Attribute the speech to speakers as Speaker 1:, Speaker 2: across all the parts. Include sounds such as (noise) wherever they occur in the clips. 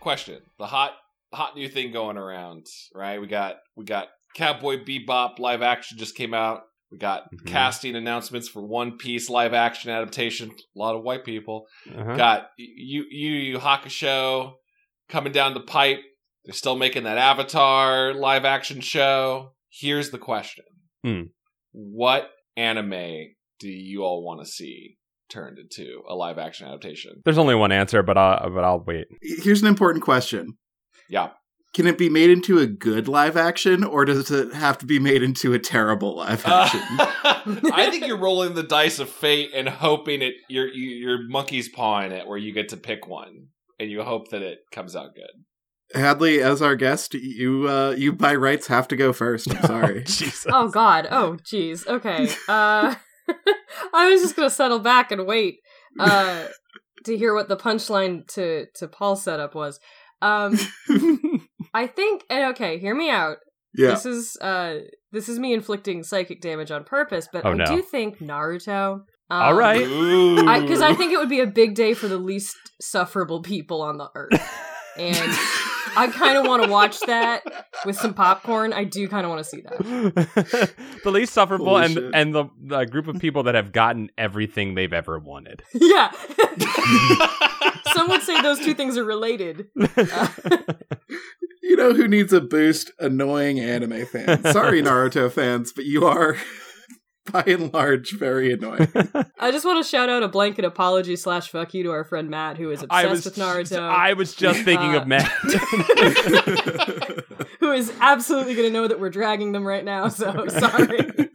Speaker 1: question: the hot, hot new thing going around, right? We got we got Cowboy Bebop live action just came out. We got
Speaker 2: Mhm.
Speaker 1: casting announcements for One Piece live action adaptation. A lot of white people.
Speaker 2: Uh-huh.
Speaker 1: Got Yu Yu Yu Hakusho coming down the pipe. They're still making that Avatar live action show. Here's the question:
Speaker 2: Hmm.
Speaker 1: What anime do you all want to see turned into a live action adaptation?
Speaker 2: There's only one answer, but I'll but I'll
Speaker 1: (laughs)
Speaker 2: wait.
Speaker 3: Here's an important question.
Speaker 1: Yeah.
Speaker 3: Can it be made into a good live action, or does it have to be made into a terrible live
Speaker 1: Uh,
Speaker 3: action?
Speaker 1: (laughs) I think you're rolling the dice of fate and hoping it you're you- you're monkey's pawing it where you get to pick one and you hope that it comes out good.
Speaker 3: Hadley, as our guest, you uh, you by rights have to go first. I'm
Speaker 2: (laughs)
Speaker 3: sorry.
Speaker 2: Jesus.
Speaker 4: Oh God. Oh jeez. Okay. Uh, (laughs) I was just gonna settle back and wait uh, to hear what the punchline to to Paul's setup was. Um, I think. And okay, hear me out.
Speaker 3: (laughs) yeah.
Speaker 4: This is uh, this is me inflicting psychic damage on purpose, but
Speaker 2: Oh,
Speaker 4: I
Speaker 2: no.
Speaker 4: do think Naruto. Um,
Speaker 1: (laughs)
Speaker 2: All right.
Speaker 3: (laughs)
Speaker 4: Because I, think it would be a big day for the least sufferable people on the earth,
Speaker 2: (laughs)
Speaker 4: and I kind of want to watch that with some popcorn. I do kind of want to see that.
Speaker 2: the least sufferable
Speaker 3: Holy
Speaker 2: and
Speaker 3: shit.
Speaker 2: and the, the group of people that have gotten everything they've ever wanted. (laughs)
Speaker 4: yeah. Some would say those two things are related. Uh,
Speaker 3: You know who needs a boost? Annoying anime fans. Sorry, Naruto fans, but you are, (laughs) by and large, very annoying.
Speaker 4: I just want to shout out a blanket apology slash fuck you to our friend Matt, who is
Speaker 2: I was
Speaker 4: obsessed with
Speaker 2: (laughs)
Speaker 4: Naruto,
Speaker 2: I was
Speaker 4: (laughs)
Speaker 2: just thinking
Speaker 4: Uh,
Speaker 2: of Matt.
Speaker 4: (laughs) who is absolutely going to know that we're dragging them right now.
Speaker 2: (laughs)
Speaker 4: So sorry.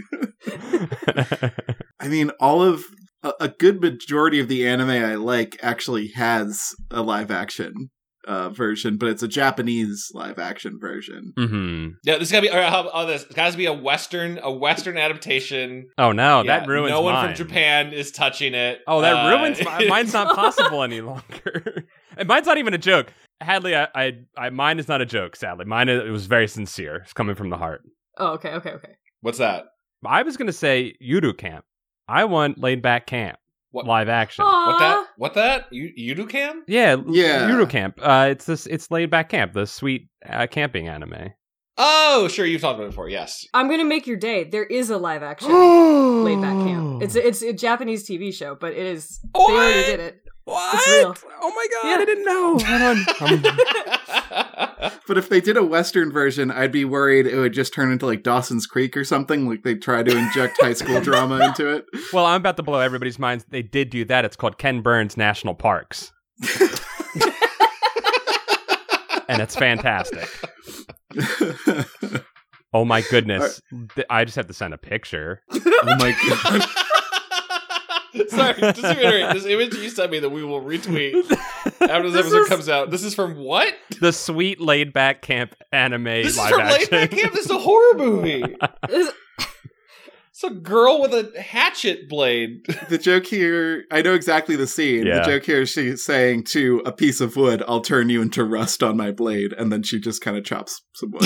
Speaker 3: I mean, all of a, a good majority of the anime I like actually has a live action uh, version, but it's a Japanese live action (gasps) version.
Speaker 2: hmm
Speaker 1: yeah, this gotta be all right, how about this? It has to be a western a western adaptation.
Speaker 2: Oh no,
Speaker 1: Yeah,
Speaker 2: that ruins
Speaker 1: No one
Speaker 2: mine.
Speaker 1: from Japan is touching it.
Speaker 2: Oh, that
Speaker 1: Uh, (laughs)
Speaker 2: ruins mine. Mine's not possible any longer. (laughs) and mine's not even a joke. Hadley, I, I, I, mine is not a joke. Sadly, mine is, it was very sincere. It's coming from the heart.
Speaker 4: Oh, okay, okay, okay.
Speaker 1: What's that?
Speaker 2: I was gonna say Yudu Camp. I want laid back camp
Speaker 1: What-
Speaker 2: live action.
Speaker 1: What
Speaker 4: Aw.
Speaker 1: that? What that? You you do cam?
Speaker 2: Yeah,
Speaker 3: Yeah.
Speaker 2: Yudu Camp. Uh, it's this. It's laid back camp, the sweet uh, camping anime.
Speaker 1: Oh, sure, you've talked about it before. Yes. (laughs)
Speaker 4: I'm going to make your day. There is a
Speaker 2: (gasps)
Speaker 4: live action.
Speaker 2: laid
Speaker 4: Laid back camp. It's it's a Japanese TV show, but it is
Speaker 2: What?
Speaker 4: they already did it.
Speaker 2: what?
Speaker 4: it's real.
Speaker 2: Oh my god!
Speaker 4: Yeah.
Speaker 2: I didn't know. Hold on. Um,
Speaker 3: But if they did a Western version, I'd be worried it would just turn into like Dawson's Creek or something. Like they try to inject high school drama into it.
Speaker 2: well, I'm about to blow everybody's minds. They did do that. It's called Ken Burns National Parks, and it's fantastic. Oh my goodness. Th- I just have to send a picture.
Speaker 3: (laughs) oh my god.
Speaker 1: Sorry, just to reiterate, this image you sent me that we will retweet
Speaker 4: (laughs)
Speaker 1: after this,
Speaker 4: This
Speaker 1: episode
Speaker 4: is-
Speaker 1: comes out. This is from what?
Speaker 2: The sweet laid back camp anime
Speaker 1: This is
Speaker 2: live
Speaker 1: from Late
Speaker 2: action.
Speaker 1: Night
Speaker 2: (laughs)
Speaker 1: Camp. This is a horror movie.
Speaker 4: This-
Speaker 1: It's a girl with a hatchet blade.
Speaker 3: (laughs)
Speaker 1: (laughs)
Speaker 3: The joke here, I know exactly the scene.
Speaker 2: Yeah.
Speaker 3: The joke here is she's saying to a piece of wood, I'll turn you into rust on my blade. And then she just kind of chops some wood.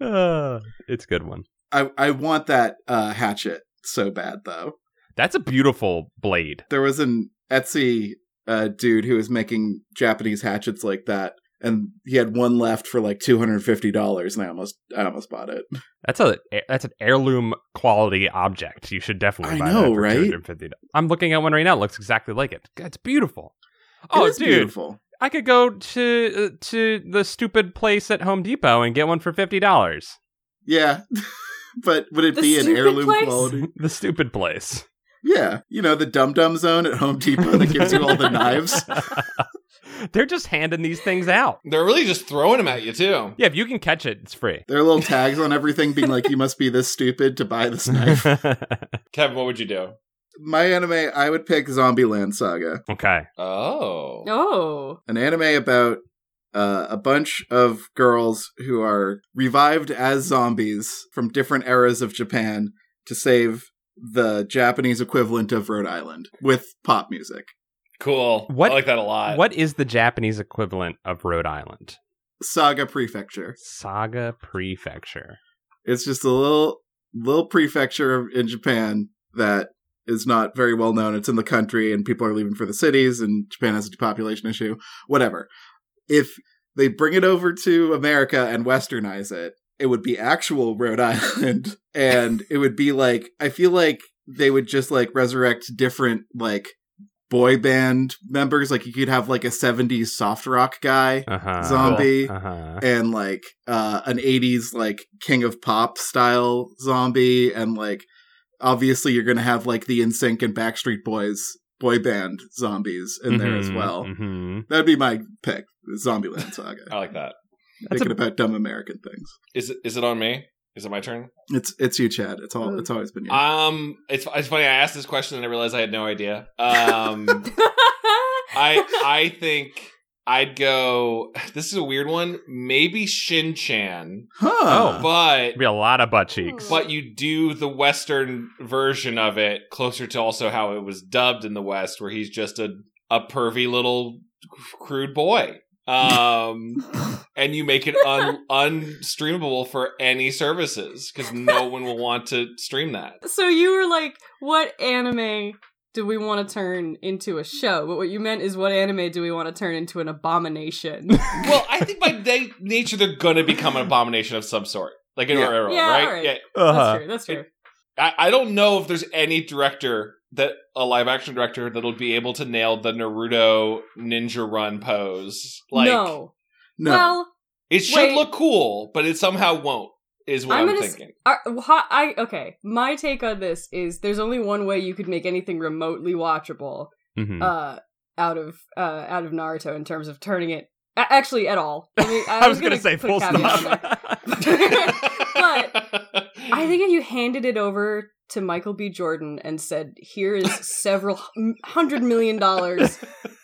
Speaker 2: Uh, it's a good one.
Speaker 3: I, I want that uh, hatchet so bad, though.
Speaker 2: That's a beautiful blade.
Speaker 3: There was an Etsy uh, dude who was making Japanese hatchets like that. And he had one left for like two hundred fifty dollars, and I almost, I almost bought
Speaker 2: (laughs)
Speaker 3: it.
Speaker 2: That's a that's an heirloom quality object. You should definitely
Speaker 3: I
Speaker 2: buy
Speaker 3: know,
Speaker 2: that for
Speaker 3: right?
Speaker 2: 250. I'm looking at one right now. It looks exactly like it. God, It's beautiful. Oh,
Speaker 3: It is
Speaker 2: dude,
Speaker 3: beautiful.
Speaker 2: I could go to uh, to the stupid place at Home Depot and get one for fifty dollars. (laughs)
Speaker 3: Yeah, (laughs) but would it
Speaker 4: The
Speaker 3: be an
Speaker 4: stupid
Speaker 3: heirloom
Speaker 4: place?
Speaker 3: quality?
Speaker 2: the stupid place.
Speaker 3: Yeah, you know the Dum Dum Zone at Home Depot that gives you
Speaker 2: (laughs)
Speaker 3: all the knives.
Speaker 2: They're just handing these things out.
Speaker 1: They're really just throwing them at you too.
Speaker 2: Yeah, if you can catch it, it's free.
Speaker 3: There are little tags on everything being like, "You must be this stupid to buy this knife."
Speaker 2: (laughs)
Speaker 1: Kevin, what would you do?
Speaker 3: My anime, I would pick Zombieland Saga,
Speaker 2: okay.
Speaker 1: Oh,
Speaker 4: oh. (laughs)
Speaker 3: an anime about uh, a bunch of girls who are revived as zombies from different eras of Japan to save the Japanese equivalent of Rhode Island with pop music.
Speaker 1: cool.
Speaker 2: What-
Speaker 1: I like that a
Speaker 3: Uh,
Speaker 1: lot.
Speaker 2: What is the Japanese equivalent of Rhode Island?
Speaker 3: Saga Prefecture.
Speaker 2: Saga Prefecture.
Speaker 3: It's just a little little prefecture in Japan that is not very well known. It's in the country and people are leaving for the cities and Japan has a depopulation issue, whatever. If they bring it over to America and westernize it, it would be actual Rhode (laughs) Island and it would be like I feel like they would just like resurrect different like boy band members like you could have like a 70s soft rock guy
Speaker 2: Uh-huh.
Speaker 3: Zombie.
Speaker 2: Uh-huh.
Speaker 3: and like uh an 80s like king of pop style zombie and like obviously you're gonna have like the insync and backstreet boys boy band zombies in there as
Speaker 2: Mhm,
Speaker 3: well
Speaker 2: mhm.
Speaker 3: that'd be my pick zombieland saga
Speaker 1: I like that.
Speaker 2: (laughs) That's
Speaker 3: thinking
Speaker 2: a-
Speaker 3: about dumb american things
Speaker 1: Is it is it on me? Is it my turn?
Speaker 3: it's it's you chad it's all it's always been
Speaker 2: Uh,
Speaker 3: you
Speaker 1: Um, it's it's funny. I asked this question and I realized I had no idea. Um,
Speaker 2: (laughs)
Speaker 1: I I think I'd go. This is a weird one. Maybe Shin Chan,
Speaker 3: huh
Speaker 2: oh,
Speaker 1: but
Speaker 2: It'd be a lot of butt cheeks.
Speaker 1: but you do the Western version of it closer to also how it was dubbed in the West, where he's just a a pervy little crude boy. Um,
Speaker 4: (laughs)
Speaker 1: and you make it un unstreamable for any services because no one will want to stream that.
Speaker 4: so you were like, what anime do we want to turn into a show? But what you meant is, what anime do we want to turn into an abomination? (laughs)
Speaker 1: Well, I think by na- nature they're gonna become an abomination of some sort, like in
Speaker 3: Yeah.
Speaker 1: Arrow,
Speaker 4: Yeah,
Speaker 1: right?
Speaker 4: alright.
Speaker 1: Yeah,
Speaker 4: That's
Speaker 2: Uh-huh.
Speaker 4: true. That's true.
Speaker 1: I, I don't know if there's any director that a live action director that'll be able to nail the Naruto ninja run pose. Like
Speaker 4: no.
Speaker 3: (laughs) no
Speaker 4: Well,
Speaker 1: it should
Speaker 4: wait.
Speaker 1: look cool, but it somehow won't. Is what
Speaker 4: I'm
Speaker 1: I'm,
Speaker 4: gonna s-
Speaker 1: thinking. (laughs)
Speaker 4: Are, wha- I okay. My take on this is there's only one way you could make anything remotely watchable
Speaker 2: Mhm.
Speaker 4: uh, out of uh, out of Naruto in terms of turning it a- actually at all.
Speaker 2: (laughs)
Speaker 4: I, mean,
Speaker 2: I was gonna
Speaker 4: gonna
Speaker 2: say
Speaker 4: put
Speaker 2: full
Speaker 4: a caveat on (laughs) there.
Speaker 2: stop.
Speaker 4: (laughs) But
Speaker 1: (clears throat)
Speaker 4: I think if you handed it over to Michael B. Jordan and said, "Here is several h- hundred million dollars,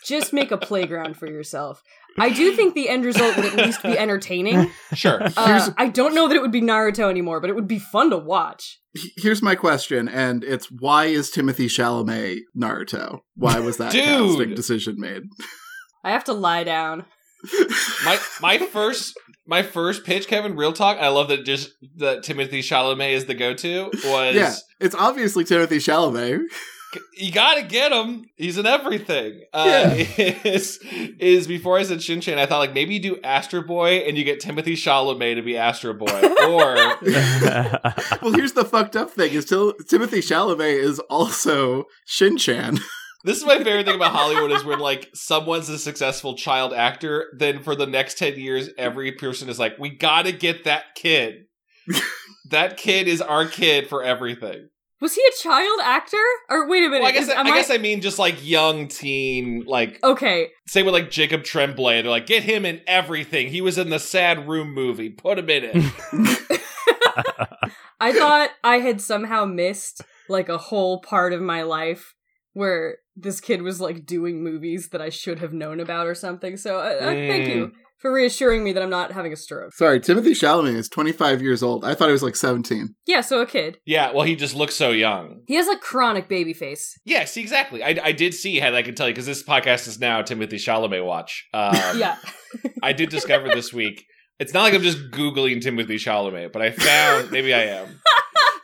Speaker 4: just make a playground for yourself," I do think the end result would at least be
Speaker 1: (laughs)
Speaker 4: entertaining.
Speaker 1: (laughs) sure.
Speaker 4: Uh,
Speaker 3: Here's-
Speaker 4: I don't know that it would be Naruto anymore, but it would be fun to watch.
Speaker 3: H- here's my question and it's why is timothy chalamet naruto why was that
Speaker 1: Dude!
Speaker 3: casting decision made
Speaker 4: I have to lie down.
Speaker 1: My my first my first pitch, Kevin, real talk. I love that just that Timothy Chalamet is the go to was
Speaker 3: yeah it's obviously timothy chalamet
Speaker 2: (laughs)
Speaker 1: you gotta get him. He's in everything. Uh, (laughs) is, is before I said Shin Chan, I thought like maybe you do Astro Boy and you get Timothy Chalamet to be Astro Boy, or
Speaker 3: well, here's the fucked up thing: is Til- Timothy Chalamet is also Shin Chan.
Speaker 1: this is my favorite thing about Hollywood is when like someone's a successful child actor, then for the next ten years, every person is like, we gotta get that
Speaker 4: (laughs)
Speaker 1: kid. that kid is our kid for everything.
Speaker 4: Was he a child actor? Or wait a minute.
Speaker 1: Well, I guess
Speaker 4: is- Oh.
Speaker 1: I,
Speaker 4: am
Speaker 1: guess I mean just like young teen, like
Speaker 4: Okay,
Speaker 1: Same with like Jacob Tremblay. They're like, get him in everything. He was in the Sad Room movie. Put him in
Speaker 4: (laughs)
Speaker 1: it.
Speaker 4: I thought I had somehow missed like a whole part of my life where this kid was like doing movies that I should have known about or something. So uh, uh, thank you for reassuring me that I'm not having a stroke.
Speaker 3: (laughs) Sorry, Timothy Chalamet is 25 years old. I thought he was like 17.
Speaker 4: Yeah, so a kid.
Speaker 1: yeah, well, he just looks so young.
Speaker 4: He has like chronic baby face.
Speaker 1: Yeah, see, exactly. I, I did see, had I can tell you, because this podcast is now Timothy Chalamet Watch. Um,
Speaker 4: (laughs) Yeah.
Speaker 1: I did discover this week. It's not like I'm just Googling Timothy Chalamet, but I found, maybe I am,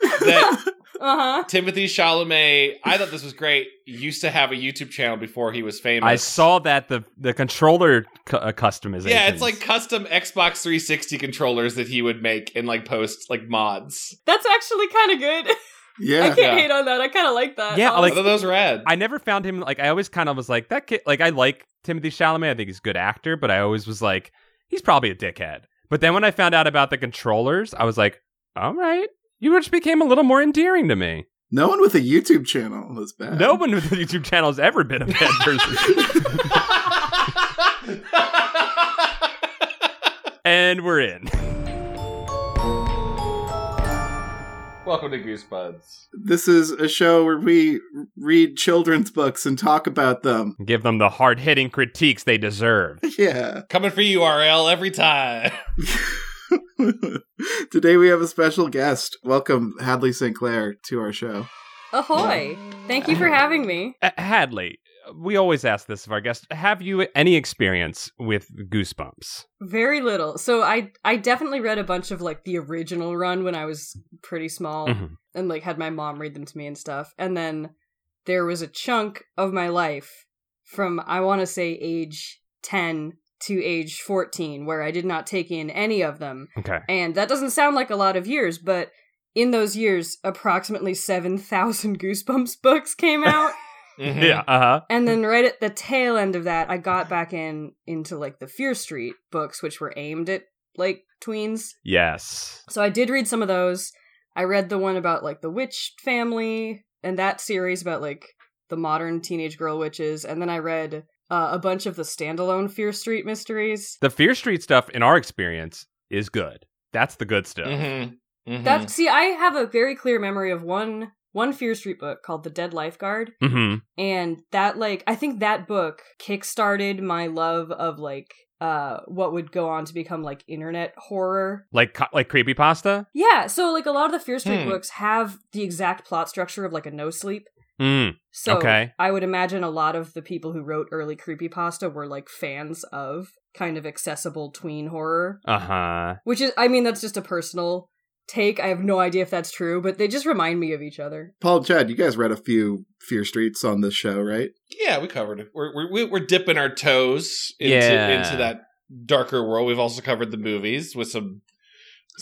Speaker 1: that
Speaker 4: Uh huh.
Speaker 1: Timothy Chalamet, I thought this was great, used to have a YouTube channel before he was famous.
Speaker 2: (laughs) I saw that the the controller cu- uh, customization.
Speaker 1: Yeah, it's like custom Xbox 360 controllers that he would make and like post like mods.
Speaker 4: That's actually kind of good. I
Speaker 3: Yeah,
Speaker 4: can't
Speaker 1: Yeah.
Speaker 4: hate on that. I kind of like that.
Speaker 2: Yeah, I like-
Speaker 1: Although those were ad.
Speaker 2: I never found him like I always kind of was like that kid like I like Timothy Chalamet I think he's a good actor but I always was like he's probably a dickhead but then when I found out about the controllers I was like all right you just became a little more endearing to me
Speaker 3: no one with a YouTube channel is bad.
Speaker 2: no one with a YouTube channel has ever been a
Speaker 3: (laughs)
Speaker 2: bad person and we're in
Speaker 1: (laughs) Welcome to Goosebuds.
Speaker 3: This is a show where we read children's books and talk about them. (laughs)
Speaker 2: give them the hard hitting critiques they deserve
Speaker 3: Yeah. (laughs)
Speaker 1: Coming for you, RL, every time.
Speaker 3: Today we have a special guest. Welcome Hadley St. Clair to our show.
Speaker 4: Ahoy. Thank you for having me.
Speaker 2: Uh, Hadley we always ask this of our guests have you any experience with goosebumps
Speaker 4: Very little. So I I definitely read a bunch of like the original run when I was pretty small
Speaker 2: Mhm.
Speaker 4: and like had my mom read them to me and stuff. And then there was a chunk of my life from I want to say age 10 to age 14 where I did not take in any of them.
Speaker 2: Okay.
Speaker 4: And that doesn't sound like a lot of years, but in those years, approximately 7,000 (laughs) Goosebumps books came out.
Speaker 1: Mhm.
Speaker 2: Yeah. Uh huh.
Speaker 4: and then right at the tail end of that, I got back in into like the Fear Street books, which were aimed at like tweens.
Speaker 2: Yes.
Speaker 4: So I did read some of those. I read the one about like the witch family and that series about like the modern teenage girl witches. And then I read uh, a bunch of the standalone Fear Street mysteries.
Speaker 2: The Fear Street stuff, in our experience, is good. That's the good stuff.
Speaker 1: Mhm. Mhm.
Speaker 4: That see, I have a very clear memory of one one Fear Street book called The Dead Lifeguard,
Speaker 2: Mhm.
Speaker 4: and that like I think that book kickstarted my love of like uh what would go on to become like internet horror.
Speaker 2: Like co- like creepy pasta.
Speaker 4: Yeah, so like a lot of the Fear Street
Speaker 1: Hmm.
Speaker 4: books have the exact plot structure of like a no sleep.
Speaker 2: Mm.
Speaker 4: So
Speaker 2: Okay.
Speaker 4: I would imagine a lot of the people who wrote early creepypasta were like fans of kind of accessible tween horror,
Speaker 2: Uh huh.
Speaker 4: which is I mean that's just a personal take. I have no idea if that's true, but they just remind me of each other.
Speaker 3: Paul, Chad, you guys read a few Fear Streets on this show, right?
Speaker 1: Yeah, we covered it. We're we're, we- we're dipping our toes into
Speaker 2: Yeah.
Speaker 1: into that darker world. We've also covered the movies with some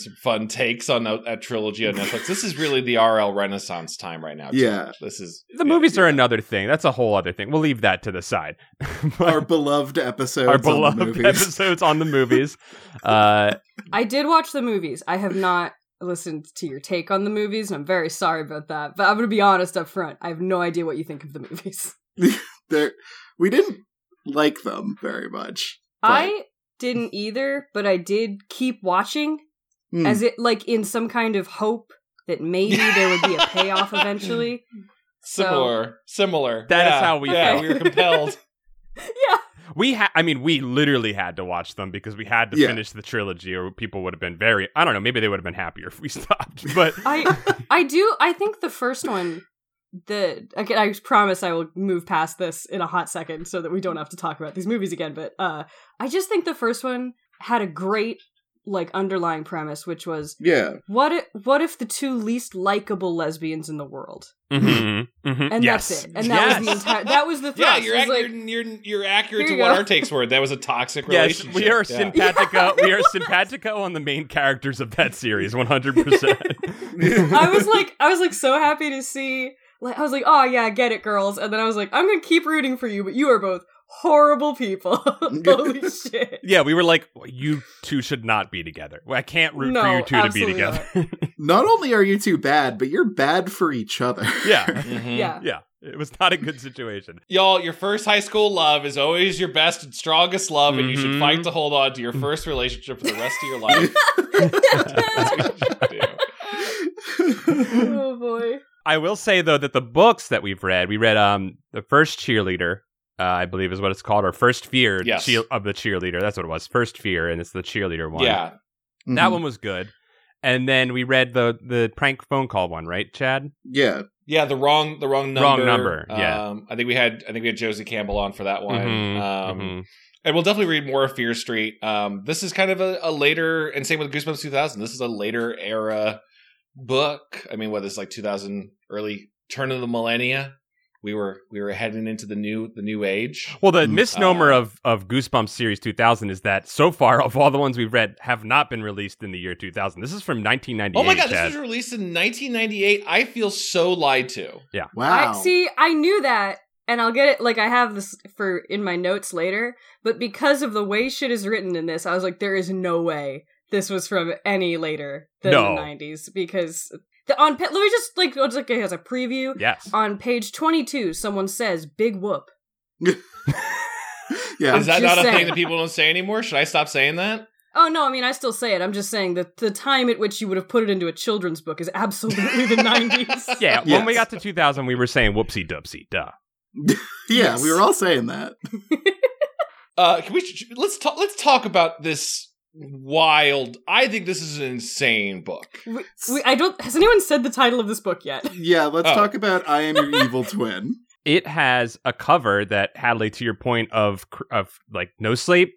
Speaker 1: some fun takes on that, that trilogy on Netflix. this is really the RL Renaissance time right now. too.
Speaker 3: Yeah.
Speaker 1: this is
Speaker 2: The movies are another thing. That's a whole other thing. We'll leave that to the side. (laughs)
Speaker 3: Our beloved episodes.
Speaker 2: Our
Speaker 3: on the
Speaker 2: beloved
Speaker 3: movies.
Speaker 2: episodes on the movies. uh,
Speaker 4: I did watch the movies. I have not listened to your take on the movies, and I'm very sorry about that. But I'm gonna be honest up front. I have no idea what you think of the movies. (laughs)
Speaker 3: They're- we didn't like them very much.
Speaker 4: I didn't either, but I did keep watching
Speaker 3: Hmm.
Speaker 4: as it like in some kind of hope that maybe there would be a payoff eventually. So-
Speaker 1: similar. similar.
Speaker 2: That
Speaker 1: That
Speaker 2: is
Speaker 1: is
Speaker 2: how we
Speaker 1: Yeah,
Speaker 4: felt.
Speaker 1: we were
Speaker 2: (laughs)
Speaker 1: compelled.
Speaker 4: yeah.
Speaker 2: we had. I mean, we literally had to watch them because we had to
Speaker 3: Yeah.
Speaker 2: finish the trilogy, or people would have been very. I don't know. Maybe they would have been happier if we (laughs) stopped. But
Speaker 4: (laughs) I I do I think the first one the again I promise I will move past this in a hot second so that we don't have to talk about these movies again, but uh I just think the first one had a great like underlying premise which was
Speaker 3: yeah.
Speaker 4: what if, what if the two least likable lesbians in the world
Speaker 2: Mhm. Mhm.
Speaker 4: and
Speaker 2: yes.
Speaker 4: that's it and that
Speaker 2: yes.
Speaker 4: was the entire that was the
Speaker 1: Yeah,
Speaker 4: thrust
Speaker 1: you're,
Speaker 4: It
Speaker 1: ac-
Speaker 4: was like-
Speaker 1: you're you're you're accurate
Speaker 4: Here
Speaker 1: to
Speaker 4: you
Speaker 1: what
Speaker 4: go.
Speaker 1: our takes were. That was a toxic
Speaker 2: Yes,
Speaker 1: relationship.
Speaker 2: we are
Speaker 1: Yeah.
Speaker 2: simpatico. we
Speaker 4: (laughs)
Speaker 2: are simpatico on the main characters of that series, one hundred percent.
Speaker 4: (laughs) I was like, I was like so happy to see. Like, I was like, oh yeah, get it, girls. And then I was like, I'm gonna keep rooting for you, but you are both horrible people. (laughs) Holy shit!
Speaker 2: (laughs) Yeah, we were like, you two should not be together. I can't root for
Speaker 4: No,
Speaker 2: you two to be
Speaker 4: absolutely
Speaker 2: together.
Speaker 3: Not only are you two bad, but you're bad for each
Speaker 2: (laughs)
Speaker 3: other. (laughs)
Speaker 4: (laughs)
Speaker 2: yeah,
Speaker 1: Mhm.
Speaker 4: Yeah,
Speaker 2: yeah, it was not a good situation.
Speaker 1: Y'all, your first high school love is always your best and strongest love, and you
Speaker 2: Mhm.
Speaker 1: should fight to hold on to your first relationship for the rest of your life. That's what you should do.
Speaker 4: (laughs)
Speaker 3: Mhm.
Speaker 4: oh boy.
Speaker 2: I will say though that the books that we've read, we read um the first cheerleader, uh, I believe is what it's called, or first fear
Speaker 1: Yes.
Speaker 2: cheer- of the cheerleader. That's what it was, first fear, and it's the
Speaker 1: (laughs)
Speaker 2: cheerleader one.
Speaker 1: Yeah.
Speaker 3: Mm-hmm.
Speaker 2: that one was good. And then we read the the prank phone call one, right, Chad?
Speaker 3: Yeah.
Speaker 1: Yeah, the wrong the wrong number.
Speaker 2: Wrong number, yeah.
Speaker 1: Um, I think we had I think we had Josie Campbell on for that one.
Speaker 2: Mhm,
Speaker 1: Um,
Speaker 2: mhm.
Speaker 1: and we'll definitely read more of Fear Street. Um, this is kind of a, a later and same with Goosebumps 2000. This is a later era book. I mean, what this is like 2000 early turn of the millennia. We were we were heading into the new the new age.
Speaker 2: Well, the
Speaker 3: Mm,
Speaker 2: misnomer
Speaker 1: uh,
Speaker 2: of, of Goosebumps series 2000 is that so far of all the ones we've read have not been released in the year 2000. This is from 1998.
Speaker 1: Oh my god, this
Speaker 2: Chad.
Speaker 1: was released in 1998. I feel so lied to.
Speaker 3: Wow.
Speaker 4: I see. I knew that, and I'll get it. Like I have this for in my notes later. But because of the way shit is written in this, I was like, there is no way this was from any later than
Speaker 2: No.
Speaker 4: the '90s. Because the, on pa- let me just like I'll just like as a preview.
Speaker 1: (laughs)
Speaker 2: yes.
Speaker 4: on page 22 someone says big whoop
Speaker 3: (laughs) yeah.
Speaker 1: Is that
Speaker 4: just
Speaker 1: not a
Speaker 4: saying.
Speaker 1: thing that people don't say anymore? Should I stop saying that?
Speaker 4: oh no i mean i still say it i'm just saying that the time at which you would have put it into a children's book is
Speaker 3: (laughs)
Speaker 4: absolutely the 90s
Speaker 2: Yeah, when we
Speaker 3: Yes.
Speaker 2: got to 2000, we were saying whoopsie doopsie, duh.
Speaker 3: Yeah,
Speaker 4: Yes.
Speaker 3: we were all saying that.
Speaker 1: Uh, can we sh- sh- let's talk? Let's talk about this wild. I think this is an insane book.
Speaker 4: we, we, i don't has anyone said the title of this book yet
Speaker 3: Yeah, let's
Speaker 1: Oh.
Speaker 3: talk about I Am Your
Speaker 2: (laughs)
Speaker 3: Evil Twin.
Speaker 2: It has a cover that, Hadley, to your point of, cr- of like no sleep,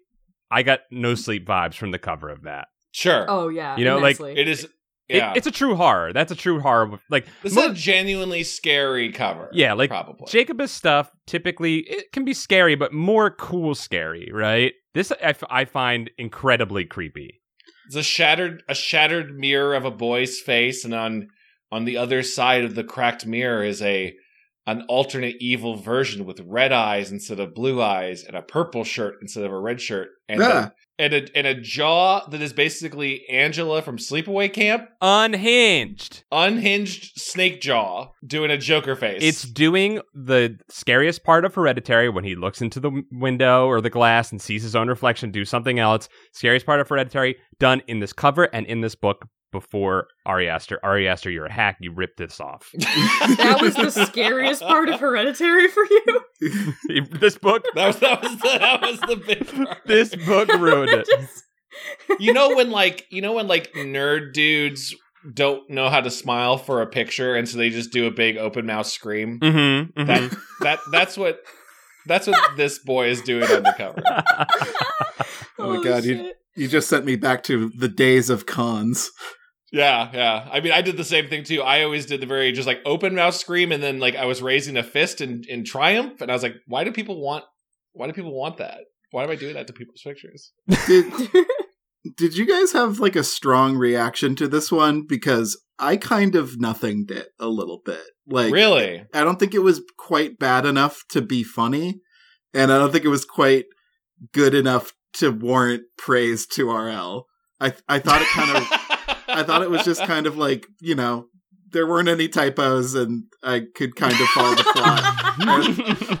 Speaker 2: I got no sleep vibes from the cover of that.
Speaker 1: Sure,
Speaker 4: oh yeah
Speaker 2: You know, like,
Speaker 4: immensely.
Speaker 1: it is.
Speaker 2: It- (laughs)
Speaker 1: Yeah.
Speaker 2: it's a true horror. That's a true horror. Like
Speaker 1: this
Speaker 2: mo-
Speaker 1: is a genuinely scary cover.
Speaker 2: Yeah, like,
Speaker 1: probably.
Speaker 2: Jacobus stuff typically it can be scary, but more cool scary, right? This I, f- I find incredibly creepy.
Speaker 1: It's a shattered a shattered mirror of a boy's face, and on on the other side of the cracked mirror is a an alternate evil version with red eyes instead of blue eyes, and a purple shirt instead of a red shirt, and
Speaker 3: Yeah.
Speaker 1: a, and a and a jaw that is basically Angela from Sleepaway Camp,
Speaker 2: Unhinged.
Speaker 1: unhinged snake jaw doing a Joker face.
Speaker 2: It's
Speaker 1: (laughs)
Speaker 2: doing the scariest part of Hereditary when he looks into the w- window or the glass and sees his own reflection do something else. Scariest part of Hereditary done in this cover and in this book before Ari Aster. Ari Aster, you're a hack. You ripped this off. (laughs)
Speaker 4: That was the scariest part of Hereditary for you.
Speaker 2: this book,
Speaker 1: (laughs)
Speaker 2: (laughs)
Speaker 1: that was that was the, that was the big part.
Speaker 2: this book ruined it. (laughs)
Speaker 4: (laughs) Just-
Speaker 1: you know when like you know when like nerd dudes don't know how to smile for a picture and so they just do a big open mouth scream
Speaker 2: Mm-hmm.
Speaker 1: that that that's what that's what this boy is doing on the cover
Speaker 3: Oh my
Speaker 4: Holy
Speaker 3: God, you-
Speaker 4: shit.
Speaker 3: you just sent me back to the days of cons.
Speaker 1: yeah yeah i mean i did the same thing too i always did the very just like open mouth scream and then like i was raising a fist in in triumph and i was like why do people want why do people want that why am i doing that to people's pictures
Speaker 3: Did, did you guys have like a strong reaction to this one? Because I kind of nothinged it a little bit. Like
Speaker 1: really
Speaker 3: I don't think it was quite bad enough to be funny, and I don't think it was quite good enough to warrant praise to RL. I I thought it kind of I thought it
Speaker 1: (laughs)
Speaker 3: was just kind of like you know there weren't any typos and I could kind of follow
Speaker 2: (laughs)
Speaker 3: the plot.
Speaker 4: (laughs)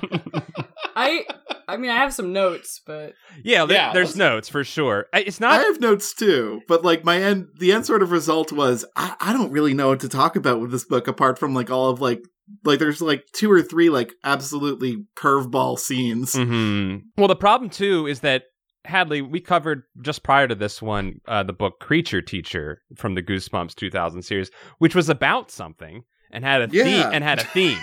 Speaker 4: I I mean I have some notes, but
Speaker 2: (laughs) Yeah, there-
Speaker 1: Yeah,
Speaker 2: there's
Speaker 1: let's-
Speaker 2: notes for sure. I- It's
Speaker 3: I
Speaker 2: not.
Speaker 3: have notes too, but like my end the end sort of result was I, I don't really know what to talk about with this book apart from like all of like like there's like two or three like absolutely curveball scenes.
Speaker 2: Mhm. Well, the problem too is that Hadley, we covered just prior to this one uh, the book Creature Teacher from the Goosebumps 2000 series, which was about something and had a
Speaker 3: Yeah.
Speaker 2: theme and had a theme.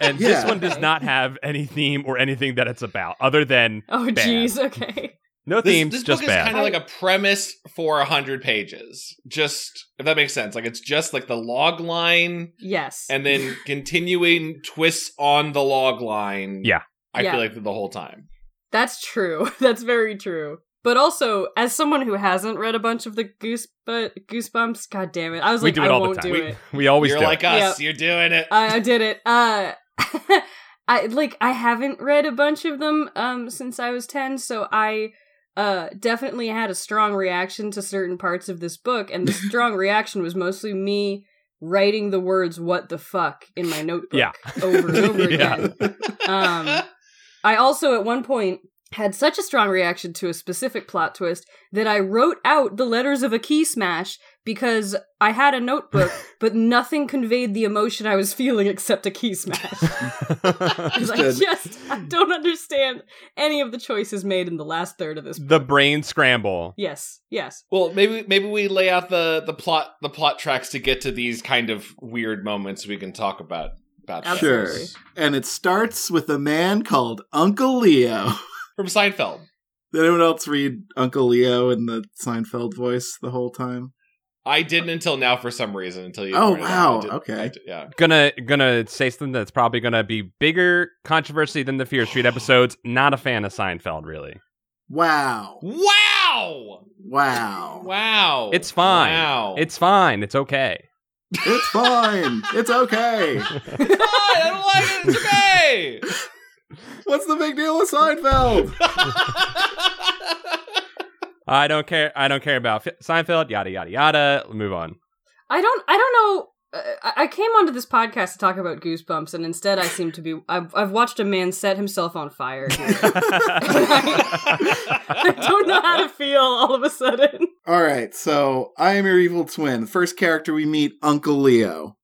Speaker 2: And this
Speaker 3: Yeah.
Speaker 2: one does
Speaker 4: Okay.
Speaker 2: not have any theme or anything that it's about, other than
Speaker 4: oh
Speaker 2: Bad.
Speaker 4: jeez, okay.
Speaker 2: no
Speaker 1: This,
Speaker 2: themes,
Speaker 1: this
Speaker 2: just
Speaker 1: book
Speaker 2: bad.
Speaker 1: is kind of like a premise for a hundred pages. Just if that makes sense, like it's just like the log line
Speaker 4: Yes.
Speaker 1: and
Speaker 3: (laughs)
Speaker 1: then continuing twists on the log line.
Speaker 2: Yeah.
Speaker 1: I
Speaker 4: Yeah.
Speaker 1: feel like the whole time.
Speaker 4: That's true. (laughs) That's very true. But also, as someone who hasn't read a bunch of the goose but goosebumps, god damn it. I was
Speaker 2: we
Speaker 4: like,
Speaker 2: do it
Speaker 4: I
Speaker 2: all
Speaker 4: won't
Speaker 2: the time.
Speaker 4: do
Speaker 2: we,
Speaker 4: it.
Speaker 2: we always
Speaker 1: You're
Speaker 2: do.
Speaker 1: like
Speaker 2: it.
Speaker 1: us. You're doing it.
Speaker 4: I, I did it. Uh (laughs) I like I haven't read a bunch of them um since I was 10, so I uh definitely had a strong reaction to certain parts of this book
Speaker 2: (laughs)
Speaker 4: and the strong reaction was mostly me writing the words what the fuck in my notebook
Speaker 2: Yeah.
Speaker 4: over and
Speaker 2: (laughs)
Speaker 4: over
Speaker 2: Yeah.
Speaker 4: again. Um I also at one point had such a strong reaction to a specific plot twist that I wrote out the letters of a key smash because I had a notebook,
Speaker 2: (laughs)
Speaker 4: but nothing conveyed the emotion I was feeling except a key smash. (laughs) Because I
Speaker 3: Understood.
Speaker 4: just I don't understand any of the choices made in the last third of this.
Speaker 2: (laughs) the brain scramble.
Speaker 4: Yes, yes.
Speaker 1: well, maybe maybe we lay out the the plot the plot tracks to get to these kind of weird moments we can talk about. about this.
Speaker 3: Sure.
Speaker 4: Absolutely.
Speaker 3: And it starts with a man called Uncle Leo. (laughs)
Speaker 1: From Seinfeld.
Speaker 3: Did anyone else read Uncle Leo in the Seinfeld voice the whole time?
Speaker 1: I didn't until now for some reason until you.
Speaker 3: Oh,
Speaker 1: pointed it out. I
Speaker 3: wow.
Speaker 1: did-
Speaker 3: Okay.
Speaker 1: I did- yeah.
Speaker 2: gonna gonna say something that's probably gonna be bigger controversy than the Fear Street episodes. Not a fan of Seinfeld, really.
Speaker 3: Wow.
Speaker 1: Wow.
Speaker 3: Wow.
Speaker 1: (laughs) Wow.
Speaker 2: It's fine.
Speaker 1: Wow.
Speaker 2: It's fine. It's okay.
Speaker 3: It's fine. it's okay.
Speaker 1: I don't like it. It's okay.
Speaker 3: (laughs) What's the big deal with Seinfeld?
Speaker 2: I don't care. I don't care about F- Seinfeld. Yada yada yada. Move on. (laughs)
Speaker 4: I don't. I don't know. uh, I I came onto this podcast to talk about Goosebumps, and instead I seem to be. (laughs) I've, I've watched a man set himself on fire. (laughs) I don't know how to feel all of a sudden.
Speaker 3: All right, so I am your evil twin. First character we meet, Uncle Leo.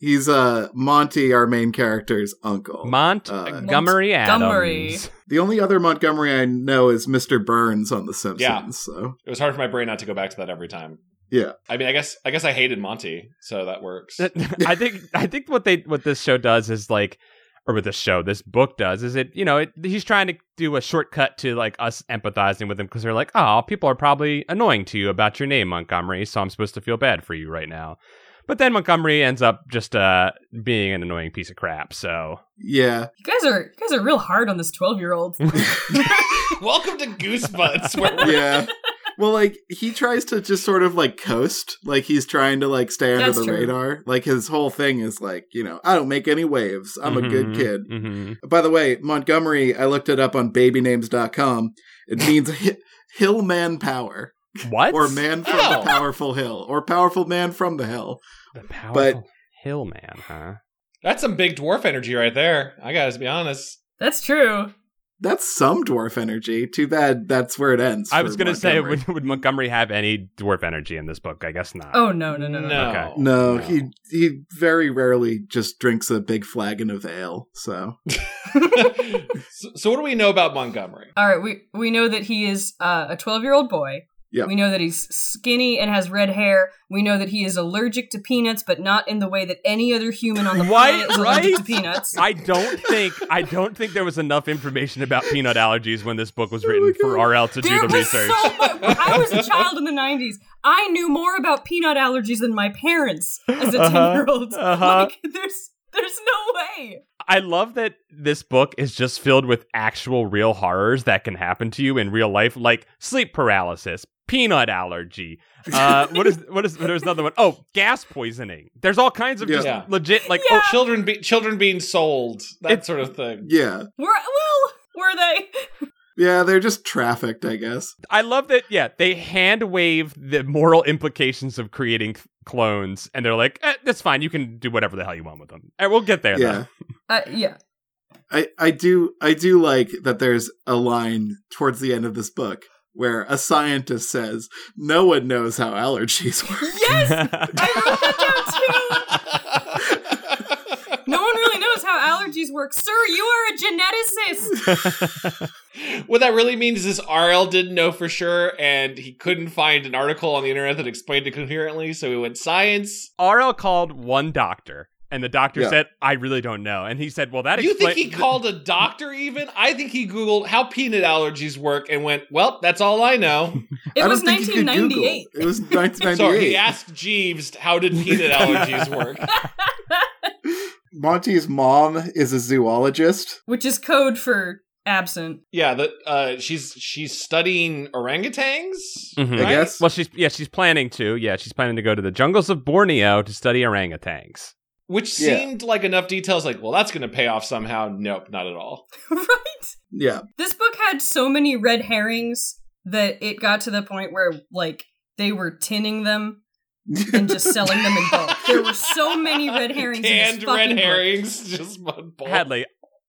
Speaker 3: He's uh Monty, our main character's uncle.
Speaker 2: Montgomery Adams. (laughs)
Speaker 5: Montgomery.
Speaker 3: the only other Montgomery I know is Mr. Burns on The Simpsons.
Speaker 1: Yeah.
Speaker 3: So
Speaker 1: It was hard for my brain not to go back to that every time.
Speaker 3: Yeah.
Speaker 1: I mean, I guess I guess I hated Monty, so that works.
Speaker 2: I think I think what they what this show does is like or what the show this book does is it you know it, he's trying to do a shortcut to like us empathizing with him because they're like oh people are probably annoying to you about your name montgomery so i'm supposed to feel bad for you right now but then montgomery ends up just uh being an annoying piece of crap so
Speaker 3: Yeah.
Speaker 4: You guys are you guys are real hard on this twelve year old.
Speaker 1: Welcome to Goosebuds, where
Speaker 3: (laughs)
Speaker 1: we're
Speaker 4: (laughs)
Speaker 3: Yeah. Well, like he tries to just sort of like coast, like he's trying to like stay under
Speaker 4: That's
Speaker 3: the
Speaker 4: true.
Speaker 3: radar. Like his whole thing is like, you know, I don't make any waves. I'm a good
Speaker 2: Mhm,
Speaker 3: kid.
Speaker 2: mhm.
Speaker 3: By the way, Montgomery, I looked it up on babynames.com. It means hi- hill man power
Speaker 2: what
Speaker 3: or man from
Speaker 1: Oh.
Speaker 3: the powerful hill or powerful man from the hill.
Speaker 2: the powerful
Speaker 3: but-
Speaker 2: hill man huh
Speaker 1: That's some big dwarf energy right there. I gotta be honest.
Speaker 4: That's true.
Speaker 3: That's some dwarf energy. Too bad that's where it ends.
Speaker 2: i
Speaker 3: for
Speaker 2: was gonna say
Speaker 3: Montgomery.
Speaker 2: would, would montgomery have any dwarf energy in this book i guess not
Speaker 4: Oh no no no no. no.
Speaker 2: Okay.
Speaker 3: no, he he very rarely just drinks a big flagon of ale. So
Speaker 1: (laughs) so, so what do we know about Montgomery?
Speaker 4: All right, we we know that he is uh, a twelve year old boy.
Speaker 3: Yep.
Speaker 4: We know that he's skinny and has red hair. We know that he is allergic to peanuts, but not in the way that any other
Speaker 2: (laughs)
Speaker 4: human on the
Speaker 2: Right,
Speaker 4: planet is allergic to
Speaker 2: right?
Speaker 4: peanuts.
Speaker 2: I don't think I don't think there was enough information about peanut allergies when this book was
Speaker 3: Oh my
Speaker 2: written for
Speaker 3: God.
Speaker 2: RL to do
Speaker 4: There
Speaker 2: the
Speaker 4: was
Speaker 2: research.
Speaker 4: so much. I was a child in the '90s. I knew more about peanut allergies than my parents as a
Speaker 2: Uh-huh,
Speaker 4: ten-year-old.
Speaker 2: uh-huh.
Speaker 4: Like, there's, there's no way.
Speaker 2: I love that this book is just filled with actual real horrors that can happen to you in real life, like sleep paralysis, peanut allergy. Uh, what is what is there's another one? Oh, gas poisoning. There's all kinds of just
Speaker 1: Yeah.
Speaker 2: legit like
Speaker 4: Yeah.
Speaker 1: Children, be- children being sold, that
Speaker 2: It's-
Speaker 1: sort of thing.
Speaker 3: (laughs) yeah,
Speaker 4: Were well, were they?
Speaker 3: yeah, they're just trafficked, I guess.
Speaker 2: I love that. Yeah, they hand wave the moral implications of creating c- clones, and they're like, eh, "That's fine. You can do whatever the hell you want with them." And we'll get there.
Speaker 3: yeah.
Speaker 2: though.
Speaker 4: Uh, yeah.
Speaker 3: I, I do I do like that there's a line towards the end of this book where a scientist says, No one knows how allergies work.
Speaker 2: (laughs)
Speaker 4: Yes,
Speaker 1: (laughs)
Speaker 4: I wrote that down too. No one really knows how allergies work, sir. You are a geneticist.
Speaker 1: What that really means is RL didn't know for sure, and he couldn't find an article on the internet that explained it coherently, so he went science.
Speaker 2: RL called one doctor, and the doctor
Speaker 3: Yeah.
Speaker 2: said, "I really don't know." And he said, "Well, that
Speaker 1: you
Speaker 2: explains."
Speaker 1: think he
Speaker 2: (laughs)
Speaker 1: called a doctor even? I think he Googled how peanut allergies work and went, well, that's all I
Speaker 3: (laughs)
Speaker 1: know.
Speaker 4: It
Speaker 3: I
Speaker 4: was
Speaker 3: don't think you could Google.
Speaker 4: 1998.
Speaker 3: It
Speaker 4: (laughs)
Speaker 3: was
Speaker 1: Sorry,
Speaker 3: 1998.
Speaker 1: he asked Jeeves, how did
Speaker 3: (laughs)
Speaker 1: peanut allergies work?
Speaker 3: Monty's mom is a zoologist.
Speaker 4: Which is code for absent. (laughs)
Speaker 1: Yeah, the, uh, she's she's studying orangutans.
Speaker 2: Mhm.
Speaker 3: I guess.
Speaker 2: Well, she's yeah, she's planning to. Yeah, she's planning to go to the jungles of Borneo to study orangutans.
Speaker 1: Which
Speaker 3: Yeah.
Speaker 1: seemed like enough details. Like, well, that's going to pay off somehow. Nope, not at
Speaker 4: (laughs)
Speaker 1: all.
Speaker 4: right?
Speaker 3: Yeah. (laughs)
Speaker 4: This book had so many red herrings that it got to the point where, like, they were tinning them and just selling them in bulk. Oh, There were so many red herrings. in
Speaker 1: Canned
Speaker 4: this
Speaker 1: red
Speaker 4: fucking book.
Speaker 1: herrings, (laughs) just mud ball.
Speaker 2: Hadley,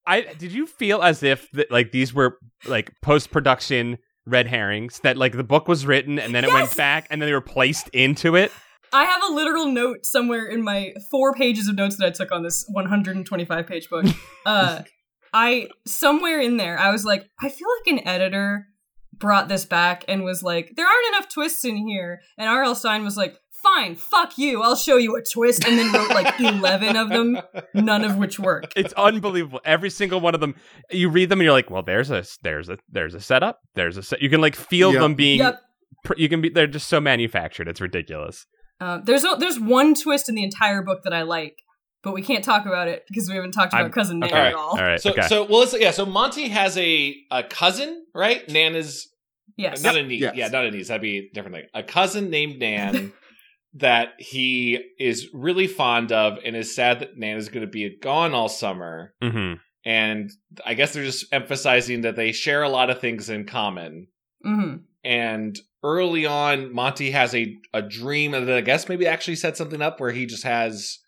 Speaker 2: I did you feel as if that like these were like post production red herrings that like the book was written and then it
Speaker 4: Yes!
Speaker 2: went back and then they were placed into it?
Speaker 4: I have a literal note somewhere in my four pages of notes that I took on this 125
Speaker 2: (laughs)
Speaker 4: page book. Uh, I somewhere in there, I was like, I feel like an editor brought this back and was like, there aren't enough twists in here. And R.L. Stein was like, fine, fuck you, I'll show you a twist, and then wrote like 11 of them, none of which work.
Speaker 2: It's unbelievable. Every single one of them, you read them and you're like, well, there's a there's a there's a setup. There's a set. You can like feel
Speaker 3: Yep.
Speaker 2: them being.
Speaker 4: Yep.
Speaker 2: pr- You can be. They're just so manufactured. It's ridiculous.
Speaker 4: Uh, there's no, there's one twist in the entire book that I like, but we can't talk about it because we haven't talked about
Speaker 2: I'm-
Speaker 4: cousin Nan
Speaker 2: okay.
Speaker 4: at all.
Speaker 2: All right.
Speaker 1: So,
Speaker 2: okay.
Speaker 1: so well, let's, yeah. So Monty has a a cousin, right? Nana's
Speaker 4: Yes.
Speaker 1: not a niece.
Speaker 3: Yes.
Speaker 1: Yeah, not a niece. That'd be a different thing. A cousin named
Speaker 4: (laughs)
Speaker 1: Nan that he is really fond of, and is sad that Nan is going to be gone all summer.
Speaker 2: Mhm.
Speaker 1: And I guess they're just emphasizing that they share a lot of things in common.
Speaker 4: hmm
Speaker 1: and early on monty has a, a dream and then i guess maybe actually set something up where he just has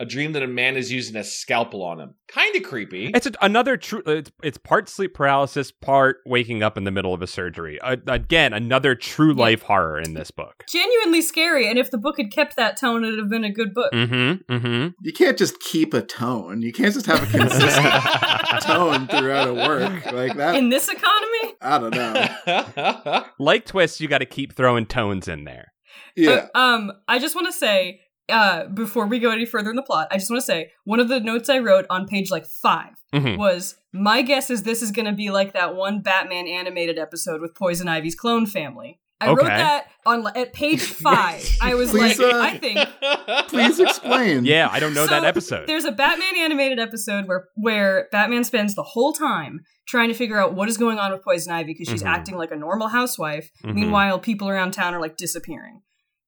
Speaker 1: a dream that a man is using a scalpel on him kind of creepy
Speaker 2: (laughs) It's a, another true. It's, it's part sleep paralysis, part waking up in the middle of a surgery. Uh, again, another true
Speaker 4: Yeah.
Speaker 2: life horror in this book.
Speaker 4: genuinely scary. And if the book had kept that tone, it'd have been a good
Speaker 3: Mm.
Speaker 4: book.
Speaker 2: Mm-hmm. Mm-hmm.
Speaker 3: You can't just keep a tone. You can't just have
Speaker 1: (laughs)
Speaker 3: a consistent tone throughout a work. Like that
Speaker 4: In this economy,
Speaker 3: I don't know.
Speaker 2: like twists, you got to keep throwing tones in there.
Speaker 4: (laughs)
Speaker 3: Yeah.
Speaker 4: Uh, um, I just want to say uh, before we go any further in the plot, I just want to say one of the notes I wrote on page like 5
Speaker 3: Hmm.
Speaker 2: Mhm.
Speaker 4: was my guess is this is going to be like that one Batman animated episode with Poison Ivy's clone family. I wrote
Speaker 2: Okay.
Speaker 4: that on li-
Speaker 3: (laughs)
Speaker 4: at page five. I was
Speaker 3: Please,
Speaker 4: like,
Speaker 3: uh,
Speaker 4: I think
Speaker 3: Please explain.
Speaker 2: Yeah, I don't know that
Speaker 4: So,
Speaker 2: episode.
Speaker 4: There's a Batman animated episode where where Batman spends the whole time trying to figure out what is going on with Poison Ivy because she's
Speaker 2: Mhm.
Speaker 3: Mm-hmm.
Speaker 4: acting like a normal housewife.
Speaker 2: Mhm.
Speaker 4: Meanwhile, people around town are like disappearing.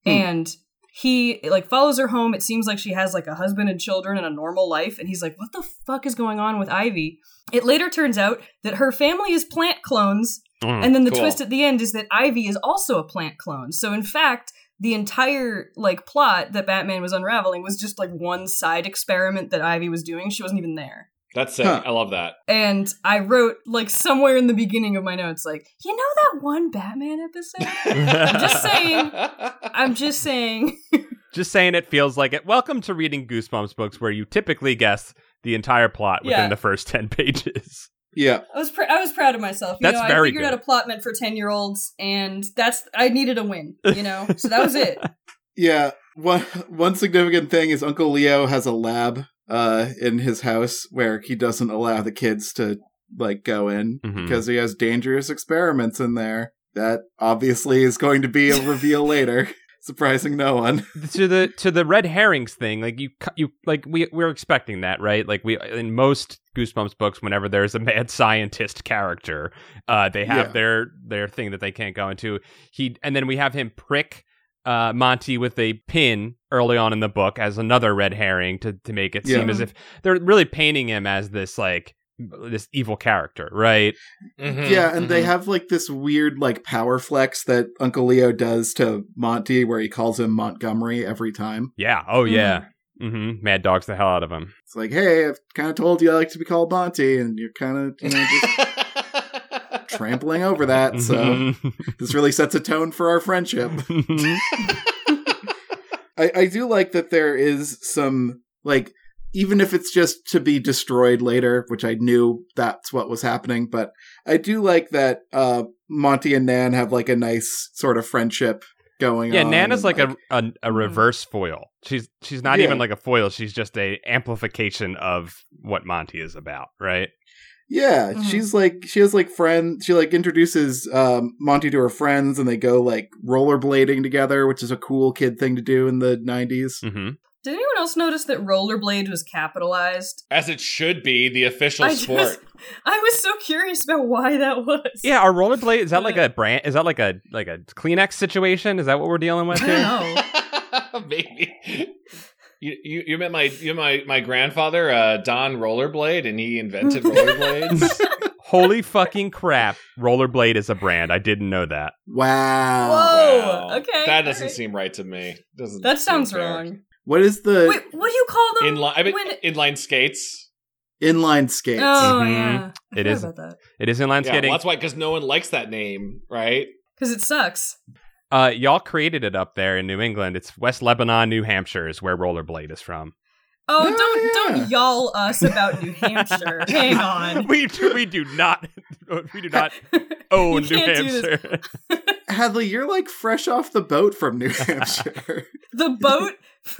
Speaker 3: Hmm.
Speaker 4: And he like follows her home. It seems like she has like a husband and children and a normal life and he's like, "What the fuck is going on with Ivy?" It later turns out that her family is plant clones
Speaker 2: Mm.
Speaker 4: and then the
Speaker 1: Cool.
Speaker 4: twist at the end is that Ivy is also a plant clone. So in fact, the entire like plot that Batman was unraveling was just like one side experiment that Ivy was doing. She wasn't even there.
Speaker 1: That's sick.
Speaker 3: Huh.
Speaker 1: I love
Speaker 3: (laughs)
Speaker 1: that.
Speaker 4: And I wrote like somewhere in the beginning of my notes, like, you know that one Batman episode?
Speaker 1: (laughs)
Speaker 4: just saying. I'm just saying.
Speaker 2: Just saying, it feels like it. Welcome to reading Goosebumps books, where you typically guess the entire plot within
Speaker 4: Yeah.
Speaker 2: the first (laughs) ten pages.
Speaker 3: Yeah.
Speaker 4: I was pr- I was proud of myself. You
Speaker 2: That's
Speaker 4: know, I
Speaker 2: very
Speaker 4: figured
Speaker 2: good.
Speaker 4: out a plot meant for ten year olds, and that's I needed a win. You know, so that was it.
Speaker 3: Yeah. One one significant thing is Uncle Leo has a lab uh in his house where he doesn't allow the kids to like go in
Speaker 2: Mhm.
Speaker 3: because he has dangerous experiments in there. That obviously is going to be a reveal later, surprising no one.
Speaker 2: to the to the red herrings thing, like you cu- you like we we're expecting that, right? Like we in most Goosebumps books, whenever there's a mad scientist character, uh, they have
Speaker 3: Yeah.
Speaker 2: their their thing that they can't go into. He and then we have him prick uh, Monty with a pin early on in the book as another red herring to to make it
Speaker 3: Yeah.
Speaker 2: seem as if they're really painting him as this like this evil character, right?
Speaker 1: Mhm,
Speaker 3: yeah, and they
Speaker 1: mhm.
Speaker 3: have like this weird like power flex that Uncle Leo does to Monty where he calls him Montgomery every time.
Speaker 2: Yeah. (laughs) Oh
Speaker 4: Mhm.
Speaker 2: yeah.
Speaker 3: Hmm.
Speaker 2: Mm-hmm. Mad dogs the hell out of him.
Speaker 3: It's like, "Hey, I've kind of told you I like to be called Monty and you're kind of,
Speaker 1: Mm-hmm.
Speaker 3: you know,
Speaker 1: (laughs)
Speaker 3: just trampling over that."
Speaker 2: Mm-hmm.
Speaker 3: So, this really sets a tone for our friendship.
Speaker 2: (laughs)
Speaker 1: (laughs)
Speaker 3: I, I do like that there is some like even if it's just to be destroyed later, which I knew that's what was happening, but I do like that uh Monty and Nan have like a nice sort of friendship going
Speaker 2: Yeah,
Speaker 3: on.
Speaker 2: Nana's
Speaker 3: and,
Speaker 2: like, a, a a reverse foil. She's she's not
Speaker 3: Yeah.
Speaker 2: even like a foil. She's just a amplification of what Monty is about, right?
Speaker 3: Yeah,
Speaker 2: Mm-hmm.
Speaker 4: Mhm.
Speaker 3: she's like she has like friend she like introduces um Monty to her friends and they go like rollerblading together, which is a cool kid thing to do in the 90s.
Speaker 2: Mm-hmm.
Speaker 4: Did anyone else notice that rollerblade was capitalized?
Speaker 1: As it should be, the official
Speaker 4: I
Speaker 1: sport.
Speaker 4: Just, I was so curious about why that was.
Speaker 2: Yeah, our rollerblade is that like a brand? Is that like a like a Kleenex situation? Is that what we're dealing
Speaker 4: (laughs)
Speaker 2: with
Speaker 4: I
Speaker 2: here? (laughs)
Speaker 4: don't know.
Speaker 1: (laughs) Maybe. You, you you met my you met my my grandfather uh, Don Rollerblade and he
Speaker 4: (laughs)
Speaker 1: invented rollerblades.
Speaker 2: Holy fucking crap! Rollerblade is a brand. I didn't know that.
Speaker 3: Wow.
Speaker 4: Whoa. Oh, okay,
Speaker 1: That doesn't
Speaker 4: alright.
Speaker 1: seem right to me. Doesn't
Speaker 4: That
Speaker 1: seem
Speaker 4: sounds
Speaker 1: fair.
Speaker 4: wrong.
Speaker 3: What is the
Speaker 4: Wait, what do you call them?
Speaker 1: Inline I mean
Speaker 4: when-
Speaker 1: inline skates.
Speaker 3: inline skates?
Speaker 4: Oh
Speaker 2: Mhm.
Speaker 4: yeah, I
Speaker 2: It
Speaker 4: it
Speaker 2: is-
Speaker 4: is about that
Speaker 2: It is inline
Speaker 1: Yeah,
Speaker 2: skating.
Speaker 1: well, that's why because no one likes that name, right?
Speaker 4: because it sucks.
Speaker 2: uh, y'all created it up there in New England. It's West Lebanon, New Hampshire, is where rollerblade is from.
Speaker 4: Oh,
Speaker 3: Oh,
Speaker 4: don't
Speaker 3: yeah.
Speaker 4: don't y'all us
Speaker 2: (laughs)
Speaker 4: about New Hampshire. Hang on.
Speaker 2: we do, we do not (laughs) we do not
Speaker 4: (laughs)
Speaker 2: own New
Speaker 4: You can't do this.
Speaker 2: Hampshire.
Speaker 3: Hadley, you're like fresh off the boat from
Speaker 1: (laughs)
Speaker 3: New Hampshire. (laughs)
Speaker 4: the boat. (laughs)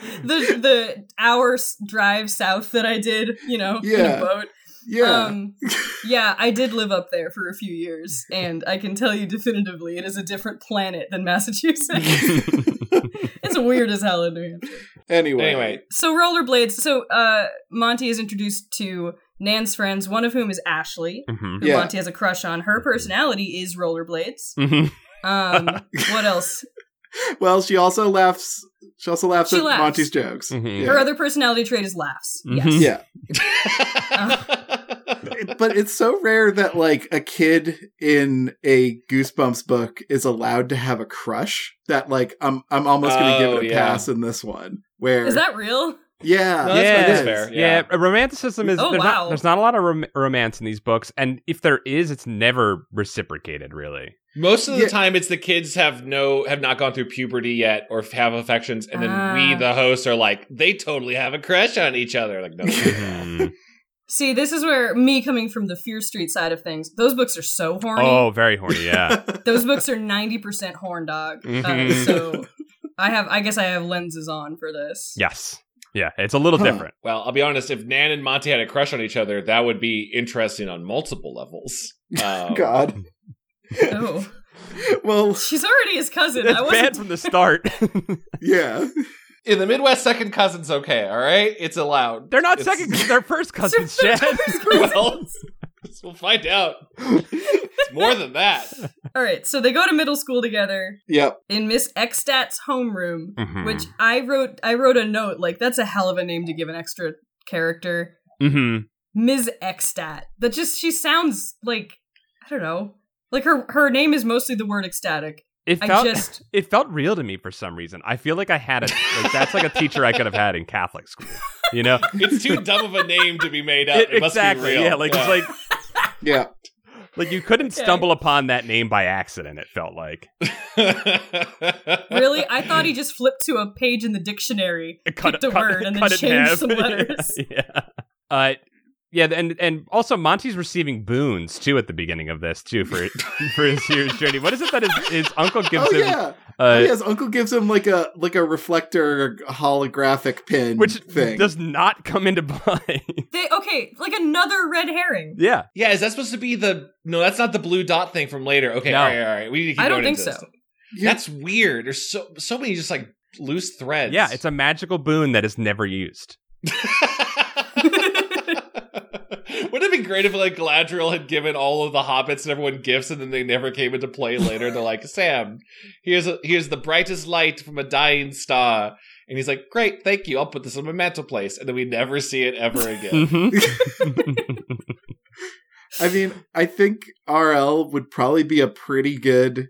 Speaker 4: the the hour s- drive south that I did, you know, in
Speaker 3: Yeah.
Speaker 4: a boat.
Speaker 3: yeah.
Speaker 4: Um, yeah, I did live up there for a few years, and I can tell you definitively, it is a different planet than Massachusetts. (laughs) it's weird as hell in New Hampshire.
Speaker 3: anyway.
Speaker 4: (laughs)
Speaker 1: Anyway,
Speaker 4: So rollerblades. So uh, Monty is introduced to Nan's friends, one of whom is Ashley,
Speaker 2: Mhm.
Speaker 4: who
Speaker 3: Yeah.
Speaker 4: Monty has a crush on. Her personality is rollerblades.
Speaker 2: Mhm.
Speaker 3: (laughs)
Speaker 4: Um, what else?
Speaker 3: Well, she also laughs. She also laughs
Speaker 4: She
Speaker 3: at
Speaker 4: laughs.
Speaker 3: Monty's jokes.
Speaker 2: Mhm.
Speaker 3: Yeah.
Speaker 4: Her other personality trait is laughs. Yes.
Speaker 2: Mhm.
Speaker 3: Yeah.
Speaker 4: Uh.
Speaker 1: (laughs)
Speaker 3: But it's so rare that like a kid in a Goosebumps book is allowed to have a crush that like I'm I'm almost going to
Speaker 1: Oh,
Speaker 3: give it a
Speaker 1: yeah.
Speaker 3: pass in this one. Where
Speaker 4: Is that real?
Speaker 3: yeah,
Speaker 1: No, that's-
Speaker 3: it
Speaker 1: that's
Speaker 3: is.
Speaker 1: fair.
Speaker 2: Yeah.
Speaker 1: Yeah.
Speaker 2: a romanticism is
Speaker 4: Oh,
Speaker 2: there's,
Speaker 4: wow.
Speaker 2: not, there's not a lot of rom- romance in these books, and if there is, it's never reciprocated, really.
Speaker 1: Most of the
Speaker 3: Yeah.
Speaker 1: time, it's the kids have no have not gone through puberty yet or have affections, and then we,
Speaker 4: Ah.
Speaker 1: the hosts, are like they totally have a crush on each other. Like no, they
Speaker 2: (laughs)
Speaker 1: don't.
Speaker 2: Mm-hmm.
Speaker 4: See, this is where me coming from the Fear Street side of things. Those books are so (laughs) horny. (laughs)
Speaker 2: oh, very horny, yeah.
Speaker 4: Those books are ninety percent horn dog. Uh,
Speaker 2: Mhm.
Speaker 4: so I have. I guess I have lenses on for this.
Speaker 2: Yes. Yeah, it's a little
Speaker 3: Huh.
Speaker 2: different.
Speaker 1: Well, I'll be honest. If Nan and Monty had a crush on each other, that would be interesting on multiple levels. Um,
Speaker 3: (laughs) God.
Speaker 4: Oh,
Speaker 3: well,
Speaker 4: she's already his cousin.
Speaker 2: That's
Speaker 4: I
Speaker 2: bad
Speaker 4: wasn't.
Speaker 2: from the start.
Speaker 3: yeah.
Speaker 1: In the Midwest, second cousin's okay. All right, it's allowed. (laughs)
Speaker 2: (laughs) They're not
Speaker 1: It's-
Speaker 2: second; (laughs) they're first cousins,
Speaker 4: They're
Speaker 2: Chad.
Speaker 4: first cousins.
Speaker 1: well, (laughs) we'll find out. It's more than that.
Speaker 4: (laughs) All right, so they go to middle school together
Speaker 3: Yep.
Speaker 4: in Miss Xstat's homeroom,
Speaker 2: Mhm.
Speaker 4: which I wrote. I wrote a note like that's a hell of a name to give an extra character,
Speaker 2: Mm-hmm.
Speaker 4: Ms. Xstat. That just she sounds like I don't know. Like her her name is mostly the word ecstatic.
Speaker 2: It
Speaker 4: I
Speaker 2: felt
Speaker 4: just
Speaker 2: it felt real to me for some reason. I feel like I had a like that's like a teacher I could have had in Catholic school. You know,
Speaker 1: It's too dumb of a name to be made
Speaker 2: (laughs)
Speaker 1: up.
Speaker 2: It-
Speaker 1: It, must
Speaker 2: exactly.
Speaker 1: be real.
Speaker 2: Yeah, like
Speaker 1: (laughs)
Speaker 2: it's like
Speaker 3: Yeah.
Speaker 2: like you couldn't
Speaker 4: Okay.
Speaker 2: stumble upon that name by accident. It felt like
Speaker 4: really I thought he just flipped to a page in the dictionary.
Speaker 2: it cut,
Speaker 4: Picked a
Speaker 2: cut-
Speaker 4: word and then
Speaker 2: cut it in
Speaker 4: changed
Speaker 2: half.
Speaker 4: some letters.
Speaker 2: (laughs) yeah, yeah. Uh, yeah, and and also Monty's receiving boons too at the beginning of this too for (laughs) for his hero's journey. What is it that his, his
Speaker 4: (laughs)
Speaker 2: uncle gives
Speaker 3: Oh
Speaker 2: him?
Speaker 3: yeah.
Speaker 2: Uh,
Speaker 3: yes, Uncle gives him like a like a reflector holographic pin
Speaker 2: Which
Speaker 3: thing.
Speaker 2: does not come into (laughs) play.
Speaker 4: They okay, like another red herring.
Speaker 2: yeah,
Speaker 1: yeah, is that supposed to be the? No, that's not the blue dot thing from later. Okay,
Speaker 2: No.
Speaker 1: all right, all right. We need to keep
Speaker 4: I don't
Speaker 1: going
Speaker 4: think
Speaker 1: into this.
Speaker 4: so.
Speaker 3: You-
Speaker 1: That's weird. There's so so many just like loose threads.
Speaker 2: yeah,
Speaker 1: (laughs)
Speaker 2: it's a magical boon that is never used.
Speaker 1: Wouldn't it be great if like Galadriel had given all of the hobbits and everyone gifts and then they never came into play later? They're like, (laughs) Sam, here's a, here's the brightest light from a dying star. And he's like, Great, thank you. I'll put this on my mantelpiece. And then we never see it ever again.
Speaker 2: Mm-hmm.
Speaker 4: (laughs)
Speaker 3: I mean, I think RL would probably be a pretty good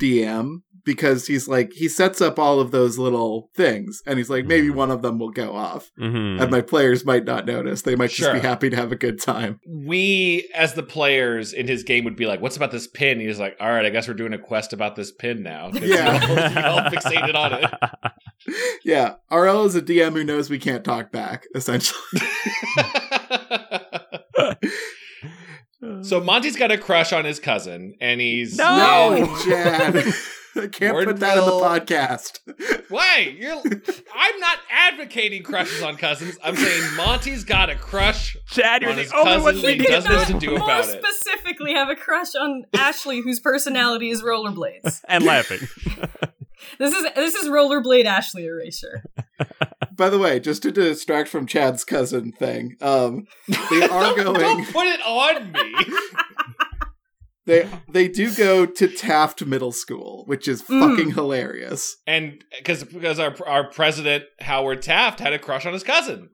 Speaker 3: DM because he's like he sets up all of those little things and he's like maybe
Speaker 1: Mm.
Speaker 3: one of them will go off
Speaker 2: Mhm.
Speaker 3: and my players might not notice. They might just
Speaker 1: Sure.
Speaker 3: be happy to have a good time.
Speaker 1: we as the players in his game would be like, What's about this pin? He's like, All right, I guess we're doing a quest about this pin now. 'Cause
Speaker 3: Yeah.
Speaker 1: (laughs) we all- we all fixated on it.
Speaker 3: Yeah, RL is a DM who knows we can't talk back essentially.
Speaker 1: so Monty's got a crush on his cousin, and he's
Speaker 2: No!
Speaker 3: (laughs) Chad. I can't put that in the
Speaker 1: Wordville.
Speaker 3: podcast.
Speaker 1: Wait, you're. I'm not advocating crushes on cousins. I'm saying Monty's got a crush.
Speaker 2: (laughs) Chad, you're
Speaker 1: on his
Speaker 2: the only one
Speaker 1: cousin
Speaker 2: we
Speaker 1: and
Speaker 2: need
Speaker 1: does
Speaker 2: to
Speaker 1: know what
Speaker 2: know.
Speaker 1: to do
Speaker 4: more
Speaker 1: about it.
Speaker 4: specifically have a crush on Ashley, whose personality is rollerblades.
Speaker 2: And laughing.
Speaker 4: This is this is rollerblade Ashley erasure. (laughs)
Speaker 3: By the way, just to distract from Chad's cousin thing, um, they are going.
Speaker 1: (laughs) Don't put it on me.
Speaker 4: (laughs)
Speaker 3: They they do go to Taft Middle School, which is
Speaker 4: Mm.
Speaker 3: fucking hilarious.
Speaker 1: And because because our our president Howard Taft had a crush on his cousin.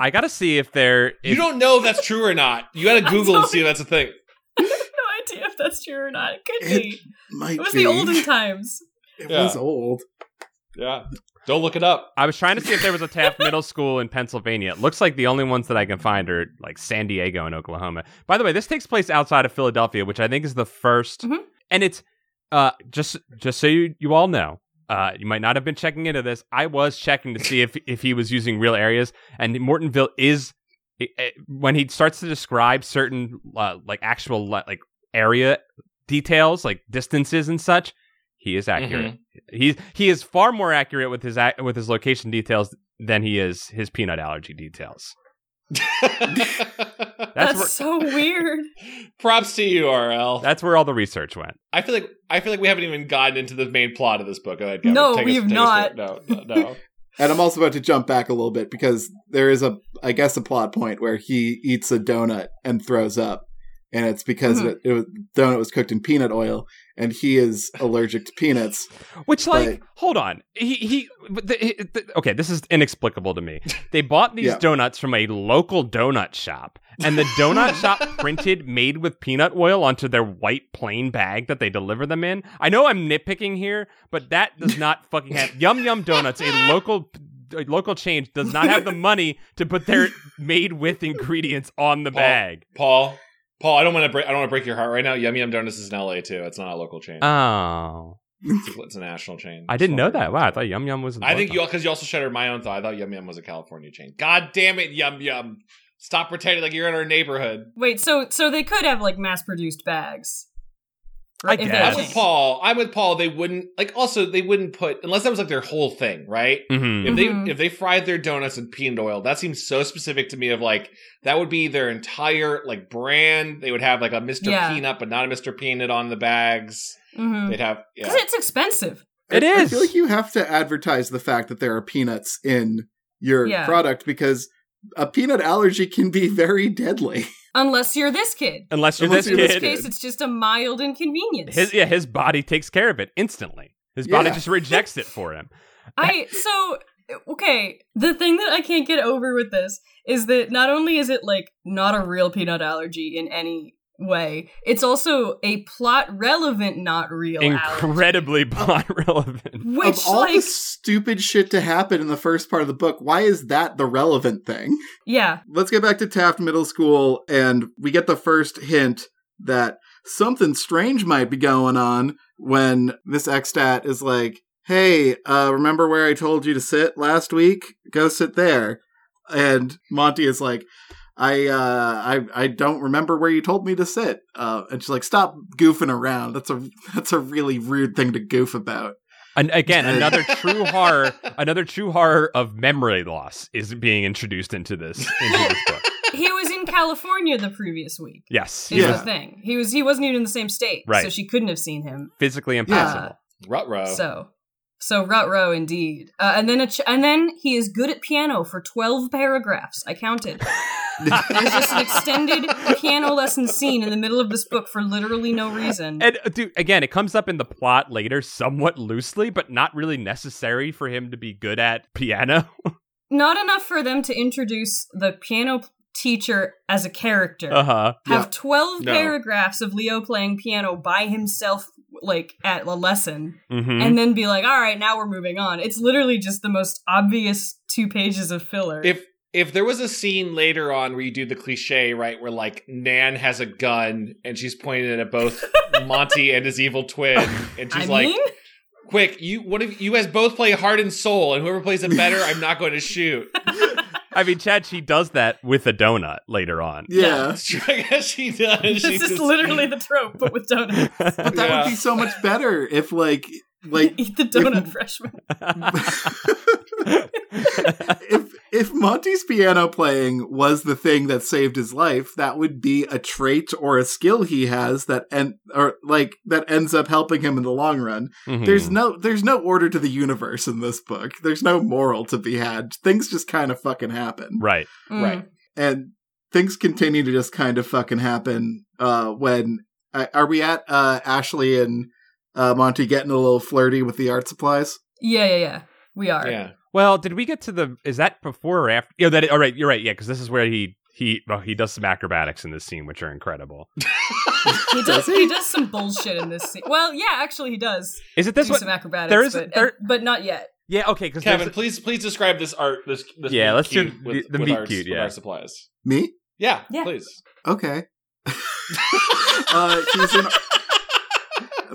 Speaker 2: I gotta see if they're.
Speaker 1: you
Speaker 2: If,
Speaker 1: don't know if that's true or not. You got to
Speaker 4: I
Speaker 1: Google and
Speaker 4: don't-
Speaker 1: see if that's a thing.
Speaker 4: No idea if that's true or not. It could be.
Speaker 3: Might
Speaker 4: It was
Speaker 3: be.
Speaker 4: the olden times.
Speaker 3: It
Speaker 1: Yeah.
Speaker 3: was old.
Speaker 1: Yeah. Don't look it up.
Speaker 2: I was trying to see if there was a Taft Middle School in Pennsylvania. It looks like the only ones that I can find are like San Diego and Oklahoma. By the way, this takes place outside of Philadelphia, which I think is the 1st
Speaker 4: Mhm.
Speaker 2: And it's uh, just just so you, you all know, uh, you might not have been checking into this. I was checking to see if if he was using real areas, and Mortonville is eh, eh, when he starts to describe certain uh, like actual li- like area details, like distances and such. He is accurate. He's he is far more accurate with his ac- with his location details than he is his peanut allergy details. That's
Speaker 4: That's,
Speaker 2: where
Speaker 4: so weird.
Speaker 1: Mm-hmm. (laughs) Props to you, RL.
Speaker 2: that's where all the research went.
Speaker 1: I feel like I feel like we haven't even gotten into the main plot of this book. Go ahead, Gavin.
Speaker 4: No,
Speaker 1: Take us-
Speaker 4: we have
Speaker 1: take us
Speaker 4: not.
Speaker 1: through it. No, no,
Speaker 4: (laughs)
Speaker 1: no.
Speaker 3: And I'm also about to jump back a little bit because there is a, I guess, a plot point where he eats a donut and throws up, and it's because
Speaker 4: Mhm.
Speaker 3: it, it was, donut was cooked in peanut oil, and he is allergic to peanuts.
Speaker 2: Which like
Speaker 3: Right.
Speaker 2: hold on. He he but the, he- the- okay, this is inexplicable to me. They bought these
Speaker 3: Yeah.
Speaker 2: donuts from a local donut shop and the
Speaker 3: (laughs)
Speaker 2: donut shop printed made with peanut oil onto their white plain bag that they deliver them in. I know I'm nitpicking here, but that does not fucking have Yum Yum Donuts, a local a local chain does not have the money to put their made with ingredients on the
Speaker 1: Paul.
Speaker 2: bag.
Speaker 1: Paul, Paul, I don't want to break. I don't want to break your heart right now. Yum Yum Donuts is in L.A. too. It's not a local chain.
Speaker 2: Oh.
Speaker 1: it's, a, it's a national chain.
Speaker 2: I didn't
Speaker 1: It's
Speaker 2: know
Speaker 1: not
Speaker 2: that.
Speaker 1: a-
Speaker 2: Wow, I thought Yum Yum was in
Speaker 1: I think
Speaker 2: Baltimore.
Speaker 1: you because you also shattered my own thought. I thought Yum Yum was a California chain. God damn it, Yum Yum! Stop pretending like you're in our neighborhood.
Speaker 4: Wait, so so they could have like mass produced bags.
Speaker 2: I
Speaker 4: If they
Speaker 1: I'm
Speaker 2: guess.
Speaker 4: change.
Speaker 1: with Paul. I'm with Paul. They wouldn't like. Also, they wouldn't put unless that was like their whole thing, right?
Speaker 2: Mhm.
Speaker 1: If they
Speaker 4: Mhm.
Speaker 1: if they fried their donuts in peanut oil, that seems so specific to me. Of like that would be their entire like brand. They would have like a Mr.
Speaker 4: Yeah.
Speaker 1: Peanut, but not a Mr. Peanut on the bags.
Speaker 4: Mhm.
Speaker 1: They'd have yeah.
Speaker 4: Because it's expensive.
Speaker 2: It
Speaker 3: I- I
Speaker 2: is.
Speaker 3: feel like you have to advertise the fact that there are peanuts in your
Speaker 4: Yeah.
Speaker 3: product because a peanut allergy can be very deadly.
Speaker 4: Unless you're this kid.
Speaker 2: Unless you're
Speaker 3: Unless
Speaker 2: this
Speaker 3: you're
Speaker 4: In
Speaker 3: this
Speaker 4: this
Speaker 2: kid,
Speaker 4: case, it's just a mild inconvenience.
Speaker 2: his yeah, his body takes care of it instantly. His body
Speaker 3: Yeah.
Speaker 2: just rejects it for
Speaker 3: (laughs)
Speaker 2: him.
Speaker 4: I so okay. The thing that I can't get over with this is that not only is it like not a real peanut allergy in any way, it's also a plot relevant, not real allergy.
Speaker 3: (laughs)
Speaker 2: Incredibly plot relevant.
Speaker 4: Which
Speaker 3: of all
Speaker 4: like
Speaker 3: the stupid shit to happen in the first part of the book, why is that the relevant thing?
Speaker 4: yeah,
Speaker 3: Let's get back to Taft Middle School, and we get the first hint that something strange might be going on when Miss Ekstat is like, "Hey, uh, remember where I told you to sit last week? Go sit there." And Monty is like, "I, uh, I, I don't remember where you told me to sit." Uh, and she's like, "Stop goofing around. That's a (laughs) that's a really rude thing to goof
Speaker 4: (laughs)
Speaker 3: about."
Speaker 2: And again, another
Speaker 1: (laughs)
Speaker 2: true horror, another true horror of memory loss is being introduced into this, into this
Speaker 3: (laughs)
Speaker 2: book.
Speaker 4: he was in California the previous week.
Speaker 2: Yes, he
Speaker 4: Is
Speaker 3: Yeah.
Speaker 4: the thing. He was he wasn't even in the same state, so
Speaker 2: Right.
Speaker 4: she couldn't have seen him. Uh,
Speaker 2: physically impossible.
Speaker 1: Rutro.
Speaker 4: So. So rut row indeed, uh, and then a ch- and then he is good at piano for twelve paragraphs. I counted. There's just an extended piano lesson scene in the middle of this book for literally no reason.
Speaker 2: And uh, dude, again, it comes up in the plot later, somewhat loosely, but not really necessary for him to be good at piano.
Speaker 4: Not enough for them to introduce the piano teacher as a character.
Speaker 2: Uh huh.
Speaker 4: Have
Speaker 3: Yeah.
Speaker 4: 12
Speaker 1: No.
Speaker 4: paragraphs of Leo playing piano by himself, like at a lesson,
Speaker 2: Mm-hmm.
Speaker 1: Hmm?
Speaker 4: and then be like, all right, now we're moving on. It's literally just the most obvious two pages of filler.
Speaker 1: If if there was a scene later on where you do the cliche, right, where like Nan has a gun and she's pointing it at
Speaker 4: (laughs)
Speaker 1: both Monty and his evil twin, and
Speaker 4: I
Speaker 1: she's like,
Speaker 4: mean, (laughs)
Speaker 1: "Quick, you one of you guys both play heart and soul, and whoever plays it better,
Speaker 4: (laughs)
Speaker 1: I'm not going to shoot."
Speaker 2: I mean, Chad, she does that with a donut later
Speaker 3: (laughs)
Speaker 2: on. (laughs)
Speaker 1: (laughs)
Speaker 3: Yeah.
Speaker 1: I guess she does.
Speaker 4: this
Speaker 1: she
Speaker 4: is
Speaker 1: just- (laughs)
Speaker 4: literally the trope, but with
Speaker 2: (laughs)
Speaker 4: donut.
Speaker 3: But that
Speaker 1: Yeah.
Speaker 3: would be so much better if, like, like (laughs)
Speaker 4: (laughs) Eat the donut, freshman.
Speaker 3: if if Monty's piano playing was the thing that saved his life, that would be a trait or a skill he has that and or like that ends up helping him in the long run.
Speaker 2: Mhm.
Speaker 3: There's no there's no order to the universe in this book. There's no moral to be had. Things just kind of fucking happen.
Speaker 2: right.
Speaker 4: Mm.
Speaker 1: Right.
Speaker 3: And things continue to just kind of fucking happen uh when uh, are we at uh Ashley and uh Monty getting a little flirty with the art supplies?
Speaker 4: Yeah, yeah, yeah. We are.
Speaker 1: Yeah.
Speaker 2: Well, did we get to the? Is that before or after? Yeah, that. All right, you're right. Yeah, because this is where he he well, he does some acrobatics in this scene, which are incredible.
Speaker 4: He
Speaker 2: (laughs)
Speaker 4: does. He does some bullshit in this scene. Well, yeah, actually, he does
Speaker 2: Is it this
Speaker 4: do
Speaker 2: one?
Speaker 4: some acrobatics.
Speaker 2: there is-
Speaker 4: but,
Speaker 2: there-
Speaker 4: but not yet.
Speaker 2: Yeah. Okay. Because
Speaker 1: Kevin, please please describe this art. This, this
Speaker 2: Yeah,
Speaker 1: meet
Speaker 2: let's do
Speaker 1: cute with,
Speaker 2: the- the
Speaker 1: with
Speaker 2: meet
Speaker 1: our,
Speaker 2: cute,
Speaker 1: with
Speaker 2: yeah.
Speaker 1: our supplies.
Speaker 3: Me?
Speaker 1: Yeah,
Speaker 4: Yeah.
Speaker 1: please.
Speaker 2: (laughs)
Speaker 3: (laughs) Okay. uh, he's in. (laughs)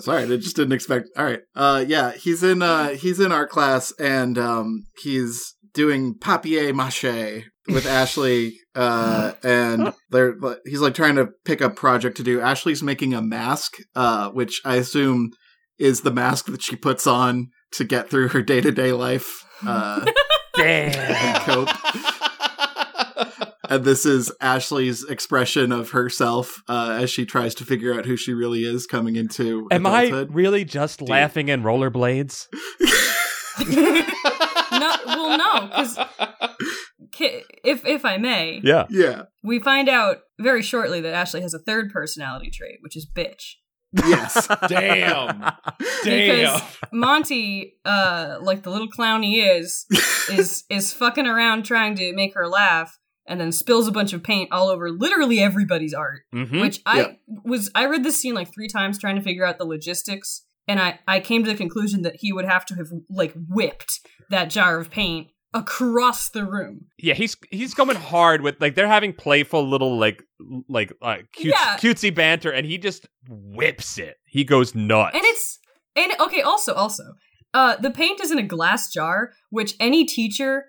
Speaker 3: Sorry, I just didn't expect. All right. Uh, yeah, he's in. Uh, he's in our class, and um, he's doing papier mâché (laughs) with Ashley. Uh, and they're he's like trying to pick a project to do. Ashley's making a mask, uh, which I assume is the mask that she puts on to get through her day to day life. Uh,
Speaker 2: damn.
Speaker 1: (laughs)
Speaker 3: and cope. and this is Ashley's expression of herself uh, as she tries to figure out who she really is coming into
Speaker 2: Am I
Speaker 3: adulthood.
Speaker 2: really just laughing in rollerblades?
Speaker 4: No, well, no, 'cause- Ki- If if I may,
Speaker 2: Yeah.
Speaker 3: Yeah,
Speaker 4: we find out very shortly that Ashley has a third personality trait, which is bitch.
Speaker 3: yes,
Speaker 1: Damn. Damn.
Speaker 4: Because- Monty, uh, like the little clown he is, is is fucking around trying to make her laugh, and then spills a bunch of paint all over literally everybody's art.
Speaker 2: hmm
Speaker 4: which I
Speaker 3: Yeah.
Speaker 4: was I read this scene like three times trying to figure out the logistics, and I I came to the conclusion that he would have to have like whipped that jar of paint across the room.
Speaker 2: Yeah, he's he's going hard with like they're having playful little like like uh, cute,
Speaker 4: Yeah.
Speaker 2: cutesy banter, and he just whips it. He goes nuts.
Speaker 4: And it's and okay, also also, uh the paint is in a glass jar, which any teacher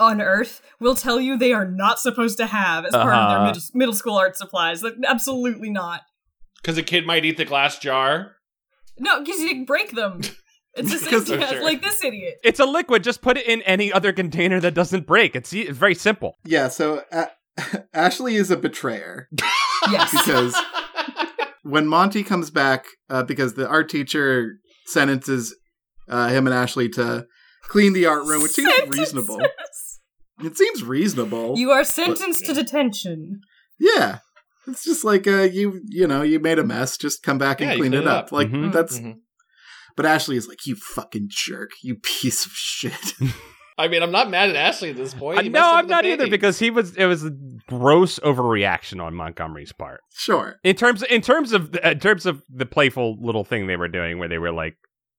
Speaker 4: on Earth will tell you they are not supposed to have as part of their
Speaker 2: Uh-huh.
Speaker 4: middle, middle school art supplies. Like, absolutely not.
Speaker 1: Because a kid might eat the glass jar.
Speaker 4: No, because you can break them. It's the same
Speaker 3: Because
Speaker 1: they're
Speaker 4: as
Speaker 1: sure.
Speaker 4: like this idiot.
Speaker 2: It's a liquid. Just put it in any other container that doesn't break. It's, e- it's very simple.
Speaker 3: Yeah, so uh, (laughs) Ashley is a betrayer
Speaker 4: Yes.
Speaker 3: because when Monty comes back, uh, because the art teacher sentences uh, him and Ashley to clean the art room, which seems
Speaker 4: Sentences.
Speaker 3: reasonable. It seems reasonable.
Speaker 4: (laughs) You are sentenced to detention.
Speaker 3: yeah. It's just like uh, you, you know, you made a mess. Just come back and
Speaker 1: Yeah, you
Speaker 3: clean
Speaker 1: clean
Speaker 3: it
Speaker 1: it
Speaker 3: up.
Speaker 1: up.
Speaker 3: Like
Speaker 2: Mhm.
Speaker 3: that's.
Speaker 1: Mhm.
Speaker 3: But Ashley is like, you fucking jerk, you piece of shit. (laughs)
Speaker 1: I mean, I'm not mad at Ashley at this point.
Speaker 2: Uh,
Speaker 1: He messed
Speaker 2: no,
Speaker 1: up
Speaker 2: I'm
Speaker 1: the
Speaker 2: not either
Speaker 1: baby. (laughs)
Speaker 2: because he was. It was a gross overreaction on Montgomery's part.
Speaker 3: sure.
Speaker 2: In terms, in terms of, in terms of the playful little thing they were doing, where they were like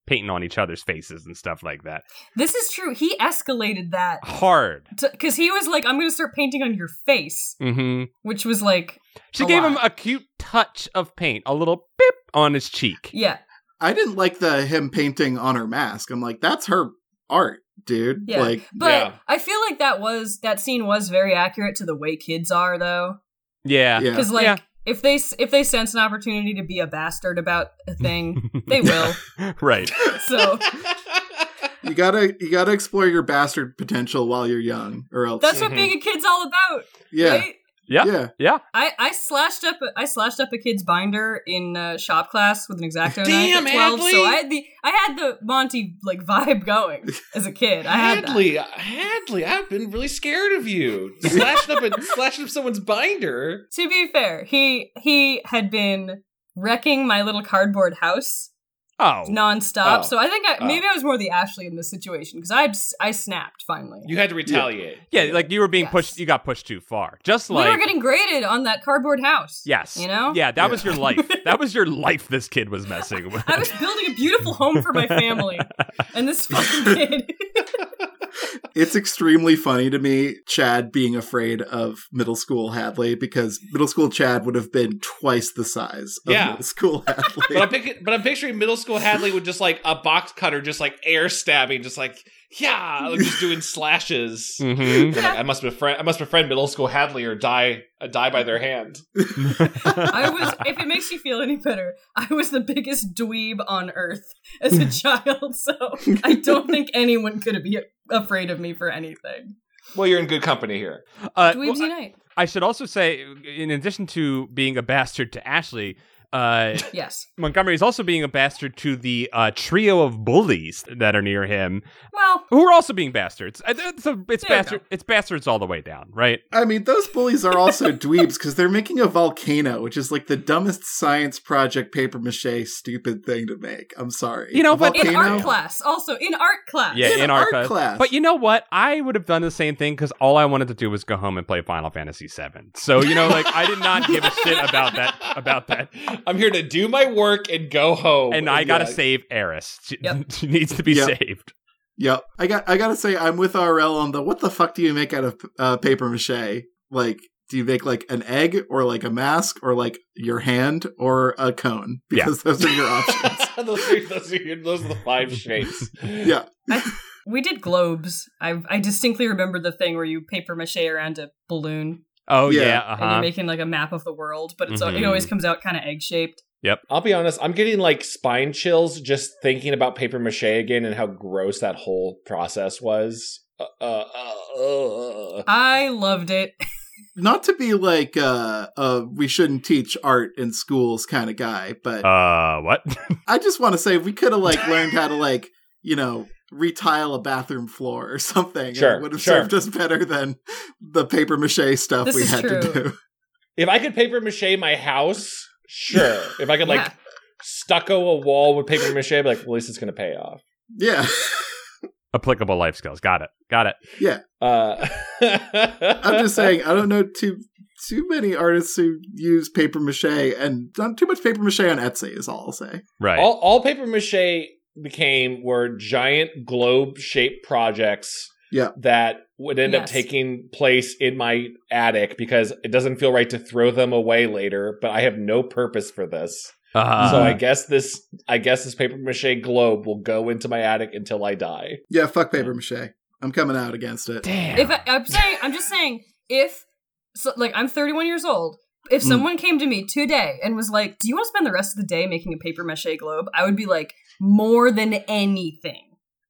Speaker 2: painting on each other's faces and stuff like that.
Speaker 4: This is true. He escalated that
Speaker 2: Hard.
Speaker 4: because he was like, "I'm going to start painting on your face,"
Speaker 2: hmm
Speaker 4: which was like,
Speaker 2: She
Speaker 4: A
Speaker 2: gave
Speaker 4: lot.
Speaker 2: him a cute touch of paint, a little bip on his cheek.
Speaker 4: yeah,
Speaker 3: I didn't like the him painting on her mask. I'm like, that's her art, dude.
Speaker 4: Yeah.
Speaker 3: Like,
Speaker 4: But
Speaker 1: Yeah.
Speaker 4: I feel like that was that scene was very accurate to the way kids are though,
Speaker 2: Yeah.
Speaker 3: yeah.
Speaker 4: because like
Speaker 2: Yeah.
Speaker 4: if they s- if they sense an opportunity to be a bastard about
Speaker 3: (laughs)
Speaker 4: a thing, they will.
Speaker 2: (laughs) right.
Speaker 4: So
Speaker 3: you gotta you gotta explore your bastard potential while you're young, or else.
Speaker 4: that's what
Speaker 1: Mhm.
Speaker 4: being a kid's all about,
Speaker 3: Mm-hmm. yeah,
Speaker 4: right?
Speaker 2: Yeah.
Speaker 3: yeah.
Speaker 4: I, I slashed up a, I slashed up a kid's binder in uh, shop class with an exacto knife
Speaker 1: Damn,
Speaker 4: at twelve.
Speaker 1: Hadley!
Speaker 4: So I had the I had the Monty like (laughs) vibe going as a kid. I had that.
Speaker 1: Hadley, Hadley, I've been really scared of
Speaker 2: (laughs)
Speaker 1: you. slashing up a, slashing up someone's binder.
Speaker 4: To be fair, he he had been wrecking my little cardboard house
Speaker 2: Oh.
Speaker 4: nonstop.
Speaker 1: Oh.
Speaker 4: So I think I,
Speaker 1: Oh.
Speaker 4: maybe I was more the Ashley in this situation because I I snapped finally.
Speaker 1: You had to retaliate.
Speaker 2: Yeah, like you were being
Speaker 4: Yes.
Speaker 2: pushed. You got pushed too far. Just
Speaker 4: we
Speaker 2: like
Speaker 4: were getting graded on that cardboard house.
Speaker 2: yes,
Speaker 4: you know?
Speaker 2: Yeah, that
Speaker 3: Yeah.
Speaker 2: was your life. that was
Speaker 4: (laughs)
Speaker 2: your life. This kid was messing with.
Speaker 4: I was building a beautiful home for
Speaker 2: (laughs)
Speaker 4: my family, and this fucking kid.
Speaker 3: It's extremely funny to me, Chad being afraid of middle school Hadley because middle school Chad would have been twice the size of
Speaker 1: Yeah. (laughs)
Speaker 3: middle school
Speaker 1: But I'm,
Speaker 3: Hadley.
Speaker 1: pic- but I'm picturing middle school Hadley with just like a box cutter, just like air stabbing, just like yeah, like just
Speaker 2: (laughs)
Speaker 1: doing slashes.
Speaker 2: Mhm.
Speaker 1: And I'm like, I must befriend. I must befriend middle school Hadley or die. Uh, die by their hand.
Speaker 4: I was, if it makes you feel any better, I was the biggest dweeb on earth
Speaker 2: (laughs)
Speaker 4: as a child. So I don't think anyone could be afraid of me for anything.
Speaker 1: Well, you're in good company here.
Speaker 2: (laughs) Uh,
Speaker 4: Dweebs
Speaker 2: well,
Speaker 4: unite!
Speaker 2: I should also say, in addition to being a bastard to Ashley, uh,
Speaker 4: Yes.
Speaker 2: Montgomery is also being a bastard to the uh, trio of bullies that are near him,
Speaker 4: Well,
Speaker 2: who are also being bastards. Uh, It's, a, it's
Speaker 4: There you
Speaker 2: bastard. It's bastards all the way down, right?
Speaker 3: I mean, those bullies
Speaker 2: (laughs)
Speaker 3: are also dweebs because they're making a volcano, which is like the dumbest science project paper mache stupid thing to make. I'm sorry.
Speaker 2: You know,
Speaker 3: A
Speaker 2: but-
Speaker 4: in
Speaker 3: volcano?
Speaker 4: art class, also in art class.
Speaker 2: Yeah,
Speaker 3: Yeah,
Speaker 2: in
Speaker 3: the
Speaker 2: our
Speaker 3: art
Speaker 2: class.
Speaker 3: class.
Speaker 2: But you know what? I would have done the same thing because all I wanted to do was go home and play Final Fantasy VII. So you know, like I
Speaker 1: (laughs)
Speaker 2: did not give a shit about that. About that.
Speaker 1: I'm here to do my work and go home.
Speaker 2: And I gotta
Speaker 1: Oh, yeah.
Speaker 2: save Eris. She,
Speaker 4: Yep.
Speaker 2: (laughs) she needs to be
Speaker 3: Yep.
Speaker 2: saved.
Speaker 3: Yep. I got I gotta say I'm with RL on the what the fuck do you make out of uh, paper mache? Like do you make like an egg or like a mask or like your hand or a cone?
Speaker 2: Yeah.
Speaker 3: Because those are your
Speaker 2: (laughs)
Speaker 3: options.
Speaker 1: (laughs) those, are, those, are, your- those are the five shapes.
Speaker 3: Yeah.
Speaker 4: We did globes. I I distinctly remember the thing where you paper mache around a balloon
Speaker 2: Oh yeah.
Speaker 3: Yeah.
Speaker 4: and
Speaker 2: uh-huh.
Speaker 4: you're making like a map of the world, but it's
Speaker 2: Mhm.
Speaker 4: it always comes out kind of egg shaped.
Speaker 1: I'll be honest. I'm getting like spine chills just thinking about paper mache again and how gross that whole process was. Uh, uh, uh, uh.
Speaker 4: I loved it.
Speaker 3: Not to be like uh uh we shouldn't teach art in schools kind of guy, but
Speaker 2: Uh, what? (laughs)
Speaker 3: I just wanna say we could have like learned how to like, you know, retile a bathroom floor or something. and
Speaker 1: Sure,
Speaker 3: It would have
Speaker 1: sure.
Speaker 3: served us better than the paper mache stuff
Speaker 4: This
Speaker 3: we
Speaker 4: is
Speaker 3: had to
Speaker 4: true.
Speaker 3: do. (laughs)
Speaker 1: If I could paper mache my house, sure. If I could like
Speaker 4: (laughs) Yeah.
Speaker 1: stucco a wall with paper mache, I'd be like, well, at least it's going to pay off.
Speaker 3: Yeah.
Speaker 2: Applicable life skills. Got it. Got it.
Speaker 1: Uh,
Speaker 3: I'm
Speaker 1: (laughs)
Speaker 3: just saying, I don't know too too many artists who use paper mache, and not too much paper mache on Etsy is all I'll say.
Speaker 2: Right.
Speaker 1: All, all paper mache became were giant globe shaped projects.
Speaker 3: Yeah.
Speaker 1: That would end up
Speaker 4: Yes.
Speaker 1: taking place in my attic because it doesn't feel right to throw them away later. But I have no purpose for this,
Speaker 2: Uh,
Speaker 1: so I guess this I guess this paper mache globe will go into my attic until I die.
Speaker 3: Yeah, fuck paper mache. I'm coming out against it.
Speaker 2: damn.
Speaker 4: If I, I'm saying, I'm just saying, if so, like I'm 31 years old, If
Speaker 3: Mm.
Speaker 4: someone came to me today and was like, "Do you want to spend the rest of the day making a paper mache globe?" I would be like, "More than anything."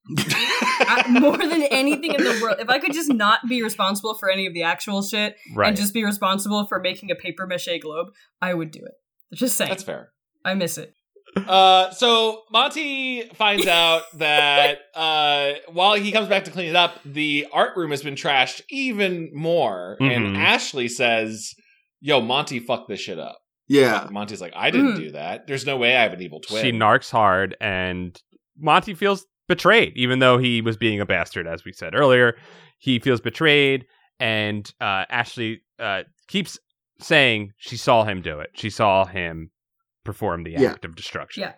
Speaker 4: (laughs) I- more than anything in the world. If I could just not be responsible for any of the actual shit
Speaker 2: Right.
Speaker 4: and just be responsible for making a paper mache globe, I would do it. Just saying.
Speaker 1: That's fair.
Speaker 4: I miss it.
Speaker 1: Uh, so Monty finds out that uh, while he comes back to clean it up, the art room has been trashed even more. And
Speaker 2: Mhm.
Speaker 1: Ashley says, "Yo, Monty, fuck this shit up."
Speaker 3: yeah.
Speaker 1: Monty's like, "I didn't
Speaker 4: Mm.
Speaker 1: do that. There's no way I have an evil twin."
Speaker 2: she narcs hard, and Monty feels betrayed, even though he was being a bastard, as we said earlier. He feels betrayed, and uh, Ashley uh, keeps saying she saw him do it. She saw him perform the
Speaker 3: Yeah.
Speaker 2: act of destruction.
Speaker 4: Yeah.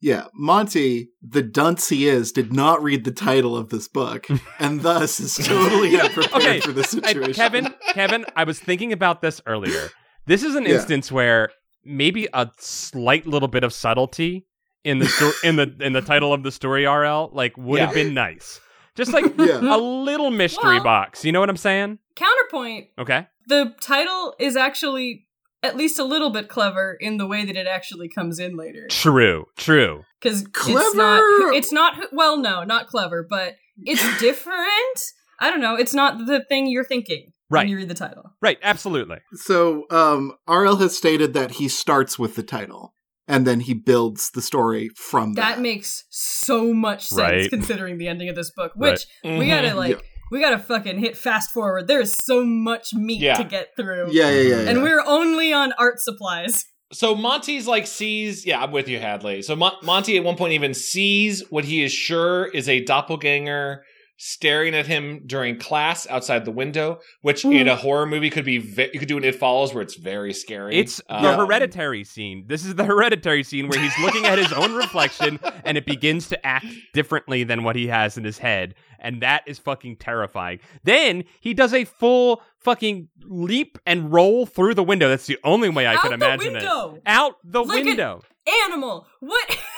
Speaker 3: Yeah. Monty, the dunce he is, did not read the title of this book and thus is totally unprepared
Speaker 2: Okay.
Speaker 3: for the
Speaker 2: I-
Speaker 3: situation.
Speaker 2: Kevin, Kevin, I was thinking about this earlier. This is an
Speaker 3: Yeah.
Speaker 2: instance where maybe a slight little bit of subtlety in the sto- in the in the title of the story RL like would
Speaker 1: Yeah.
Speaker 2: have been nice. Just like
Speaker 3: Yeah.
Speaker 2: a little mystery
Speaker 4: Well-
Speaker 2: box. You know what I'm saying?
Speaker 4: Counterpoint
Speaker 2: Okay.
Speaker 4: the title is actually at least a little bit clever in the way that it actually comes in later.
Speaker 2: True. True.
Speaker 4: Because it's not,
Speaker 3: Clever!
Speaker 4: it's not, well, no, not clever, but it's different. I don't know. It's not the thing you're thinking
Speaker 2: Right.
Speaker 4: when you read the title.
Speaker 2: Right. Absolutely.
Speaker 3: So, um, RL has stated that he starts with the title and then he builds the story from that.
Speaker 4: That makes so much sense
Speaker 2: Right.
Speaker 4: considering the ending of this book,
Speaker 2: Right.
Speaker 4: which
Speaker 1: Mm-hmm.
Speaker 4: we gotta like,
Speaker 3: Yeah.
Speaker 4: we gotta fucking hit fast forward. There's so much meat
Speaker 1: Yeah.
Speaker 4: to get through.
Speaker 3: yeah, yeah, yeah. yeah.
Speaker 4: And we're only on art supplies.
Speaker 1: So Monty's like sees, yeah, I'm with you, Hadley. So Mon- Monty at one point even sees what he is sure is a doppelganger staring at him during class outside the window, which
Speaker 4: Mm.
Speaker 2: Hmm.
Speaker 1: in a horror movie could be, ve- you could do an It Follows where it's very scary.
Speaker 2: It's the
Speaker 1: Um,
Speaker 2: hereditary scene. This is the (laughs) hereditary scene where he's looking at his own reflection and it begins to act differently than what he has in his head. And that is fucking terrifying. Then he does a full fucking leap and roll through the window. That's the only way I
Speaker 4: Out
Speaker 2: could
Speaker 4: the
Speaker 2: imagine it.
Speaker 4: window!
Speaker 2: Out the
Speaker 4: Like an-
Speaker 2: window.
Speaker 4: Animal! What? (laughs)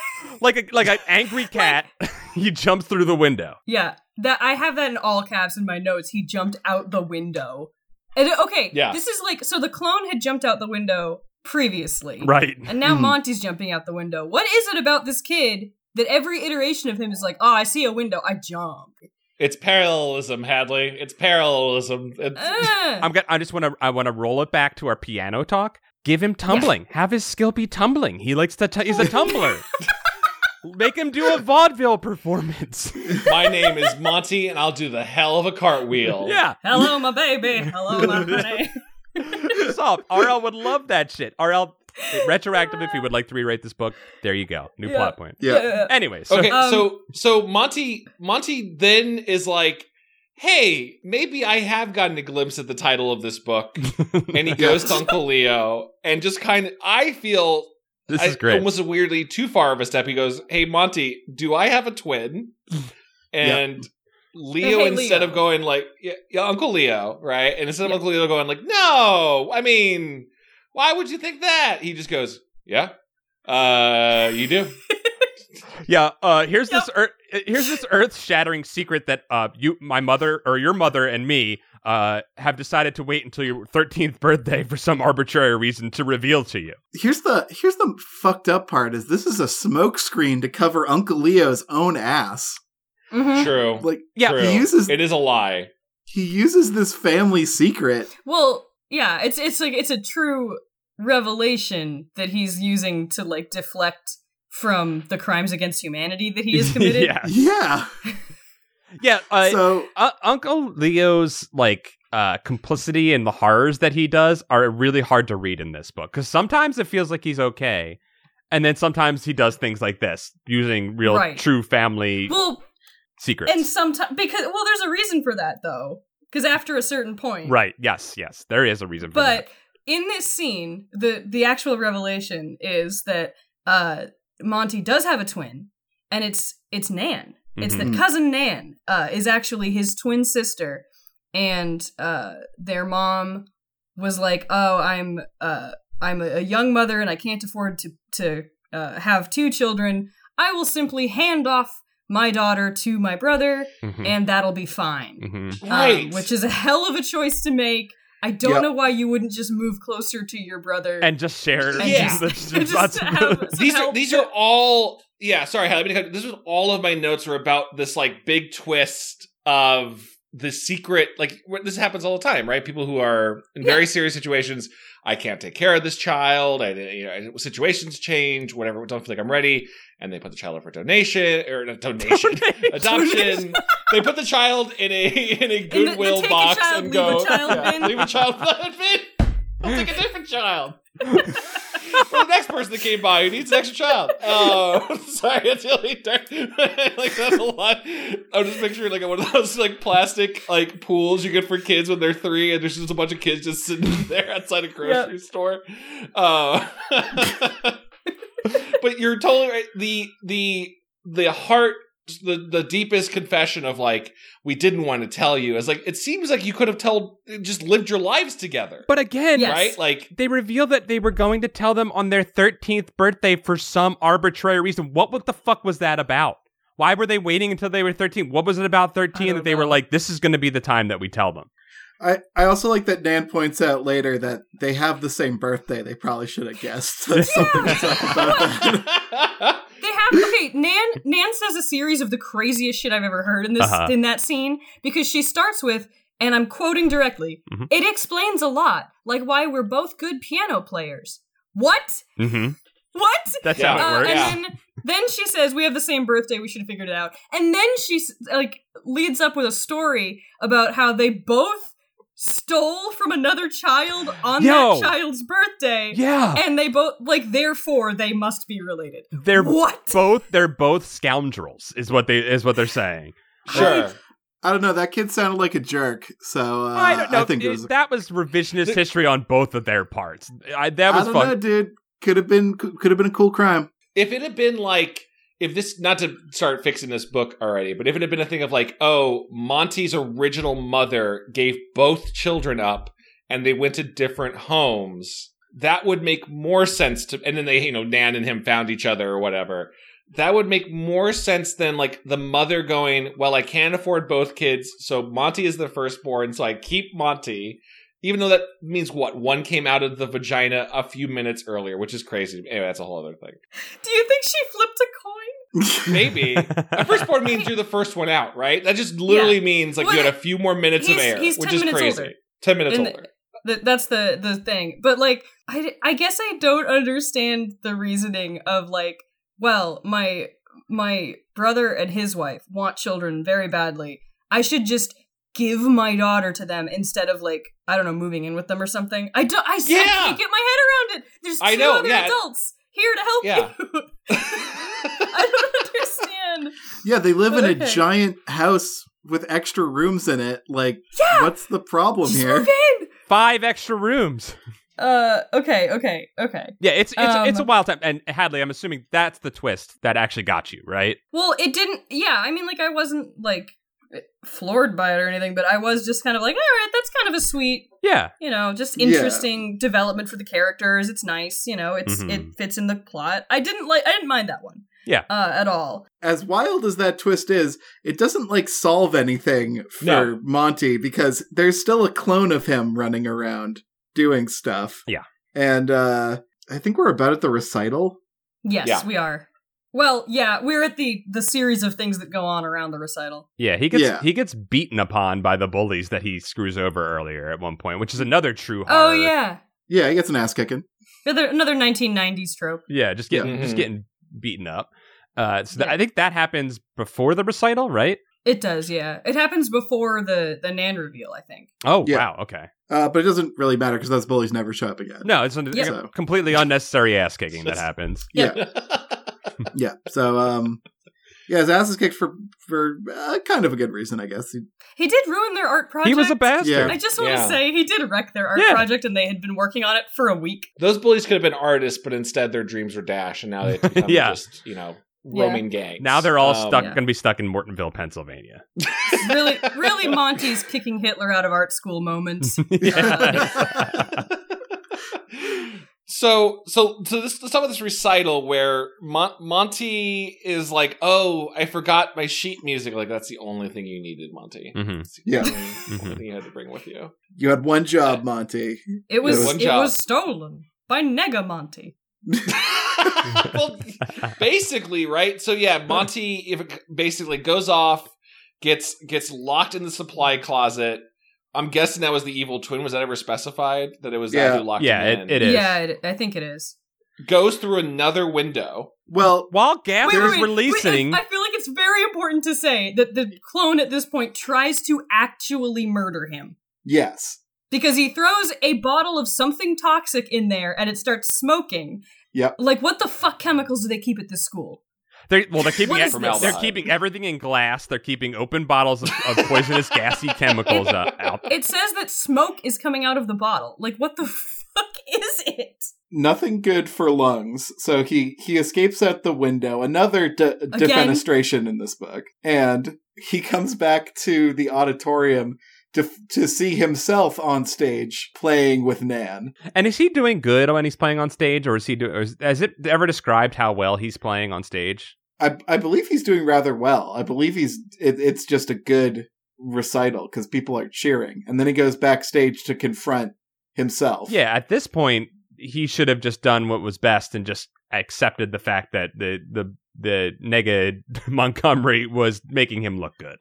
Speaker 2: Like a like an angry cat. (laughs) he jumps through the window.
Speaker 4: Yeah, that I have that in all caps in my notes. He jumped out the window. And uh, okay,
Speaker 1: Yeah.
Speaker 4: this is like so the clone had jumped out the window previously.
Speaker 2: Right. Mm-hmm.
Speaker 4: And now
Speaker 3: Mhm.
Speaker 4: Monty's jumping out the window. What is it about this kid that every iteration of him is like, "Oh, I see a window. I jump."
Speaker 1: It's parallelism, Hadley. It's parallelism. It's,
Speaker 4: Eh.
Speaker 2: I'm gonna, I just want to I want to roll it back to our piano talk. Give him tumbling. Have his skill be tumbling. He likes to t- he's
Speaker 1: (laughs)
Speaker 2: a tumbler. Make him do a vaudeville performance.
Speaker 1: my name is Monty, and I'll do the hell of a cartwheel.
Speaker 2: (laughs) yeah.
Speaker 4: Uh, Hello, my baby. Hello, my honey.
Speaker 2: Stop. RL would love that shit. RL retroactive if you would like to rewrite this book. There you go. New
Speaker 4: (laughs) Yeah.
Speaker 2: plot point.
Speaker 3: yeah.
Speaker 2: Anyway, so
Speaker 1: Okay,
Speaker 4: Um,
Speaker 1: so so Monty Monty then is like, "Hey, maybe I have gotten a glimpse at the title of this book." and
Speaker 2: (laughs)
Speaker 1: he goes to Uncle Leo and just kind of I feel
Speaker 2: this
Speaker 1: I-
Speaker 2: is great.
Speaker 1: almost weirdly too far of a step. He goes, "Hey Monty, do I have a
Speaker 2: (laughs)
Speaker 1: twin?" And Leo
Speaker 4: Hey,
Speaker 1: instead
Speaker 4: Leo.
Speaker 1: of going like yeah, yeah, Uncle Leo, right? And instead of
Speaker 4: Yeah.
Speaker 1: Uncle Leo going like, "No, I mean, why would you think that?" He just goes, "Yeah, uh, you
Speaker 4: (laughs)
Speaker 1: do."
Speaker 2: Yeah, uh, here's
Speaker 4: Yep.
Speaker 2: this earth, here's this earth-shattering secret that uh, you, my mother, or your mother and me uh, have decided to wait until your 13th birthday for some arbitrary reason to reveal to you.
Speaker 3: Here's the here's the fucked up part is this is a smoke screen to cover Uncle Leo's own ass.
Speaker 4: Mhm.
Speaker 1: True.
Speaker 3: Like
Speaker 2: Yeah.
Speaker 1: True.
Speaker 3: He uses-
Speaker 1: it is a lie.
Speaker 3: he uses this family secret.
Speaker 4: Well, yeah, it's it's like it's a true revelation that he's using to like deflect from the crimes against humanity that
Speaker 2: (laughs)
Speaker 4: he (laughs) has committed.
Speaker 2: yeah,
Speaker 3: Yeah.
Speaker 2: yeah. Uh,
Speaker 3: so
Speaker 2: uh, Uncle Leo's like uh, complicity and the horrors that he does are really hard to read in this book because sometimes it feels like he's okay, and then sometimes he does things like this using real,
Speaker 4: Right.
Speaker 2: true family
Speaker 4: Well,
Speaker 2: secrets.
Speaker 4: and sometimes because well, there's a reason for that though, because after a certain point,
Speaker 2: right? Yes. Yes. There is a reason for that.
Speaker 4: But in this scene, the the actual revelation is that uh, Monty does have a twin, and it's it's Nan. It's
Speaker 2: Mhm.
Speaker 4: that cousin Nan uh, is actually his twin sister, and uh, their mom was like, "Oh, I'm uh, I'm a, a young mother, and I can't afford to to uh, have two children. I will simply hand off my daughter to my brother,
Speaker 2: Mhm.
Speaker 4: and that'll be fine."
Speaker 2: Mhm.
Speaker 4: Um,
Speaker 1: Right.
Speaker 4: which is a hell of a choice to make. I don't
Speaker 3: Yep.
Speaker 4: know why you wouldn't just move closer to your brother.
Speaker 2: and just share (laughs)
Speaker 1: And Yeah.
Speaker 4: just-
Speaker 2: the s-
Speaker 4: (laughs) and (laughs) just have
Speaker 2: responsibility.
Speaker 4: some
Speaker 1: these are
Speaker 4: help.
Speaker 1: these are all yeah sorry Hallie, let me cut you- this was all of my notes are about this like big twist of the secret like wh- this happens all the time right people who are in very serious situations i can't take care of this child i you know situations change whatever don't feel like i'm ready and they put the child up for donation or not
Speaker 4: (laughs)
Speaker 1: donation adoption they put the child in a (laughs) in a
Speaker 4: the- the
Speaker 1: goodwill
Speaker 4: take a
Speaker 1: box
Speaker 4: child,
Speaker 1: and
Speaker 4: leave
Speaker 1: go
Speaker 4: a child bin.
Speaker 1: leave a child (laughs) bin i'll take a different child or the next person that came by who needs an extra child. Oh, (laughs) sorry, that's really dark. (laughs) like that's a lot. I'm just picturing like one of those like plastic like pools you get for kids when they're three, and there's just a bunch of kids just sitting (laughs) there outside a grocery store. Uh, (laughs) but you're totally right. The the the heart. The, the deepest confession of like we didn't want to tell you is like it seems like you could have told just lived your lives together
Speaker 2: But again,
Speaker 4: Yes.
Speaker 1: right
Speaker 2: (laughs)
Speaker 1: like (laughs)
Speaker 2: they reveal that they were going to tell them on their 13th birthday for some arbitrary reason. What, what the fuck was that about? Why were they waiting until they were 13? What was it about 13
Speaker 4: don't
Speaker 2: that they were
Speaker 4: know.
Speaker 2: like, this is going to be the time that we tell them?
Speaker 3: I, I also like that Nan points out later that they have the same birthday. They probably should have guessed (laughs) that something was up about that.
Speaker 4: They have okay. Nan Nan says a series of the craziest shit I've ever heard in this
Speaker 2: Uh-huh.
Speaker 4: in that scene because she starts with, and I'm quoting directly.
Speaker 1: Mm-hmm.
Speaker 2: Mhm.
Speaker 4: It explains a lot, like why we're both good piano players. What?
Speaker 2: Mm-hmm.
Speaker 4: What?
Speaker 2: That's
Speaker 1: Yeah.
Speaker 2: how it
Speaker 4: Uh,
Speaker 2: works.
Speaker 4: and
Speaker 1: Yeah.
Speaker 4: then then she says we have the same birthday. We should have figured it out. And then she s- like leads up with a story about how they both stole from another child on
Speaker 2: Yo.
Speaker 4: that child's birthday.
Speaker 2: Yeah.
Speaker 4: And they both like therefore they must be related.
Speaker 2: they're
Speaker 4: what?
Speaker 2: both they're both scoundrels is what they is what they're saying.
Speaker 1: sure
Speaker 3: I don't know. That kid sounded like a jerk. So uh,
Speaker 2: I don't know.
Speaker 3: think it
Speaker 2: It-
Speaker 3: was.
Speaker 2: that was revisionist
Speaker 1: Th-
Speaker 2: history on both of their parts. I, that
Speaker 3: I
Speaker 2: was
Speaker 3: don't
Speaker 2: fun. (laughs)
Speaker 3: know, dude. Could have been could have been a cool crime. (laughs)
Speaker 1: if it had been like if this not to start fixing this book already but if it had been a thing of like oh monty's original mother gave both children up and they went to different homes that would make more sense to and then they you know nan and him found each other or whatever that would make more sense than like the mother going well i can't afford both kids so monty is the firstborn so i keep monty even though that means what one came out of the vagina a few minutes earlier which is crazy anyway that's a whole other thing
Speaker 4: Do you think she flipped a coin?
Speaker 2: (laughs)
Speaker 1: Maybe. A firstborn means you're the first one out, right? That just literally means like you
Speaker 4: Well,
Speaker 1: had a few more minutes of
Speaker 4: he's-
Speaker 1: air,
Speaker 4: he's
Speaker 1: which
Speaker 4: 10
Speaker 1: is
Speaker 4: minutes
Speaker 1: crazy.
Speaker 4: older.
Speaker 1: Ten minutes
Speaker 4: And-
Speaker 1: older.
Speaker 4: That that's the the thing. But like I I guess I don't understand the reasoning of like well, my my brother and his wife want children very badly. I should just give my daughter to them instead of like I don't know moving in with them or something. I don't I, s- I
Speaker 1: Yeah.
Speaker 4: can't get my head around it. There's two
Speaker 1: I know,
Speaker 4: other
Speaker 1: yeah.
Speaker 4: adults here to help
Speaker 1: Yeah.
Speaker 4: you. (laughs) I
Speaker 1: (laughs)
Speaker 4: don't understand.
Speaker 3: Yeah, they live in a
Speaker 4: Okay.
Speaker 3: giant house with extra rooms in it. Like,
Speaker 4: Yeah.
Speaker 3: what's the problem
Speaker 4: Just
Speaker 3: here?
Speaker 4: move in.
Speaker 2: Five extra rooms.
Speaker 4: Uh okay, okay, okay.
Speaker 2: Yeah, it's it's,
Speaker 4: Um,
Speaker 2: it's a wild time. And Hadley, I'm assuming that's the twist that actually got you, right?
Speaker 4: Well, it didn't. Yeah, I mean, like I wasn't like floored by it or anything, but I was just kind of like, all right, that's kind of a sweet,
Speaker 2: Yeah.
Speaker 4: you know, just
Speaker 3: Yeah.
Speaker 4: interesting development for the characters. It's nice, you know, it's
Speaker 2: Mhm.
Speaker 4: it fits in the plot. I didn't like, I didn't mind that one.
Speaker 2: Yeah.
Speaker 4: uh, at all.
Speaker 3: As wild as that twist is, it doesn't like solve anything for
Speaker 1: No.
Speaker 3: Monty because there's still a clone of him running around doing stuff.
Speaker 2: Yeah.
Speaker 3: And uh I think we're about at the recital.
Speaker 4: Yes,
Speaker 1: Yeah.
Speaker 4: we are. Well, yeah, we're at the the series of things that go on around the recital.
Speaker 2: Yeah, he gets
Speaker 3: Yeah.
Speaker 2: he gets beaten upon by the bullies that he screws over earlier at one point, which is another true
Speaker 4: Oh
Speaker 2: horror.
Speaker 4: yeah,
Speaker 3: Yeah, he gets an ass kicking.
Speaker 4: another another 1990s trope.
Speaker 2: Yeah, just
Speaker 3: Yeah.
Speaker 2: getting
Speaker 1: Mhm.
Speaker 2: just getting beaten up. Uh, so th-
Speaker 4: Mm-hmm. Yeah.
Speaker 2: I think that happens before the recital, right?
Speaker 4: It does, yeah. It happens before the the Nan reveal, I think.
Speaker 2: Oh
Speaker 3: Yeah.
Speaker 2: wow, okay.
Speaker 3: Uh, but it doesn't really matter because those bullies never show up again.
Speaker 2: No, it's a
Speaker 4: Yeah.
Speaker 2: a completely unnecessary ass kicking that
Speaker 1: Just-
Speaker 2: happens.
Speaker 3: Yeah, yeah. So, um, yeah, his ass is kicked for for uh, kind of a good reason, I guess. He-
Speaker 4: He did ruin their art project.
Speaker 2: He was a bastard.
Speaker 4: I just want
Speaker 1: Yeah.
Speaker 4: to say he did wreck their art
Speaker 2: Yeah.
Speaker 4: project and they had been working on it for a week.
Speaker 1: (laughs) Those bullies could have been artists, but instead their dreams were dashed, and now they have become
Speaker 2: (laughs) Yeah.
Speaker 1: just you know
Speaker 4: Yeah.
Speaker 1: roaming gangs.
Speaker 2: Now they're all
Speaker 1: Um,
Speaker 2: stuck,
Speaker 4: Oh, yeah.
Speaker 2: going to be stuck in Mortonville,
Speaker 4: (laughs)
Speaker 2: Pennsylvania.
Speaker 4: Really, really Monty's
Speaker 2: (laughs)
Speaker 4: kicking Hitler out of art school moment.
Speaker 2: Yeah.
Speaker 3: Yeah.
Speaker 1: Um, (laughs) So, so, so this some of this recital where Mon- Monty is like, "Oh, I forgot my sheet music." Like that's the only thing you needed, Monty.
Speaker 2: Mhm.
Speaker 1: It's the
Speaker 3: Yeah.
Speaker 1: only, only
Speaker 2: Mhm.
Speaker 1: thing you had to bring with you.
Speaker 3: You had one job, Monty.
Speaker 4: It was
Speaker 1: One
Speaker 4: it
Speaker 1: job.
Speaker 4: was stolen by Negamonte.
Speaker 1: (laughs) well, basically, right? So yeah, Monty if it basically goes off, gets gets locked in the supply closet. I'm guessing that was the evil twin. Was that ever specified that it was that
Speaker 3: Yeah.
Speaker 1: who locked
Speaker 2: Yeah,
Speaker 1: him in?
Speaker 2: It is.
Speaker 4: Yeah, it, I think it is.
Speaker 1: Goes through another window.
Speaker 3: Well,
Speaker 2: (laughs) While Gaff
Speaker 4: Wait,
Speaker 2: is
Speaker 4: wait, wait, wait,
Speaker 2: releasing,
Speaker 4: I, I feel like it's very important to say that the clone at this point tries to actually murder him
Speaker 3: yes.
Speaker 4: because he throws a bottle of something toxic in there and it starts smoking.
Speaker 3: Yep.
Speaker 4: Like, what the fuck chemicals do they keep at this school?
Speaker 2: they're, well, they're keeping
Speaker 4: What
Speaker 2: it,
Speaker 4: is
Speaker 1: this?
Speaker 2: they're keeping everything in glass. They're keeping open bottles of, of poisonous gassy chemicals uh, out.
Speaker 4: It says that smoke is coming out of the bottle. Like, what the fuck is it?
Speaker 3: Nothing good for lungs. So he he escapes out the window. Another de- defenestration in this book, and he comes back to the auditorium to to see himself on stage playing with Nan.
Speaker 2: And is he doing good when he's playing on stage, or is he? Do, or is, has it ever described how well he's playing on stage?
Speaker 3: I I believe he's doing rather well. I believe he's it, it's just a good recital because people are cheering, and then he goes backstage to confront himself.
Speaker 2: Yeah, at this point, he should have just done what was best and just accepted the fact that the the the nega (laughs) Montgomery was making him look good.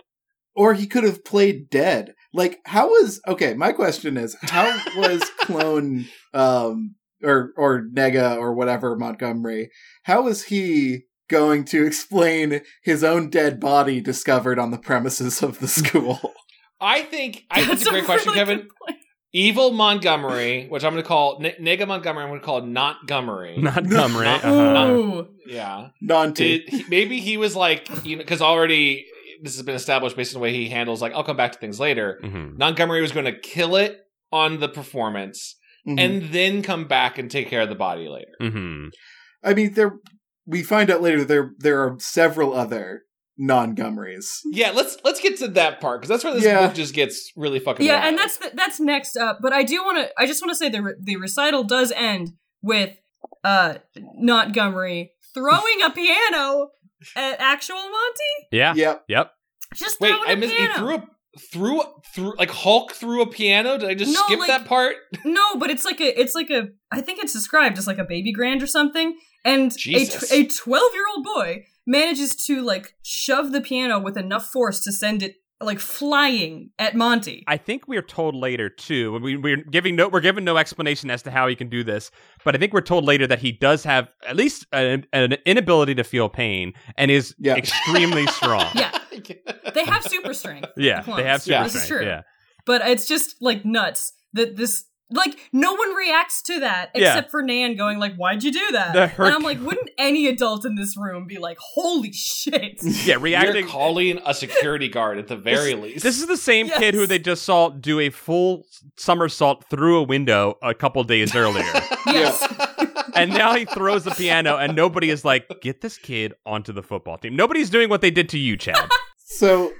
Speaker 3: or he could have played dead. Like, how was okay? My question is, how was clone um or or Nega or whatever Montgomery? How was he going to explain his own dead body discovered on the premises of the school? (laughs)
Speaker 1: I think I think it's a great question,
Speaker 4: really
Speaker 1: Kevin.
Speaker 4: good point.
Speaker 1: Evil Montgomery, which I'm going to call N- Nega Montgomery, I'm going to call Notgomery.
Speaker 2: Montgomery,
Speaker 1: Not-
Speaker 2: uh-huh.
Speaker 4: Ooh.
Speaker 1: yeah.
Speaker 3: Nanti.
Speaker 1: Did he, maybe he was like, you know, because already this has been established based on the way he handles. Like, I'll come back to things later.
Speaker 2: Mhm.
Speaker 1: Montgomery was going to kill it on the performance
Speaker 3: Mhm.
Speaker 1: and then come back and take care of the body later.
Speaker 2: Mhm.
Speaker 3: I mean, there we find out later there there are several other Montgomerys.
Speaker 1: Yeah, let's let's get to that part because that's where this
Speaker 3: Yeah.
Speaker 1: book just gets really fucking.
Speaker 4: Yeah,
Speaker 1: wild.
Speaker 4: and that's the, that's next up. But I do want to. I just want to say the re- the recital does end with uh Montgomery throwing a piano at actual Monty.
Speaker 2: Yeah.
Speaker 3: Yep.
Speaker 2: Yep.
Speaker 4: Just
Speaker 1: wait.
Speaker 4: throwing
Speaker 1: I
Speaker 4: a
Speaker 1: missed. He
Speaker 4: piano.
Speaker 1: threw a through through like Hulk through a piano. Did I just
Speaker 4: No,
Speaker 1: skip
Speaker 4: like-
Speaker 1: that part?
Speaker 4: No, but it's like a, it's like a, I think it's described as like a baby grand or something. And a
Speaker 1: Jesus.
Speaker 4: tw- a twelve year old boy manages to like shove the piano with enough force to send it like flying at Monty.
Speaker 2: I think we are told later too. and We, we're giving no, we're given no explanation as to how he can do this, but I think we're told later that he does have at least an, an inability to feel pain and is
Speaker 3: Yeah. (laughs)
Speaker 2: extremely strong.
Speaker 1: (laughs)
Speaker 4: Yeah. they have super strength.
Speaker 2: (laughs) Yeah,
Speaker 4: the
Speaker 2: they have
Speaker 4: clones.
Speaker 2: super
Speaker 1: Yeah.
Speaker 4: This is
Speaker 2: strength.
Speaker 4: true.
Speaker 2: Yeah,
Speaker 4: but it's just like nuts that this like no one reacts to that
Speaker 2: Yeah.
Speaker 4: except for Nan going like why'd you do that
Speaker 2: The
Speaker 4: and
Speaker 2: hurricane-
Speaker 4: I'm like wouldn't any adult in this room be like
Speaker 2: (laughs)
Speaker 4: holy shit
Speaker 2: yeah.
Speaker 1: You're
Speaker 2: Reacting.
Speaker 1: calling a security guard at the very least. (laughs)
Speaker 2: This is the same
Speaker 4: Yes.
Speaker 2: kid who they just saw do a full somersault through a window a couple days earlier.
Speaker 4: yes
Speaker 1: (laughs)
Speaker 2: and now he throws the piano, and nobody is like, get this kid onto the football team. Nobody's doing what they did to you, Chad.
Speaker 3: So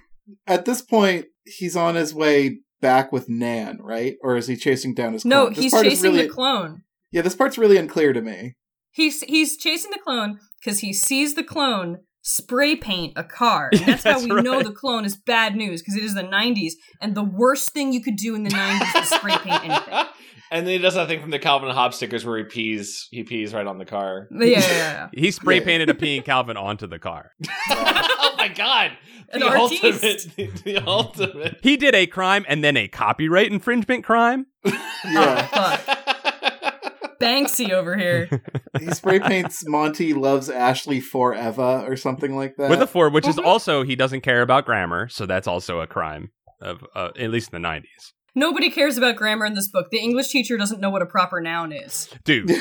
Speaker 3: at this point, he's on his way back with Nan, right? Or is he chasing down his?
Speaker 4: no
Speaker 3: clone? This
Speaker 4: he's
Speaker 3: part is
Speaker 4: chasing
Speaker 3: really-
Speaker 4: the clone
Speaker 3: Yeah, this part's really unclear
Speaker 2: (laughs)
Speaker 3: to me.
Speaker 4: he's he's chasing the clone because he sees the clone spray paint a car and that's,
Speaker 2: That's
Speaker 4: how we know
Speaker 2: right.
Speaker 4: the clone is bad news because it is the 90s and the worst thing you could do in the 90s is spray paint anything
Speaker 1: and then he does that thing from the Calvin and Hobbes stickers where he pees he pees right on the car.
Speaker 4: But yeah yeah, yeah.
Speaker 2: He spray
Speaker 3: Yeah.
Speaker 2: painted a peeing Calvin onto the car.
Speaker 1: (laughs) oh my
Speaker 4: (laughs)
Speaker 1: god.
Speaker 4: An
Speaker 1: the
Speaker 4: artiste.
Speaker 1: ultimate the, the
Speaker 4: (laughs)
Speaker 1: ultimate.
Speaker 2: He did a crime and then a copyright infringement crime.
Speaker 3: Yeah,
Speaker 4: Banksy over here
Speaker 2: (laughs)
Speaker 3: he spray paints Monty loves Ashley forever or something like that.
Speaker 2: with a four, which is
Speaker 4: Mhm.
Speaker 2: also he doesn't care about grammar, so that's also a crime of uh, at least in the nineties.
Speaker 4: Nobody cares about grammar in this book. The English teacher doesn't know what a proper noun is. (laughs)
Speaker 2: Dude,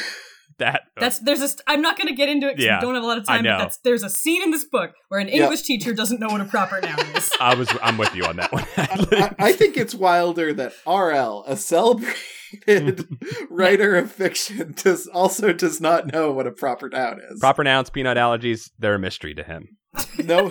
Speaker 2: that uh,
Speaker 4: That's there's a. St- I'm not going to get into it. 'cause
Speaker 2: Yeah,
Speaker 4: we don't have a lot of
Speaker 2: I
Speaker 4: time.
Speaker 2: know.
Speaker 4: But that's, there's a scene in this book where an
Speaker 3: Yeah.
Speaker 4: English teacher doesn't know what a proper noun is.
Speaker 2: I was I'm with you on
Speaker 4: (laughs)
Speaker 2: that one. (laughs)
Speaker 3: I, I think it's wilder that RL,
Speaker 2: (laughs)
Speaker 3: a celebrated writer of fiction, does also does not know what a proper noun is.
Speaker 2: Proper nouns, peanut allergies, they're a mystery to him.
Speaker 3: no,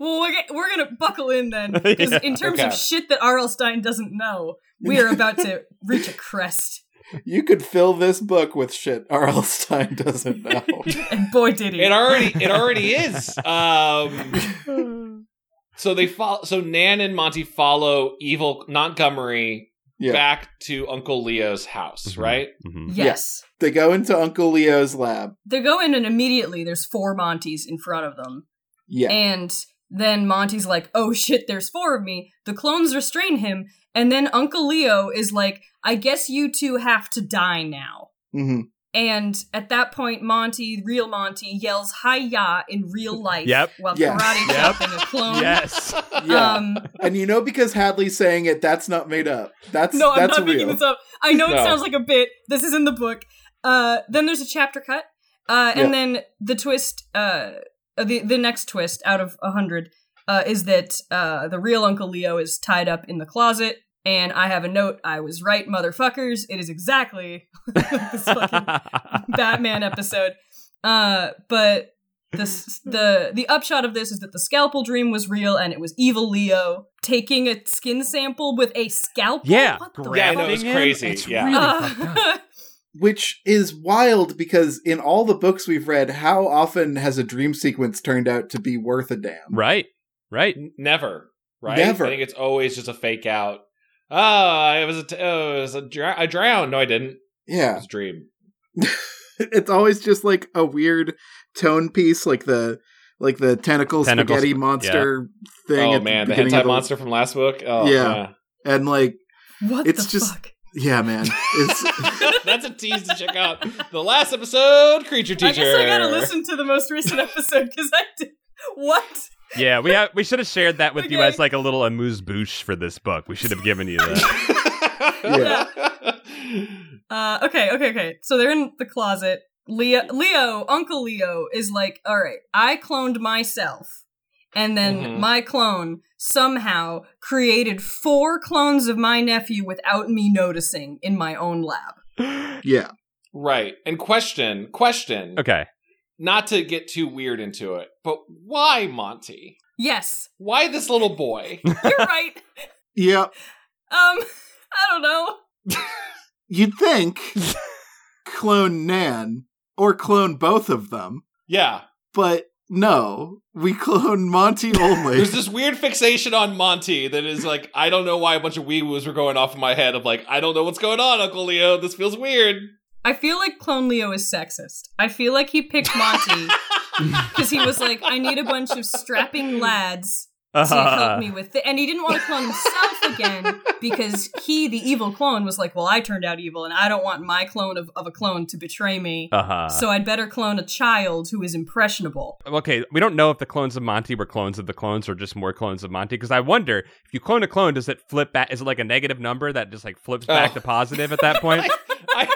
Speaker 4: Well, we're, ga- we're going to buckle in then,
Speaker 2: (laughs)
Speaker 4: because
Speaker 2: Yeah,
Speaker 4: in terms
Speaker 1: okay.
Speaker 2: (laughs)
Speaker 4: of shit that R.L. Stein doesn't know, we are about to reach a crest.
Speaker 3: You could fill this book with shit (laughs) Arlstein doesn't
Speaker 1: (laughs)
Speaker 3: know.
Speaker 4: and boy did
Speaker 1: (laughs)
Speaker 4: he.
Speaker 1: It already it already is. Um, so they follow. So Nan and Monty follow evil Montgomery
Speaker 3: Yeah. Mm-hmm.
Speaker 1: back to Uncle Leo's house,
Speaker 2: Mhm.
Speaker 1: right? (laughs)
Speaker 2: Mhm.
Speaker 4: yes.
Speaker 3: They go into Uncle Leo's lab.
Speaker 4: They go in and immediately there's four Monties in front of them.
Speaker 3: Yeah.
Speaker 4: And then Monty's like, oh shit, there's four of me. The clones restrain him. And then Uncle Leo is like, I guess you two have to die now.
Speaker 3: hmm
Speaker 4: And at that point, Monty, real Monty, yells "Hi ya" in real life
Speaker 2: Yep.
Speaker 4: while
Speaker 3: Yes.
Speaker 4: karate
Speaker 2: Yep.
Speaker 4: chopping a clone. (laughs)
Speaker 2: Yes.
Speaker 3: Yeah.
Speaker 4: Um,
Speaker 3: and you know because Hadley's saying it, that's not made up. That's
Speaker 4: no, I'm
Speaker 3: that's
Speaker 4: not
Speaker 3: real.
Speaker 4: making this up. I know it
Speaker 1: No.
Speaker 4: sounds like a bit. This is in the book. Uh, then there's a chapter cut, uh, and
Speaker 3: Yeah.
Speaker 4: then the twist. Uh, the the next twist out of a hundred uh, is that uh, the real Uncle Leo is tied up in the closet. And I have a note. I was right, motherfuckers. It is exactly (laughs) this fucking Batman episode. Uh, but this the the upshot of this is that the scalpel dream was real and it was evil Leo taking a skin sample with a scalpel.
Speaker 2: (laughs) yeah.
Speaker 4: What the
Speaker 1: Yeah, I know,
Speaker 2: Grafting
Speaker 1: it was
Speaker 2: him?
Speaker 1: crazy,
Speaker 2: It's
Speaker 1: yeah.
Speaker 2: really
Speaker 4: fuck?
Speaker 2: fucked up.
Speaker 4: Uh,
Speaker 3: Which is wild because in all the books we've read, how often has a dream sequence turned out to be worth a damn?
Speaker 2: (laughs) Right. Right.
Speaker 1: N- Never, right?
Speaker 3: Never.
Speaker 1: I think it's always just a fake out. Ah, it was a, t- oh, it was a dr- I drowned. No, I didn't. It
Speaker 3: Yeah. (laughs)
Speaker 1: was a dream.
Speaker 3: it's always just like a weird tone piece, like the like the tentacle
Speaker 2: Tentacle
Speaker 3: spaghetti
Speaker 2: sp-
Speaker 3: monster thing.
Speaker 1: Oh
Speaker 3: at
Speaker 1: man, the
Speaker 3: beginning
Speaker 1: hentai
Speaker 3: of
Speaker 1: monster from last book. Oh,
Speaker 3: Yeah. and like
Speaker 4: (laughs) what
Speaker 3: It's
Speaker 4: the
Speaker 3: just-
Speaker 4: fuck?
Speaker 3: yeah, man, it's (laughs)
Speaker 1: yeah. (laughs) That's a tease to check out. The last episode, creature teacher.
Speaker 4: I guess I gotta listen to the most recent episode because I did. What?
Speaker 2: Yeah, we have, we should have shared that with you
Speaker 4: Okay.
Speaker 2: as like a little amuse bouche for this book. We should have given you that.
Speaker 1: (laughs)
Speaker 4: Uh, okay, okay, okay. So they're in the closet. Leo, Leo, Uncle Leo is like, all right, I cloned myself. And then
Speaker 1: Mhm.
Speaker 4: my clone somehow created four clones of my nephew without me noticing in my own lab. (laughs)
Speaker 3: yeah,
Speaker 1: Right. And question, question.
Speaker 2: okay.
Speaker 1: Not to get too weird into it, but why Monty?
Speaker 4: Yes,
Speaker 1: Why this little boy?
Speaker 4: you're right.
Speaker 3: yeah.
Speaker 4: Um, I don't know.
Speaker 3: You'd
Speaker 1: (laughs)
Speaker 3: think clone Nan or clone both of them,
Speaker 1: yeah.
Speaker 3: but no, we clone
Speaker 1: (laughs)
Speaker 3: Monty only.
Speaker 1: There's this weird fixation on Monty that is like, I don't know why a bunch of wee woos were going off in my head of like, I don't know what's going on, Uncle Leo. This feels weird.
Speaker 4: I feel like Clone Leo is sexist. I feel like he picked Monty because he was like, I need a bunch of strapping lads
Speaker 2: (laughs)
Speaker 4: to
Speaker 2: Uh-huh.
Speaker 4: help me with it. And he didn't want to clone himself again because he, the evil clone, was like, Well, I turned out evil and I don't want my clone of, of a clone to betray me.
Speaker 2: Uh huh.
Speaker 4: so I'd better clone a child who is impressionable.
Speaker 2: okay, we don't know if the clones of Monty were clones of the clones or just more clones of Monty. Because I wonder if you clone a clone, does it flip back? Is it like a negative number that just like flips back
Speaker 1: Oh.
Speaker 2: to positive at that point?
Speaker 1: I,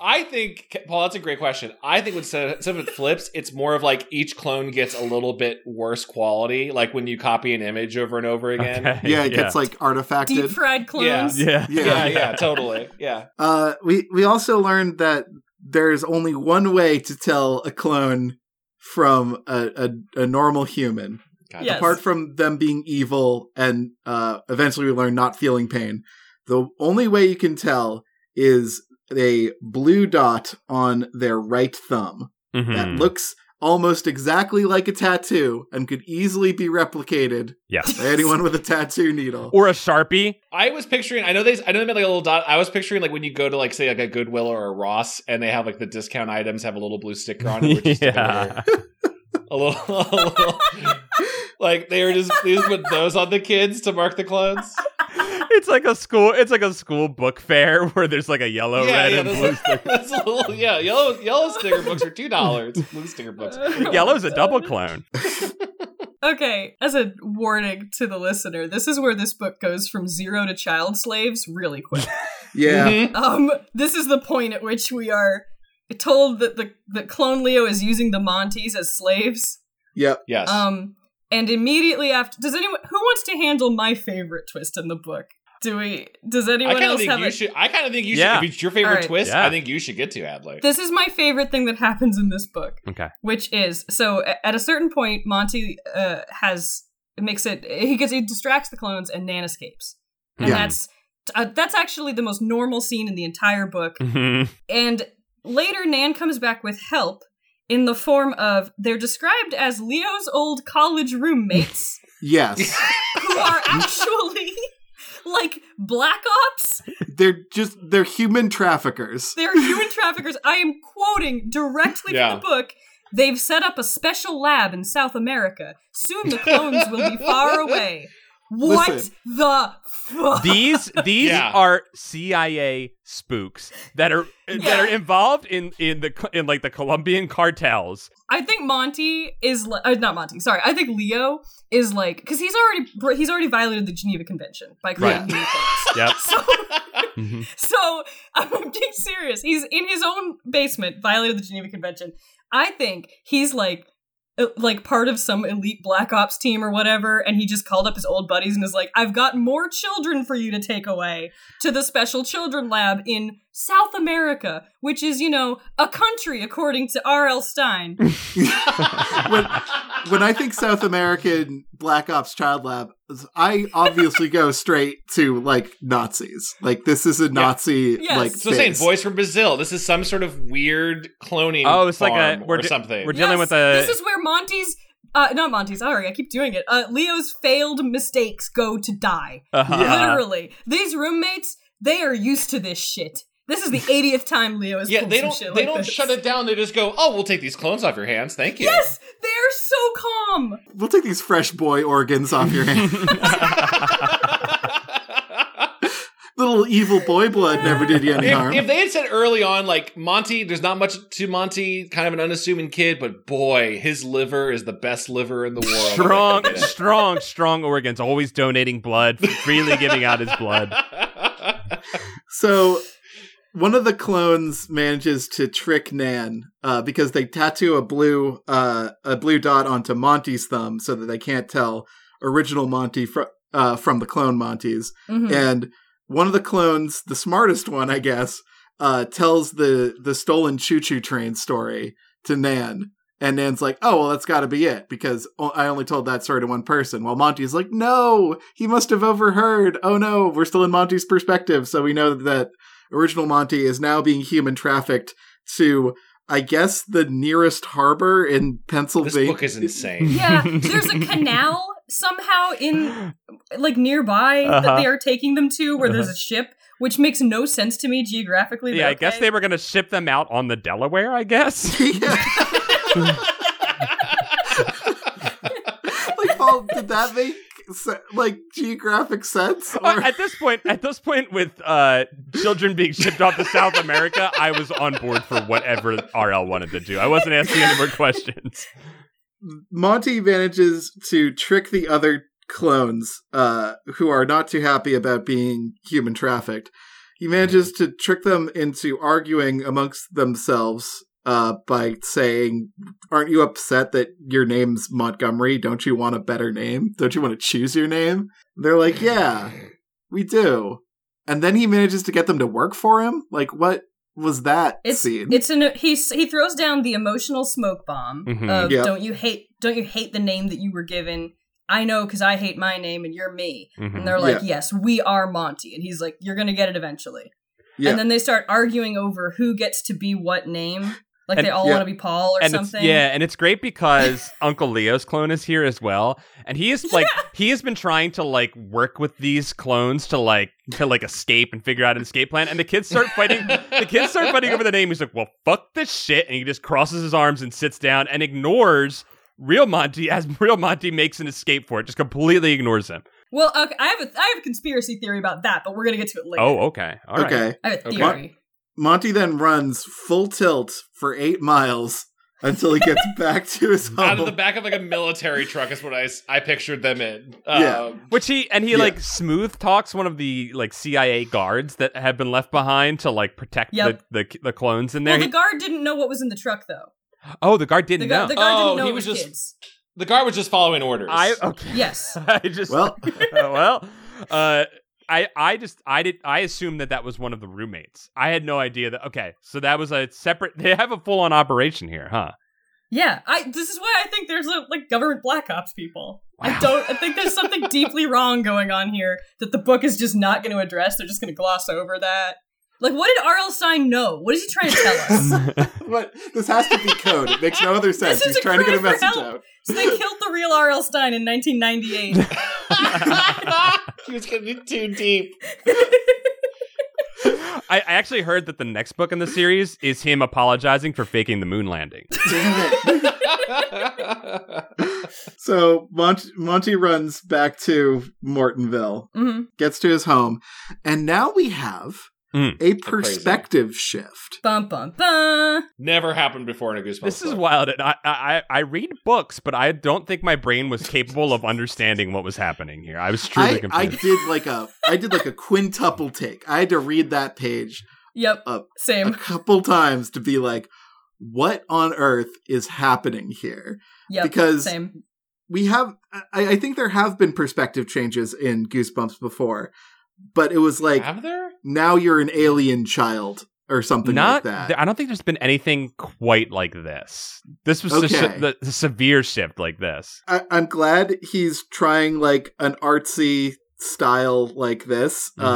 Speaker 1: I think, Paul, that's a great question. I think when some some of it flips, it's more of like each clone gets a little bit worse quality, like when you copy an image over and over (laughs) again.
Speaker 2: Okay,
Speaker 3: (laughs) yeah, it gets like artifacted.
Speaker 4: Deep fried clones.
Speaker 2: yeah.
Speaker 3: Yeah.
Speaker 1: yeah, yeah, totally. Yeah.
Speaker 3: Uh, we we also learned that there's only one way to tell a clone from a a, a normal human,
Speaker 1: God,
Speaker 4: Yes.
Speaker 3: apart from them being evil and uh, eventually we learn not feeling pain. The only way you can tell is a blue dot on their right thumb that
Speaker 1: Hmm.
Speaker 2: Mhm.
Speaker 3: looks almost exactly like a tattoo and could easily be replicated
Speaker 2: yes.
Speaker 3: by
Speaker 1: (laughs)
Speaker 3: anyone with a tattoo needle.
Speaker 2: Or a sharpie.
Speaker 1: I was picturing. I know they. I know they made like a little dot. I was picturing like when you go to like say like a Goodwill or a Ross, and they have like the discount items have a little blue sticker on it, which is
Speaker 2: (laughs) yeah.
Speaker 1: (laughs) a little, a little like they were just they just put those on the kids to mark the (laughs) clothes.
Speaker 2: it's like a school. It's like a school book fair (laughs) where there's like a yellow, red, and
Speaker 1: those-
Speaker 2: blue.
Speaker 1: that's a little, yeah, yellow yellow sticker books are two dollars. Blue sticker
Speaker 2: (laughs)
Speaker 4: (laughs)
Speaker 1: books.
Speaker 4: Uh,
Speaker 2: Yellow's a double clone.
Speaker 4: Okay, as a warning to the listener, this is where this book goes from zero to child slaves really quick.
Speaker 2: (laughs)
Speaker 3: Yeah.
Speaker 1: Mhm.
Speaker 4: Um, this is the point at which we are told that the that Clone Leo is using the Montes as slaves.
Speaker 3: Yep.
Speaker 1: Yes.
Speaker 4: Um, and immediately after, does anyone who wants to handle my favorite twist in the book? Do we? Does
Speaker 1: I
Speaker 4: anyone
Speaker 1: kind of
Speaker 4: else
Speaker 1: think
Speaker 4: have
Speaker 1: you
Speaker 4: a?
Speaker 1: should. I kind of think you
Speaker 2: Yeah.
Speaker 1: should. If it's your favorite
Speaker 4: All right.
Speaker 1: twist,
Speaker 2: Yeah.
Speaker 1: I think you should get to Adler.
Speaker 4: This is my favorite thing that happens in this book.
Speaker 2: Okay.
Speaker 4: which is so a- at a certain point monty uh has makes it he gets he distracts the clones and nan escapes and
Speaker 3: Yeah.
Speaker 4: that's uh, that's actually the most normal scene in the entire book.
Speaker 1: Mm.
Speaker 2: Mhm.
Speaker 4: And later, Nan comes back with help in the form of they're described as Leo's old
Speaker 1: (laughs)
Speaker 4: college roommates
Speaker 3: Yes.
Speaker 4: who are actually (laughs) like black ops.
Speaker 3: they're just they're human traffickers.
Speaker 4: They're human traffickers. I am quoting directly
Speaker 1: Yeah.
Speaker 4: from the book. They've set up a special lab in South America. Soon the clones will be far away. What
Speaker 3: Listen.
Speaker 4: the fuck?
Speaker 1: (laughs)
Speaker 2: These these
Speaker 1: Yeah.
Speaker 2: are CIA spooks that are that
Speaker 4: Yeah.
Speaker 2: are involved in in the co- in like the Colombian cartels.
Speaker 4: I think Monty is li- uh, not Monty. Sorry, I think Leo is like because he's already br- he's already violated the Geneva Convention by creating
Speaker 2: Right.
Speaker 4: human clones.
Speaker 2: Yep.
Speaker 4: So,
Speaker 1: Mm-hmm.
Speaker 4: so (laughs) I'm being serious. He's in his own basement, violated the Geneva Convention. I think he's like uh, like part of some elite black ops team or whatever and he just called up his old buddies and is like i've got more children for you to take away to the special children lab in south america which is you know a country according to rl
Speaker 2: (laughs)
Speaker 4: stein
Speaker 3: When- When I think South American Black Ops Child Lab, I obviously go straight to like Nazis. Like this is a Nazi
Speaker 4: Yes.
Speaker 3: like
Speaker 1: So saying
Speaker 3: base.
Speaker 1: boys from Brazil. This is some sort of weird cloning.
Speaker 2: Oh, it's like
Speaker 1: farm
Speaker 2: a- we're
Speaker 1: or
Speaker 2: di-
Speaker 1: something.
Speaker 2: we're dealing with uh, a-
Speaker 4: This is where Monty's. Uh, not Monty's. Sorry, I keep doing it. Uh, Leo's failed mistakes go to die.
Speaker 2: Uh-huh.
Speaker 4: Literally, these roommates. They are used to this shit. This
Speaker 1: (laughs)
Speaker 4: is the 80th time Leo has
Speaker 1: yeah,
Speaker 4: pulled
Speaker 1: they
Speaker 4: some
Speaker 1: don't
Speaker 4: shit
Speaker 1: they
Speaker 4: like
Speaker 1: don't
Speaker 4: this.
Speaker 1: shut it down. They just go, "Oh, we'll take these clones off your hands. Thank you."
Speaker 4: (laughs) Yes, they are so calm.
Speaker 3: We'll take these fresh boy organs off
Speaker 1: (laughs)
Speaker 3: your hand. (laughs) Little evil boy blood never did you any harm.
Speaker 1: if, if they had said early on, like Monty, there's not much to Monty, kind of an unassuming kid, but boy, his liver is the best liver in
Speaker 2: (laughs)
Speaker 1: the world.
Speaker 2: Strong, strong, strong organs. Always donating blood, freely giving out his blood.
Speaker 3: So one of the clones manages to trick Nan uh, because they tattoo a blue uh, a blue dot onto Monty's thumb so that they can't tell original Monty fr- uh, from the clone Monty's.
Speaker 4: Mhm.
Speaker 3: And one of the clones, the smartest one, I guess, uh, tells the the stolen choo choo train story to Nan. And Nan's like, oh, well, that's got to be it because o- I only told that story to one person. While Monty's like, no, he must have overheard. Oh, no, we're still in Monty's perspective. So we know that original Monty is now being human trafficked to, I guess, the nearest harbor
Speaker 1: (laughs)
Speaker 3: in
Speaker 1: this
Speaker 3: Pennsylvania.
Speaker 1: book is
Speaker 4: (laughs)
Speaker 1: insane.
Speaker 4: Yeah, there's a canal somehow in like nearby that
Speaker 2: Uh-huh.
Speaker 4: they are taking them to where
Speaker 1: Uh-huh.
Speaker 4: there's a ship, which makes no sense to me geographically. but
Speaker 2: Yeah, I guess
Speaker 4: okay.
Speaker 2: they were gonna ship them out on the Delaware. I
Speaker 4: (laughs)
Speaker 2: guess.
Speaker 3: (laughs) yeah. like, Paul, did that make se- like geographic sense?
Speaker 1: (laughs)
Speaker 2: Well,
Speaker 3: Or
Speaker 2: at this point, at this point, with uh, children being shipped off to South America, I was on board for whatever RL wanted to do. I wasn't asking any more
Speaker 4: (laughs)
Speaker 2: questions.
Speaker 3: Monty manages to trick the other clones, uh, who are not too happy about being human trafficked. He manages to trick them into arguing amongst themselves uh, by saying, "Aren't you upset that your name's Montgomery? Don't you want a better name? Don't you want to choose your name?" And they're like, "Yeah, we do." And then he manages to get them to work for him. Like, what was that
Speaker 4: It's
Speaker 3: scene?
Speaker 4: it's an he s- he throws down the emotional smoke bomb
Speaker 1: Mm-hmm.
Speaker 2: Mhm.
Speaker 4: of
Speaker 3: Yep.
Speaker 4: don't you hate don't you hate the name that you were given? I know because I hate my name and you're me.
Speaker 2: Mm-hmm.
Speaker 4: And they're like, yes, we are Monty, and he's like, you're gonna get it eventually.
Speaker 3: Yeah.
Speaker 4: And then they start arguing over who gets to be what name. Like
Speaker 2: And-
Speaker 4: they all
Speaker 3: Yeah.
Speaker 4: want to be Paul or
Speaker 2: And it's,
Speaker 4: something.
Speaker 2: yeah, and it's great
Speaker 4: (laughs)
Speaker 2: because Uncle Leo's clone is here as well, and he is like he has been trying to like work with these clones to like to like escape and figure out an escape plan. And the kids start fighting.
Speaker 4: (laughs)
Speaker 2: The kids start fighting over the name. He's like, "Well, fuck this shit," and he just crosses his arms and sits down and ignores real Monty as (laughs) real Monty makes an escape for it. Just completely ignores him.
Speaker 4: Well, okay, I have a I have a conspiracy theory about that, but we're gonna get to it later.
Speaker 2: Oh, okay, all right.
Speaker 3: okay.
Speaker 4: I have a
Speaker 1: Okay.
Speaker 4: theory.
Speaker 3: Monty then runs full tilt for eight miles until he
Speaker 4: (laughs)
Speaker 3: gets back to his
Speaker 1: Out of the
Speaker 3: home.
Speaker 1: back of like a military truck is what I, s- I pictured them in.
Speaker 3: Yeah.
Speaker 1: Um,
Speaker 2: Which he and he
Speaker 3: Yeah.
Speaker 2: like smooth talks one of the like CIA guards that have been left behind to like protect
Speaker 4: Yep.
Speaker 2: the, the the clones in there.
Speaker 4: Well, the
Speaker 2: He-
Speaker 4: guard didn't know what was in the truck, though.
Speaker 2: oh, the guard didn't
Speaker 4: The,
Speaker 2: know.
Speaker 4: guard, the guard
Speaker 1: Oh,
Speaker 4: didn't know
Speaker 1: he
Speaker 4: it
Speaker 1: was
Speaker 4: was
Speaker 1: just-
Speaker 4: kids.
Speaker 1: the guard was just following orders.
Speaker 2: I (laughs) okay. (laughs)
Speaker 4: Yes.
Speaker 2: I just well
Speaker 3: well,
Speaker 2: well uh I I just I did I assumed that that was one of the roommates. I had no idea that okay, so that was a separate (laughs) they have a full on operation here, huh? (laughs)
Speaker 4: Yeah. I. This is why I think there's a, like government uh, black ops people. I don't. I think there's something deeply wrong going on here that the book is just not going to address. They're just going to gloss over that. Like, what did R.L. Stein know? What is he trying to tell
Speaker 2: (laughs)
Speaker 4: us?
Speaker 3: but this has to be code. It makes no
Speaker 4: (laughs)
Speaker 3: other sense.
Speaker 4: is
Speaker 3: He's
Speaker 4: a
Speaker 3: trying to get a
Speaker 4: cry for
Speaker 3: message
Speaker 4: help.
Speaker 3: out. (laughs)
Speaker 4: so they killed the real R.L. Stein in 1998.
Speaker 1: (laughs) he was getting too deep. (laughs)
Speaker 2: I, I actually heard that the next book in the series is him apologizing for faking the moon (laughs) landing.
Speaker 3: Damn it. So Mont- Monty runs back to Mortonville,
Speaker 4: hmm
Speaker 3: gets to his home, and now we have
Speaker 2: Mm.
Speaker 3: a perspective shift.
Speaker 4: Bum bum bum.
Speaker 1: Never happened before in a Goosebumps.
Speaker 2: This is
Speaker 1: book.
Speaker 2: wild. And I, I, I read books, but I don't think my brain was capable (laughs) of understanding what was happening here. I was truly
Speaker 3: I,
Speaker 2: confused.
Speaker 3: I did like a I did like a quintuple take. I had to read that page
Speaker 4: Yep.
Speaker 3: Up. a
Speaker 4: Same.
Speaker 3: couple times to be like, what on earth is happening here?
Speaker 4: Yep.
Speaker 3: because-
Speaker 4: same.
Speaker 3: we have I, I think there have been perspective changes in goosebumps before but it was like
Speaker 1: Have there?
Speaker 3: now you're an alien child or something
Speaker 2: Not,
Speaker 3: like that
Speaker 2: th- I don't think there's been anything quite like this. This was the,
Speaker 3: Okay.
Speaker 2: sh- the, the severe shift like this.
Speaker 3: I, i'm glad he's trying like an artsy style like this um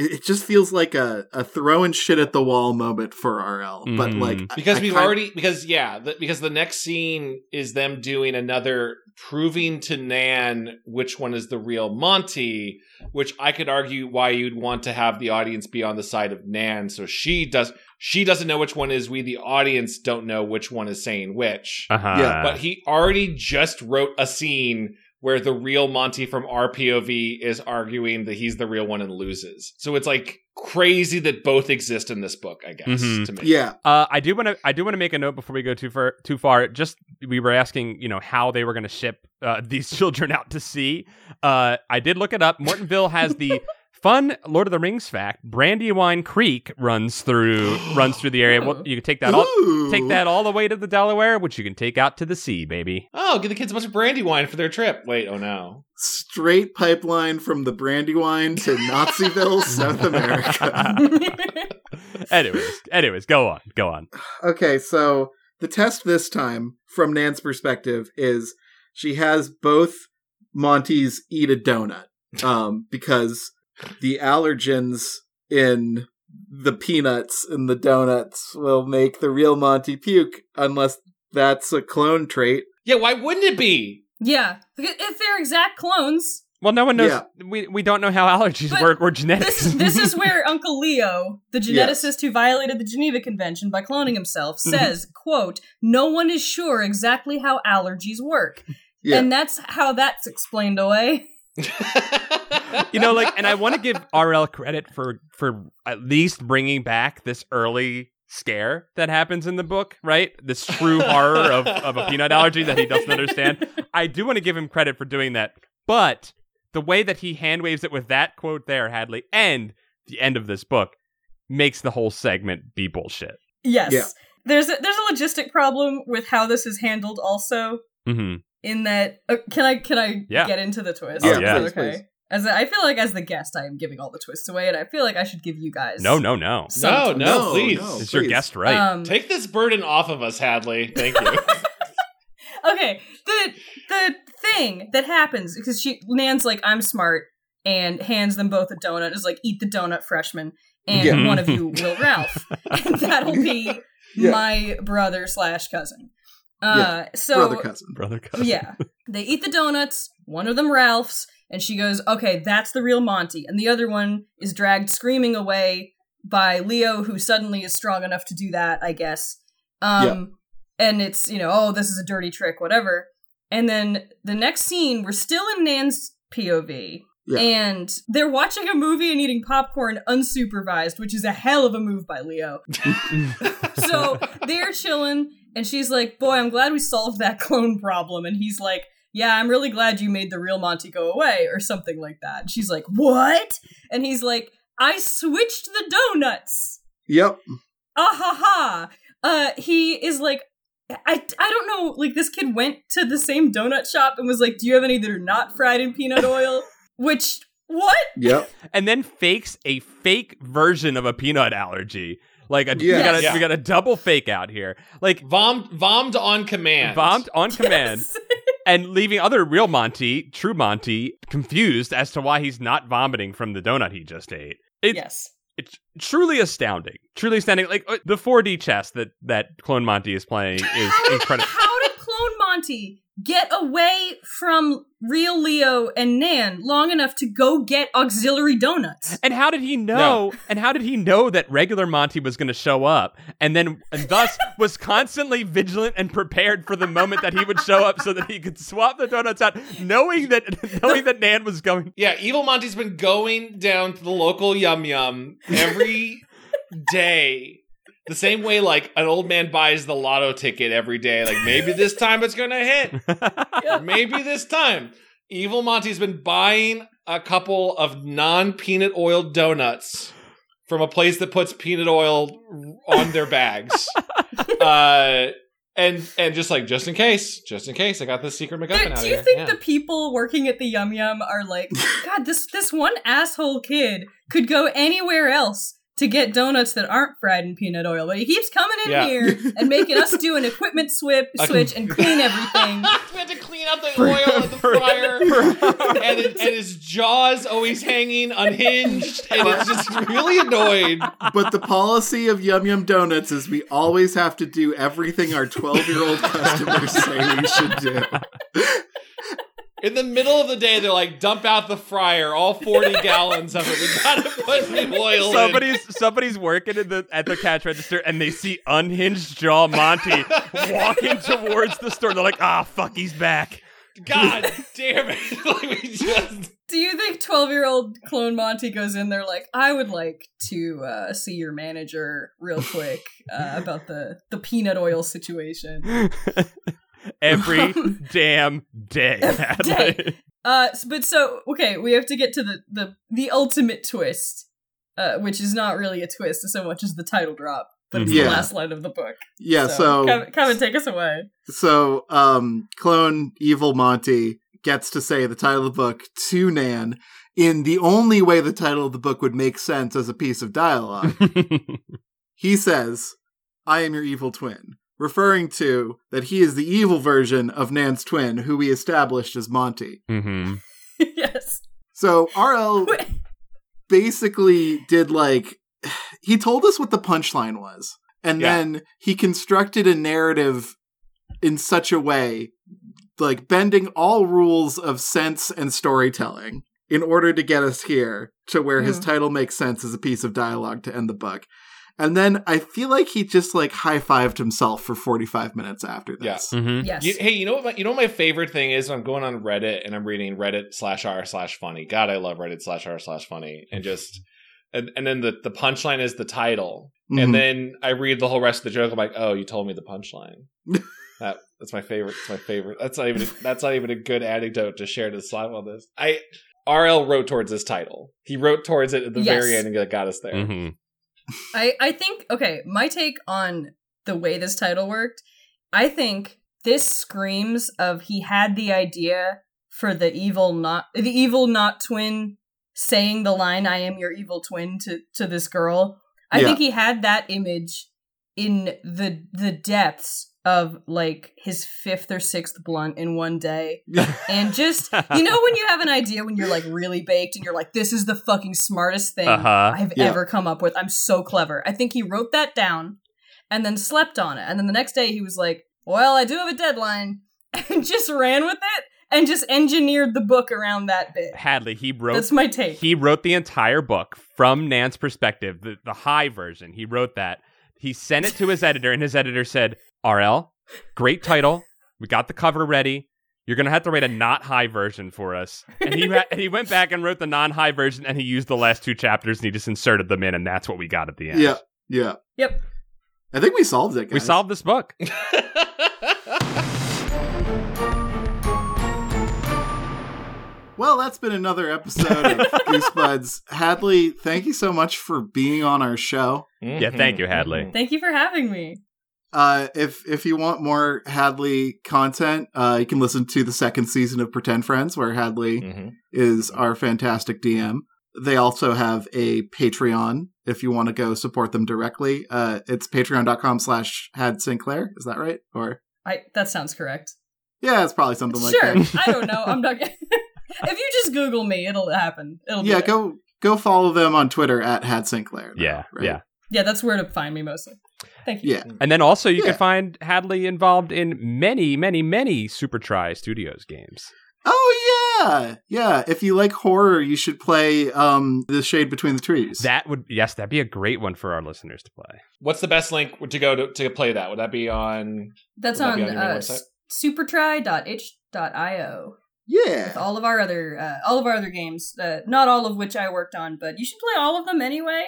Speaker 2: Mm-hmm.
Speaker 3: it, it just feels like a, a throwing shit at the wall moment for rl but
Speaker 2: Mhm.
Speaker 3: like I-
Speaker 1: because
Speaker 3: I
Speaker 1: we've
Speaker 3: kind-
Speaker 1: already because yeah the, because the next scene is them doing another proving to nan which one is the real monty which i could argue why you'd want to have the audience be on the side of nan so she does she doesn't know which one is we the audience don't know which one is saying which
Speaker 2: Uh-huh.
Speaker 3: Yeah,
Speaker 1: but he already just wrote a scene where the real Monty from RPOV is arguing that he's the real one and loses. So it's like crazy that both exist in this book, I guess,
Speaker 2: Mhm.
Speaker 1: to me.
Speaker 3: yeah
Speaker 2: Uh, I do want to. I do want to make a note before we go too far. Too far. Just we were asking, you know, how they were going to ship uh, (laughs) these children out to sea. Uh, I did look it up. Mortonville has
Speaker 3: (laughs)
Speaker 2: the fun Lord of the Rings fact. Brandywine Creek runs
Speaker 3: (gasps)
Speaker 2: through runs through the area. Well, you can take that all
Speaker 3: Ooh.
Speaker 2: take that all the way to the Delaware, which you can take out to the sea,
Speaker 3: (laughs)
Speaker 2: baby.
Speaker 1: Oh, give the kids a bunch of brandy wine for their trip. Wait, oh no.
Speaker 3: straight pipeline from the
Speaker 2: (laughs)
Speaker 3: brandywine to naziville south america
Speaker 2: anyways, anyways, go on, go on.
Speaker 3: Okay, so the test this time, from Nan's perspective, is she has both Monty's eat a donut um, because the allergens in the peanuts and the donuts will make the real Monty puke unless that's a clone trait.
Speaker 1: Yeah, why wouldn't it be?
Speaker 4: (laughs) yeah. If they're exact clones,
Speaker 2: Well, no one knows.
Speaker 3: Yeah.
Speaker 2: We we don't know how allergies
Speaker 4: But
Speaker 2: work or genetics.
Speaker 4: this is
Speaker 2: (laughs)
Speaker 4: this
Speaker 3: (laughs)
Speaker 4: is where Uncle Leo, the geneticist who violated the Geneva Convention by cloning himself,
Speaker 3: Mm-hmm.
Speaker 4: says, "quote No one is sure exactly how allergies work,
Speaker 3: Yeah.
Speaker 4: and that's how that's explained away."
Speaker 2: (laughs) you know like and
Speaker 1: (laughs)
Speaker 2: i want to give rl credit for for at least bringing back this early scare that happens in the book right this
Speaker 4: (laughs)
Speaker 2: true horror of, of a peanut allergy that he doesn't understand i do want to give him credit for doing that but the way that he hand waves it with that quote there hadley and the end of this book makes the whole segment be bullshit
Speaker 4: Yes.
Speaker 3: Yeah.
Speaker 4: There's a, there's a logistic problem with how this is handled. Also,
Speaker 2: mm-hmm.
Speaker 4: in that uh, can I can I
Speaker 2: Yeah.
Speaker 4: get into the twist?
Speaker 2: Oh, yeah.
Speaker 4: Is that
Speaker 3: Please,
Speaker 4: okay.
Speaker 3: please.
Speaker 4: As a, I feel like as the guest, I am giving all the twists away, and I feel like I should give you guys
Speaker 2: no no no
Speaker 4: some
Speaker 1: no, no,
Speaker 3: No,
Speaker 4: twists.
Speaker 1: please.
Speaker 3: no.
Speaker 2: it's your
Speaker 3: please.
Speaker 2: guest right
Speaker 4: Um,
Speaker 1: Take this burden off of us, Hadley. Thank you.
Speaker 2: (laughs)
Speaker 4: okay the the thing that happens because she nan's like i'm smart and hands them both a donut is like eat the donut freshman and
Speaker 2: Yeah.
Speaker 4: one of you will ralph and that'll be
Speaker 3: Yeah.
Speaker 4: my brother slash cousin uh
Speaker 3: Yeah.
Speaker 4: so
Speaker 3: Brother cousin.
Speaker 2: brother cousin.
Speaker 4: (laughs) yeah they eat the donuts one of them ralph's and she goes okay that's the real monty and the other one is dragged screaming away by leo who suddenly is strong enough to do that i guess um and it's you know oh this is a dirty trick whatever and then the next scene we're still in nan's pov
Speaker 3: Yeah.
Speaker 4: And they're watching a movie and eating popcorn unsupervised, which is a hell of a move by Leo
Speaker 1: (laughs)
Speaker 4: so they're chilling, and she's like, "Boy, I'm glad we solved that clone problem." And he's like, "Yeah, I'm really glad you made the real Monty go away," or something like that. And she's like, "What?" And he's like, "I switched the donuts."
Speaker 3: Yep.
Speaker 4: Ah ha ha. Uh, he is like. I, I don't know. Like this kid went to the same donut shop and was like, "Do you have any that are not fried in peanut oil?" Which what?
Speaker 3: Yep.
Speaker 2: and then fakes a fake version of a peanut allergy. Like a, we
Speaker 3: Yes.
Speaker 2: got a
Speaker 1: Yeah.
Speaker 2: we got a double fake out here. Like
Speaker 1: Vom, vommed on command.
Speaker 4: (laughs)
Speaker 2: bombed on command.
Speaker 4: Yes.
Speaker 2: and leaving other real Monty, true Monty, confused as to why he's not vomiting from the donut he just ate. It's
Speaker 4: yes.
Speaker 2: it's truly astounding. Truly astounding. Like uh, the 4D chess that that Clone Monty is playing is incredible.
Speaker 4: How did Clone Monty get away from real Leo and Nan long enough to go get auxiliary donuts?
Speaker 2: And how did he know? And how did he know that regular Monty was going to show up, and then and thus was constantly vigilant and prepared for the moment that he would show up, so that he could swap the donuts out, knowing that (laughs) knowing that Nan was going.
Speaker 1: Yeah, Evil Monty's been going down to the local yum yum
Speaker 4: (laughs)
Speaker 1: every day. The same way like an old man buys the lotto ticket every day, like maybe this time it's gonna hit.
Speaker 4: (laughs)
Speaker 1: Or maybe this time. Evil Monty's been buying a couple of non-peanut oil donuts from a place that puts peanut oil on their
Speaker 4: (laughs)
Speaker 1: bags. uh and and just like just in case, just in case, I got this secret
Speaker 4: There-
Speaker 1: MacGuffin out
Speaker 4: do
Speaker 1: of
Speaker 4: you
Speaker 1: here.
Speaker 4: think
Speaker 1: Yeah.
Speaker 4: the people working at the Yum Yum
Speaker 1: (laughs)
Speaker 4: are like, God, this this one asshole kid could go anywhere else to get donuts that aren't fried in peanut oil, but he keeps coming in
Speaker 1: Yeah.
Speaker 4: here and making us do an
Speaker 1: (laughs)
Speaker 4: equipment swip,
Speaker 1: I can-
Speaker 4: switch and clean everything.
Speaker 1: (laughs) we had to clean up the oil and the
Speaker 2: (laughs)
Speaker 1: fryer, and, it, and his jaw's always hanging unhinged, and it's just really annoyed.
Speaker 3: But the policy of Yum Yum Donuts is we always have to do everything our 12 year old customers say we should do.
Speaker 1: In the middle of the day, they're like, "Dump out the fryer, all forty gallons of it. We gotta put the oil in."
Speaker 2: Somebody's somebody's working in the at the cash register and they see unhinged jaw Monty walking towards the store. They're like, ah, fuck, he's back.
Speaker 1: God damn it! (laughs) like we just
Speaker 4: Do you think 12 year old clone Monty goes in there like, I would like to uh, see your manager real quick uh, about the, the peanut oil situation?
Speaker 2: Every damn day.
Speaker 4: day. Uh, s- but so, okay, we have to get to the, the, the ultimate twist, uh, which is not really a twist so much as the title drop, but it's
Speaker 3: Mhm. Yeah.
Speaker 4: the last line of the book.
Speaker 3: Yeah, so
Speaker 4: come, come and take us away. (laughs)
Speaker 3: So, um, clone evil Monty gets to say the title of the book to Nan in the only way the title of the book would make sense as a piece
Speaker 2: (laughs)
Speaker 3: of dialogue. he says, I am your evil twin, referring to that he is the evil version of Nan's twin, who we established as Monty.
Speaker 2: (laughs) mm-hmm.
Speaker 4: yes.
Speaker 3: So, RL
Speaker 4: (laughs) Wait.
Speaker 3: basically did like, he told us what the punchline was, and
Speaker 1: Yeah.
Speaker 3: then he constructed a narrative in such a way, like bending all rules of sense and storytelling in order to get us here to where his
Speaker 4: Mhm.
Speaker 3: title makes sense as a piece of dialogue to end the book. And then I feel like he just like high fived himself for 45 minutes after
Speaker 1: Yeah.
Speaker 3: this.
Speaker 2: Mm-hmm.
Speaker 4: Yes.
Speaker 1: You- hey, you know what? My, you know what my favorite thing is? I'm going on Reddit and I'm reading Reddit slash r slash funny. God, I love Reddit slash r slash funny, and just and and then the the punchline is the title,
Speaker 3: Mhm.
Speaker 2: Mm-hmm.
Speaker 1: and then I read the whole rest of the joke. I'm like, oh, you told me the
Speaker 2: (laughs)
Speaker 1: punchline. that that's my favorite. It's my favorite. That's not even that's not even a good anecdote to share to slime on this. I RL wrote towards this title. He wrote towards it at the
Speaker 4: Yes.
Speaker 1: very end and that got us there.
Speaker 2: Mm-hmm.
Speaker 4: I, I think okay, my take on the way this title worked, I think this screams of he had the idea for the evil not the evil not twin saying the line I am your evil twin to to this girl. I
Speaker 3: Yeah.
Speaker 4: think he had that image in the the depths of like his fifth or sixth blunt in one day and just you know when you have an idea when you're like really baked and you're like this is the fucking smartest thing
Speaker 2: Uh-huh.
Speaker 4: I've
Speaker 3: Yeah.
Speaker 4: ever come up with. I'm so clever. I think he wrote that down and then slept on it. And then the next day he was like, Well, I do have a deadline. (laughs) And just ran with it and just engineered the book around that bit.
Speaker 2: Hadley, he wrote
Speaker 4: That's my take.
Speaker 2: he wrote the entire book from Nan's perspective, the, the high version. He wrote that. He sent it to his editor, and his editor said, RL, great title. We got the cover ready. You're going to have to write a not high version for us. And he, ra- and he went back and wrote the non high version, and he used the last two chapters and he just inserted them in, and that's what we got at the end.
Speaker 3: Yeah. Yeah.
Speaker 4: Yep.
Speaker 3: I think we solved it, guys.
Speaker 2: We solved this book. Mm-hmm.
Speaker 1: (laughs)
Speaker 3: Well, that's been another
Speaker 2: (laughs)
Speaker 3: episode of Goosebuds. Hadley, thank you so much for being on our show.
Speaker 2: Yeah, thank
Speaker 1: Mm-hmm.
Speaker 2: you, Hadley.
Speaker 3: Mm-hmm.
Speaker 4: Thank you for having me.
Speaker 3: Uh, if if you want more Hadley content, uh, you can listen to the second season of Pretend Friends, where Hadley
Speaker 2: Mm.
Speaker 1: Mhm.
Speaker 3: is our fantastic DM. They also have a Patreon if you want to go support them directly. Uh, it's patreon.com slash had Sinclair. Is that right? Or
Speaker 4: I that sounds correct.
Speaker 3: Yeah, it's probably something like
Speaker 4: sure.
Speaker 3: that. (laughs)
Speaker 4: I don't know. I'm not. gonna- (laughs) if you just Google me, it'll happen. It'll be
Speaker 3: Yeah,
Speaker 4: there.
Speaker 3: go go follow them on Twitter at Had Sinclair. now,
Speaker 2: Yeah,
Speaker 3: right?
Speaker 2: yeah.
Speaker 4: Yeah, that's where to find me mostly. Thank you.
Speaker 3: Yeah.
Speaker 2: And then also, you
Speaker 3: Yeah.
Speaker 2: can find Hadley involved in many, many, many Super Try Studios games.
Speaker 3: Oh yeah, yeah. If you like horror, you should play um the Shade Between the Trees.
Speaker 2: That would, yes, that'd be a great one for our listeners to play.
Speaker 1: What's the best link to go to, to play that? Would that be on?
Speaker 4: That's
Speaker 1: Would that
Speaker 4: on
Speaker 1: be on your
Speaker 4: uh,
Speaker 1: website?
Speaker 4: s- supertry.h.io with
Speaker 3: yeah,
Speaker 4: all of our other uh, all of our other games. Uh, not all of which I worked on, but you should play all of them anyway.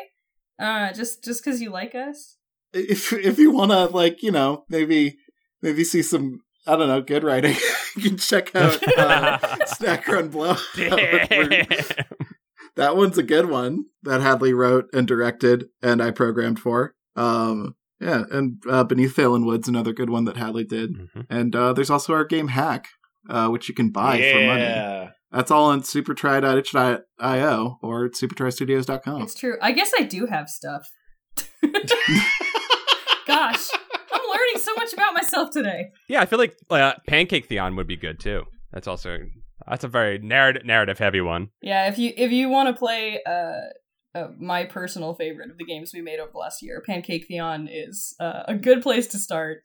Speaker 4: Uh, just just because you like us.
Speaker 3: if if you want to like you know maybe maybe see some I don't know good writing, (laughs) you can check
Speaker 2: (laughs)
Speaker 3: out uh, Snack Run Blow.
Speaker 2: Damn.
Speaker 3: that one's a good one that Hadley wrote and directed, and I programmed for. Um, yeah, and uh, Beneath Thalen Woods, another good one that Hadley did.
Speaker 2: Mhm.
Speaker 3: And uh, there's also our game Hack, uh, which you can buy for money. That's all on supertry.itch.io or supertrystudios.com.
Speaker 4: It's true. I guess I do have stuff. Gosh, I'm learning so much about myself today.
Speaker 2: yeah, I feel like uh, Pancake Theon would be good too. That's also, that's a very narrative, narrative heavy one.
Speaker 4: Yeah, if you if you want to play uh, uh my personal favorite of the games we made over the last year, Pancake Theon is uh, a good place to start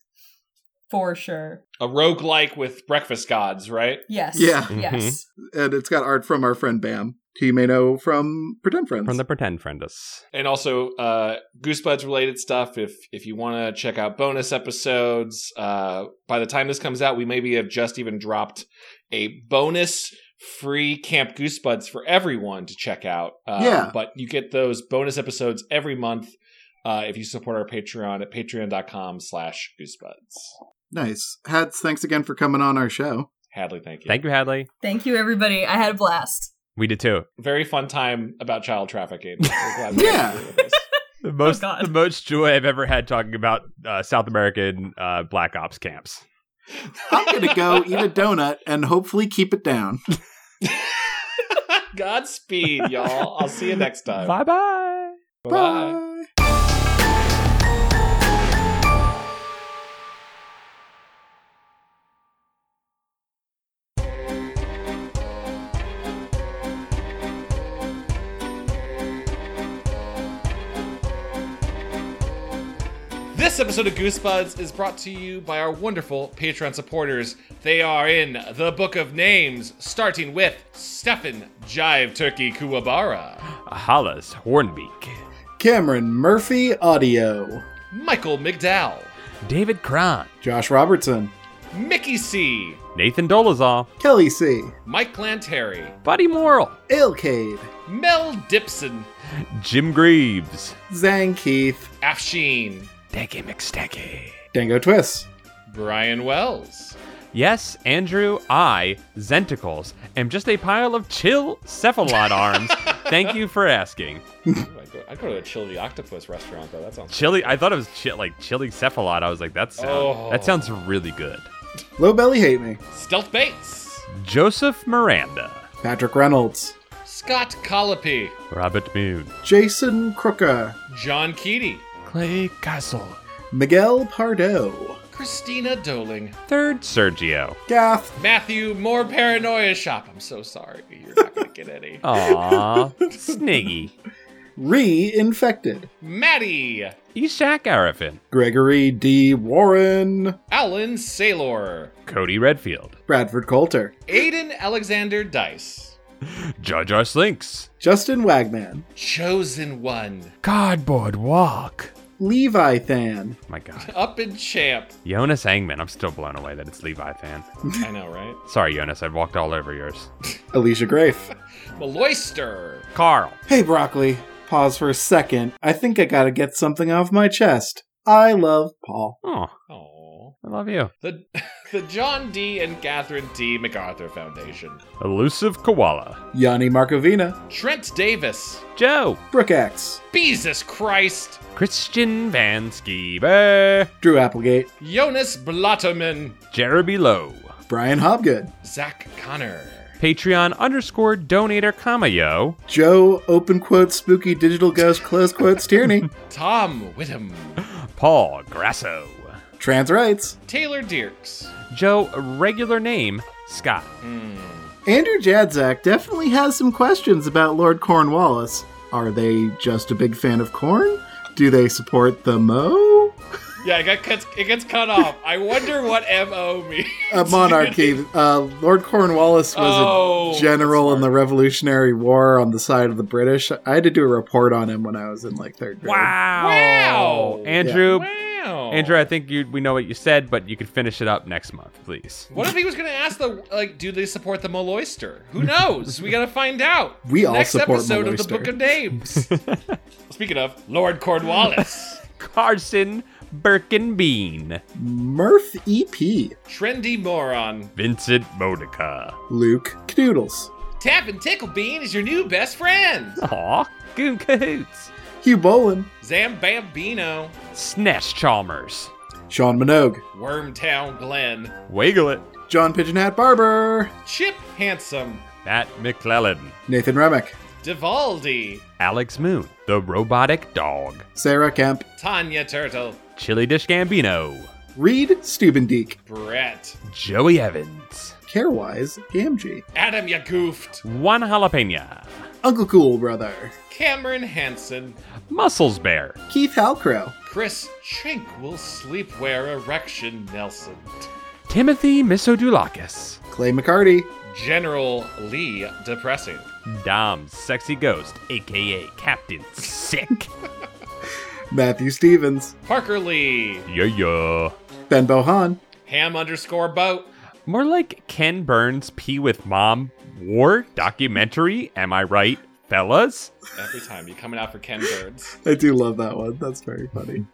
Speaker 4: for sure.
Speaker 1: A roguelike with breakfast gods, right?
Speaker 4: Yes.
Speaker 3: Yeah.
Speaker 4: Yes.
Speaker 3: And it's got art from our friend Bam, who you may know from Pretend Friends.
Speaker 2: From the Pretend Friend Us.
Speaker 1: And also uh, Goosebuds related stuff. If if you want to check out bonus episodes, uh, by the time this comes out, we maybe have just even dropped a bonus free Camp Goosebuds for everyone to check out. Uh,
Speaker 3: Yeah.
Speaker 1: But you get those bonus episodes every month uh, if you support our Patreon at patreon.com slash goosebuds.
Speaker 3: nice. Hads, thanks again for coming on our show.
Speaker 1: Hadley, thank you.
Speaker 2: Thank you, Hadley.
Speaker 4: Thank you, everybody. I had a blast.
Speaker 2: We did too.
Speaker 1: Very fun time about child trafficking. We're
Speaker 3: (laughs)
Speaker 1: glad we
Speaker 3: Yeah.
Speaker 1: had you with us.
Speaker 2: The most,
Speaker 4: God.
Speaker 2: the most joy I've ever had talking about uh, South American uh, Black Ops camps.
Speaker 3: I'm going to (laughs) go eat a donut and hopefully keep it down.
Speaker 1: (laughs) Godspeed, y'all. I'll see you next time.
Speaker 2: Bye bye.
Speaker 1: Bye-bye.
Speaker 3: Bye.
Speaker 1: This episode of Goosebuds is brought to you by our wonderful Patreon supporters. They are in the book of names, starting with Stefan Jive Turkey Kuwabara,
Speaker 2: Hollis Hornbeak.
Speaker 3: Cameron Murphy Audio.
Speaker 1: Michael McDowell,
Speaker 2: David Cron.
Speaker 3: Josh Robertson.
Speaker 1: Mickey C,
Speaker 2: Nathan Dolezal.
Speaker 3: Kelly C.
Speaker 1: Mike Lanteri,
Speaker 2: Buddy Morrill.
Speaker 3: Ilcade.
Speaker 1: Mel Dipson,
Speaker 2: Jim Greaves.
Speaker 3: Zang Keith.
Speaker 1: Afshin,
Speaker 2: Decky McStecky.
Speaker 3: Dango Twist.
Speaker 1: Brian Wells,
Speaker 2: Yes, Andrew, I, Zenticles, am just a pile of chill cephalod arms. Thank you for asking.
Speaker 1: Ooh, I go, I go to a chili octopus restaurant though. That sounds.
Speaker 2: Chili, I thought it was chi- like chili cephalod. I was like, that sound,
Speaker 1: Oh.
Speaker 2: that sounds really good.
Speaker 3: Low Belly Hate Me.
Speaker 1: Stealth Bates,
Speaker 2: Joseph Miranda,
Speaker 3: Patrick Reynolds.
Speaker 1: Scott Colopy,
Speaker 2: Robert Moon,
Speaker 3: Jason Crooker.
Speaker 1: John Keaty,
Speaker 2: Clay Castle,
Speaker 3: Miguel Pardo.
Speaker 1: Christina Doling,
Speaker 2: Third Sergio.
Speaker 3: Gath.
Speaker 1: Matthew, more paranoia shop. I'm so sorry. You're not going to get any.
Speaker 2: Aw, Sniggy,
Speaker 3: Reinfected.
Speaker 1: Maddie,
Speaker 2: Ishak Arafin,
Speaker 3: Gregory D. Warren.
Speaker 1: Alan Saylor,
Speaker 2: Cody Redfield,
Speaker 3: Bradford Coulter.
Speaker 1: Aiden Alexander Dice,
Speaker 2: Jar Jar Slinks,
Speaker 3: Justin Wagman.
Speaker 1: Chosen One,
Speaker 2: Cardboard Walk.
Speaker 3: Levi Than.
Speaker 2: My God,
Speaker 1: Up and Champ.
Speaker 2: Jonas Angman. I'm still blown away that it's Levi fan.
Speaker 1: I know, right?
Speaker 2: Sorry, Jonas, I walked all over yours.
Speaker 3: Alicia Grafe.
Speaker 1: Maloyster,
Speaker 2: Carl,
Speaker 3: Hey, Broccoli. Pause for a second. I think I gotta get something off my chest. I love Paul.
Speaker 2: oh,
Speaker 1: oh,
Speaker 2: I love you.
Speaker 1: the (laughs) the John D and Catherine D MacArthur Foundation,
Speaker 2: Elusive Koala,
Speaker 3: Yanni Markovina.
Speaker 1: Trent Davis,
Speaker 2: Joe,
Speaker 3: Brooke X.
Speaker 1: Jesus Christ,
Speaker 2: Christian Van Skeeber,
Speaker 3: Drew Applegate.
Speaker 1: Jonas Blotterman,
Speaker 2: Jeremy Lowe,
Speaker 3: Brian Hobgood.
Speaker 1: Zach Connor.
Speaker 2: Patreon underscore donator comma yo.
Speaker 3: Joe, open quotes, spooky (laughs) digital ghost, close quotes, Tierney.
Speaker 1: Tom Whittem,
Speaker 2: Paul Grasso,
Speaker 3: Trans rights.
Speaker 1: Taylor Dirks.
Speaker 2: Joe, regular name, Scott.
Speaker 3: Andrew Jadzak definitely has some questions about Lord Cornwallis. Are they just a big fan of corn? Do they support the Mo?
Speaker 1: Yeah, it, got cuts, it gets cut off. I wonder what MO means.
Speaker 3: A monarchy. Uh, Lord Cornwallis was
Speaker 1: Oh,
Speaker 3: a general in the Revolutionary War on the side of the British. I had to do a report on him when I was in like third grade.
Speaker 2: Wow.
Speaker 1: Wow. (laughs)
Speaker 2: Andrew,
Speaker 1: Wow.
Speaker 2: Andrew, I think you we know what you said, but you could finish it up next month, please.
Speaker 1: What if he was going to ask the like, do they support the Moloister? Who knows? We got to find out.
Speaker 3: (laughs) We all
Speaker 1: Next
Speaker 3: support
Speaker 1: episode of the
Speaker 3: Moloister.
Speaker 1: Book of Names.
Speaker 3: (laughs)
Speaker 1: Speaking of Lord Cornwallis,
Speaker 2: Carson Birkenbean,
Speaker 3: Murph E EP.
Speaker 1: trendy moron,
Speaker 2: Vincent Modica.
Speaker 3: Luke Kdoodles.
Speaker 1: Tap and Tickle Bean is your new best friend.
Speaker 2: Aw, Goon Cahoots.
Speaker 3: Hugh Bolin.
Speaker 1: Zambambino,
Speaker 2: Snesh Chalmers.
Speaker 3: Sean Minogue.
Speaker 1: Wormtown Glen,
Speaker 2: Wiggle it.
Speaker 3: John Pigeonhat Barber.
Speaker 1: Chip Handsome,
Speaker 2: Matt McClellan.
Speaker 3: Nathan Remick.
Speaker 1: Divaldi,
Speaker 2: Alex Moon. The Robotic Dog.
Speaker 3: Sarah Kemp.
Speaker 1: Tanya Turtle,
Speaker 2: Chili Dish Gambino.
Speaker 3: Reed Steubendeek.
Speaker 1: Brett,
Speaker 2: Joey Evans.
Speaker 3: Carewise. Gamgee.
Speaker 1: Adam Ya Goofed,
Speaker 2: Juan Jalapena.
Speaker 3: Uncle Cool Brother.
Speaker 1: Cameron Hansen,
Speaker 2: Muscles Bear.
Speaker 3: Keith Halcrow.
Speaker 1: Chris Tranquil Sleepwear Erection Nelson,
Speaker 2: Timothy Misodulakis.
Speaker 3: Clay McCarty.
Speaker 1: General Lee Depressing,
Speaker 2: Dom Sexy Ghost, aka Captain Sick.
Speaker 3: Matthew Stevens.
Speaker 1: Parker Lee,
Speaker 2: yeah, yeah.
Speaker 3: Ben Bohan.
Speaker 1: Ham underscore Boat,
Speaker 2: More like Ken Burns' Pee with Mom War documentary, am I right, fellas?
Speaker 1: every time you coming out for Ken Birds,
Speaker 3: I do love that one. That's very funny.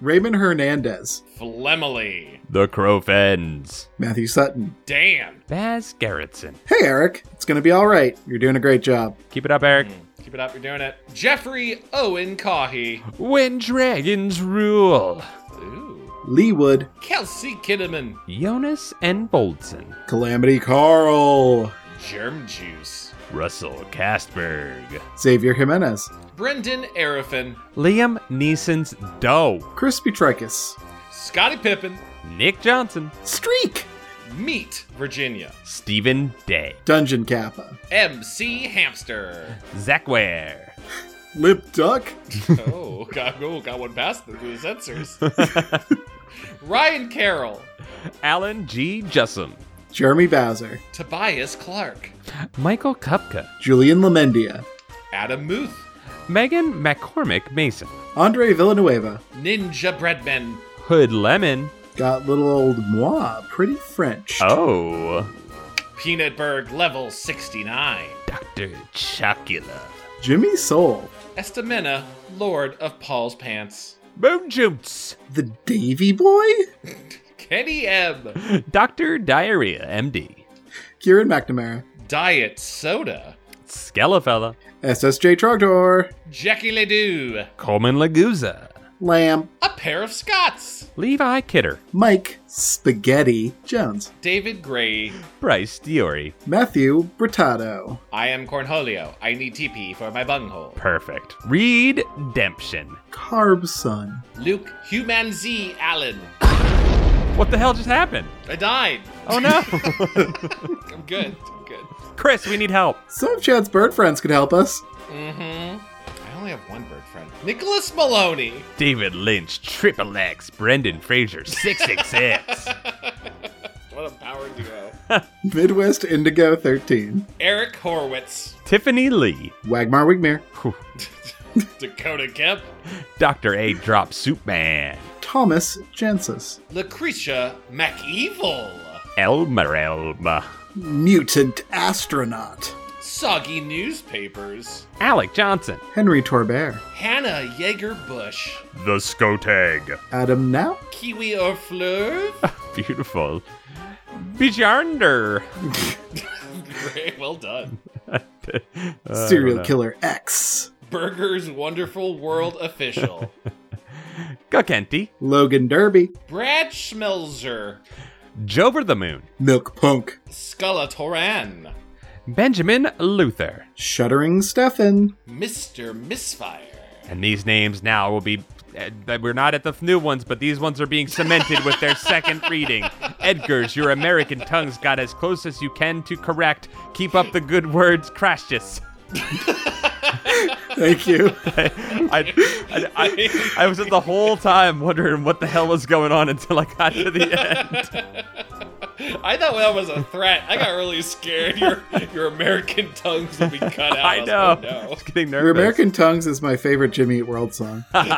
Speaker 3: Raymond Hernandez.
Speaker 1: Flemily,
Speaker 2: The Crow Fens.
Speaker 3: Matthew Sutton.
Speaker 1: Dan,
Speaker 2: Baz Gerritsen.
Speaker 3: Hey, Eric. It's going to be all right. You're doing a great job.
Speaker 2: Keep it up, Eric.
Speaker 1: keep it up, you're doing it, Jeffrey Owen Cahy,
Speaker 2: When dragons rule.
Speaker 1: ooh,
Speaker 3: Lee Wood.
Speaker 1: Kelsey Kinnaman,
Speaker 2: Jonas and Boldson.
Speaker 3: Calamity Carl.
Speaker 1: Germ Juice,
Speaker 2: Russell Castberg.
Speaker 3: Xavier Jimenez.
Speaker 1: Brendan Arafin,
Speaker 2: Liam Neeson's Doe.
Speaker 3: Crispy Tricus.
Speaker 1: Scotty Pippen,
Speaker 2: Nick Johnson.
Speaker 3: Streak.
Speaker 1: Meet Virginia,
Speaker 2: Stephen Day.
Speaker 3: Dungeon Kappa.
Speaker 1: MC Hamster.
Speaker 2: Zach Ware.
Speaker 3: Lip Duck.
Speaker 1: oh, got, oh, got one past the, the censors. Ryan Carroll,
Speaker 2: Alan G. Jussum.
Speaker 3: Jeremy Bowser.
Speaker 1: Tobias Clark,
Speaker 2: Michael Kupka.
Speaker 3: Julian Lamendia.
Speaker 1: Adam Muth,
Speaker 2: Megan McCormick Mason.
Speaker 3: Andre Villanueva.
Speaker 1: Ninja Breadman,
Speaker 2: Hood Lemon.
Speaker 3: Got little old moi. Pretty French.
Speaker 2: Oh.
Speaker 1: Peanutburg Level 69,
Speaker 2: Dr. Chocula.
Speaker 3: Jimmy Soul.
Speaker 1: Estamina, Lord of Paul's Pants,
Speaker 2: Moon Jutes.
Speaker 3: The Davy Boy?
Speaker 1: Kenny M,
Speaker 2: Dr. Diarrhea MD.
Speaker 3: Kieran McNamara.
Speaker 1: Diet Soda,
Speaker 2: Skellafella.
Speaker 3: SSJ Trogdor.
Speaker 1: Jackie Ledoux,
Speaker 2: Coleman Laguza.
Speaker 3: Lamb.
Speaker 1: a pair of Scots,
Speaker 2: Levi Kidder.
Speaker 3: Mike Spaghetti Jones.
Speaker 1: David Gray,
Speaker 2: Bryce Diori.
Speaker 3: Matthew Brittato.
Speaker 1: I am Cornholio. I need TP for my bunghole.
Speaker 2: Perfect. Reed Demption.
Speaker 3: Carb Son.
Speaker 1: Luke Human Z Allen.
Speaker 2: What the hell just happened?
Speaker 1: I died.
Speaker 2: Oh (laughs) no.
Speaker 1: I'm good. I'm good.
Speaker 2: Chris, we need help.
Speaker 3: Some of Chad's bird friends could help us.
Speaker 1: I only have one bird friend. Nicholas Maloney.
Speaker 2: David Lynch, Triple X, Brendan Fraser, (laughs) 666.
Speaker 1: What a power duo.
Speaker 3: Midwest Indigo 13.
Speaker 1: (laughs) Eric Horwitz.
Speaker 2: Tiffany Lee,
Speaker 3: Wagmar Wigmere.
Speaker 2: Whew.
Speaker 1: Dakota Kemp.
Speaker 2: Dr. A Drop Soup Man,
Speaker 3: Thomas Jansis.
Speaker 1: Lucretia McEvil.
Speaker 2: Elmer Elma,
Speaker 3: Mutant Astronaut.
Speaker 1: Soggy Newspapers.
Speaker 2: Alec Johnson,
Speaker 3: Henry Torbert.
Speaker 1: Hannah Yeager Bush.
Speaker 2: The Skotag,
Speaker 3: Adam Now.
Speaker 1: Kiwi or (laughs) Fleur.
Speaker 2: beautiful, Bjarnder,
Speaker 1: Great, well done.
Speaker 2: Uh,
Speaker 3: Serial Killer X.
Speaker 1: Burger's Wonderful World (laughs) Official.
Speaker 2: Gukenti,
Speaker 3: Logan Derby.
Speaker 1: Brad Schmelzer.
Speaker 2: Jover the Moon,
Speaker 3: Milk Punk.
Speaker 1: Skeletoran,
Speaker 2: Benjamin Luther.
Speaker 3: Shuddering Stefan.
Speaker 1: Mr. Misfire,
Speaker 2: And these names now will be eh, that we're not at the new ones, but these ones are being cemented with
Speaker 1: (laughs)
Speaker 2: their second reading. Edgar's, your American tongue's got as close as you can to correct. Keep up the good words, Crashes.
Speaker 3: Thank you.
Speaker 2: (laughs) I, I, I, I was the whole time wondering what the hell was going on until I got to
Speaker 1: (laughs)
Speaker 2: the end.
Speaker 1: I thought that was a threat. I got really scared. Your your American tongues will be cut out.
Speaker 2: (laughs) I
Speaker 1: was
Speaker 2: know.
Speaker 1: like,
Speaker 2: I
Speaker 1: no.
Speaker 2: was getting nervous.
Speaker 3: Your American Tongues is my favorite Jimmy Eat World song. (laughs)
Speaker 2: and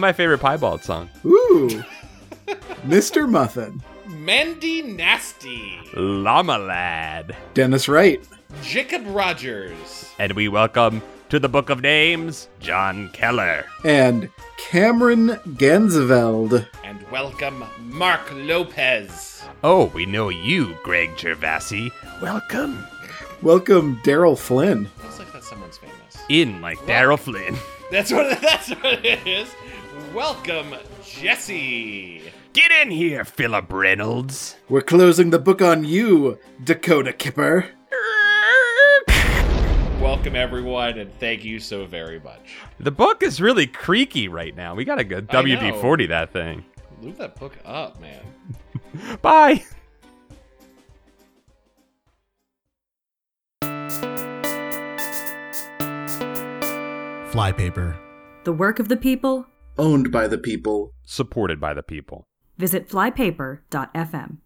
Speaker 2: my favorite piebald song.
Speaker 3: Ooh. Mr. Muffin.
Speaker 1: Mandy Nasty,
Speaker 2: Llama Lad.
Speaker 3: Dennis Wright.
Speaker 1: Jacob Rogers,
Speaker 2: And we welcome to the Book of Names, John Keller.
Speaker 3: And Cameron Gensveld.
Speaker 1: and welcome Mark Lopez.
Speaker 2: Oh, we know you, Greg Gervasi. Welcome.
Speaker 3: Welcome, Daryl Flynn.
Speaker 1: Looks like that's someone's famous.
Speaker 2: In like Daryl Flynn. (laughs)
Speaker 1: That's what (laughs) that's what it is. Welcome Jesse.
Speaker 2: Get in here, Philip Reynolds.
Speaker 3: We're closing the book on you, Dakota Kipper.
Speaker 1: Welcome everyone, and thank you so very much.
Speaker 2: The book is really creaky right now. We gotta go
Speaker 1: I know.
Speaker 2: WD 40 that thing.
Speaker 1: Move that book up, man.
Speaker 2: Bye.
Speaker 6: Flypaper.
Speaker 7: The work of the people?
Speaker 3: Owned by the people.
Speaker 2: Supported by the people.
Speaker 7: Visit flypaper.fm.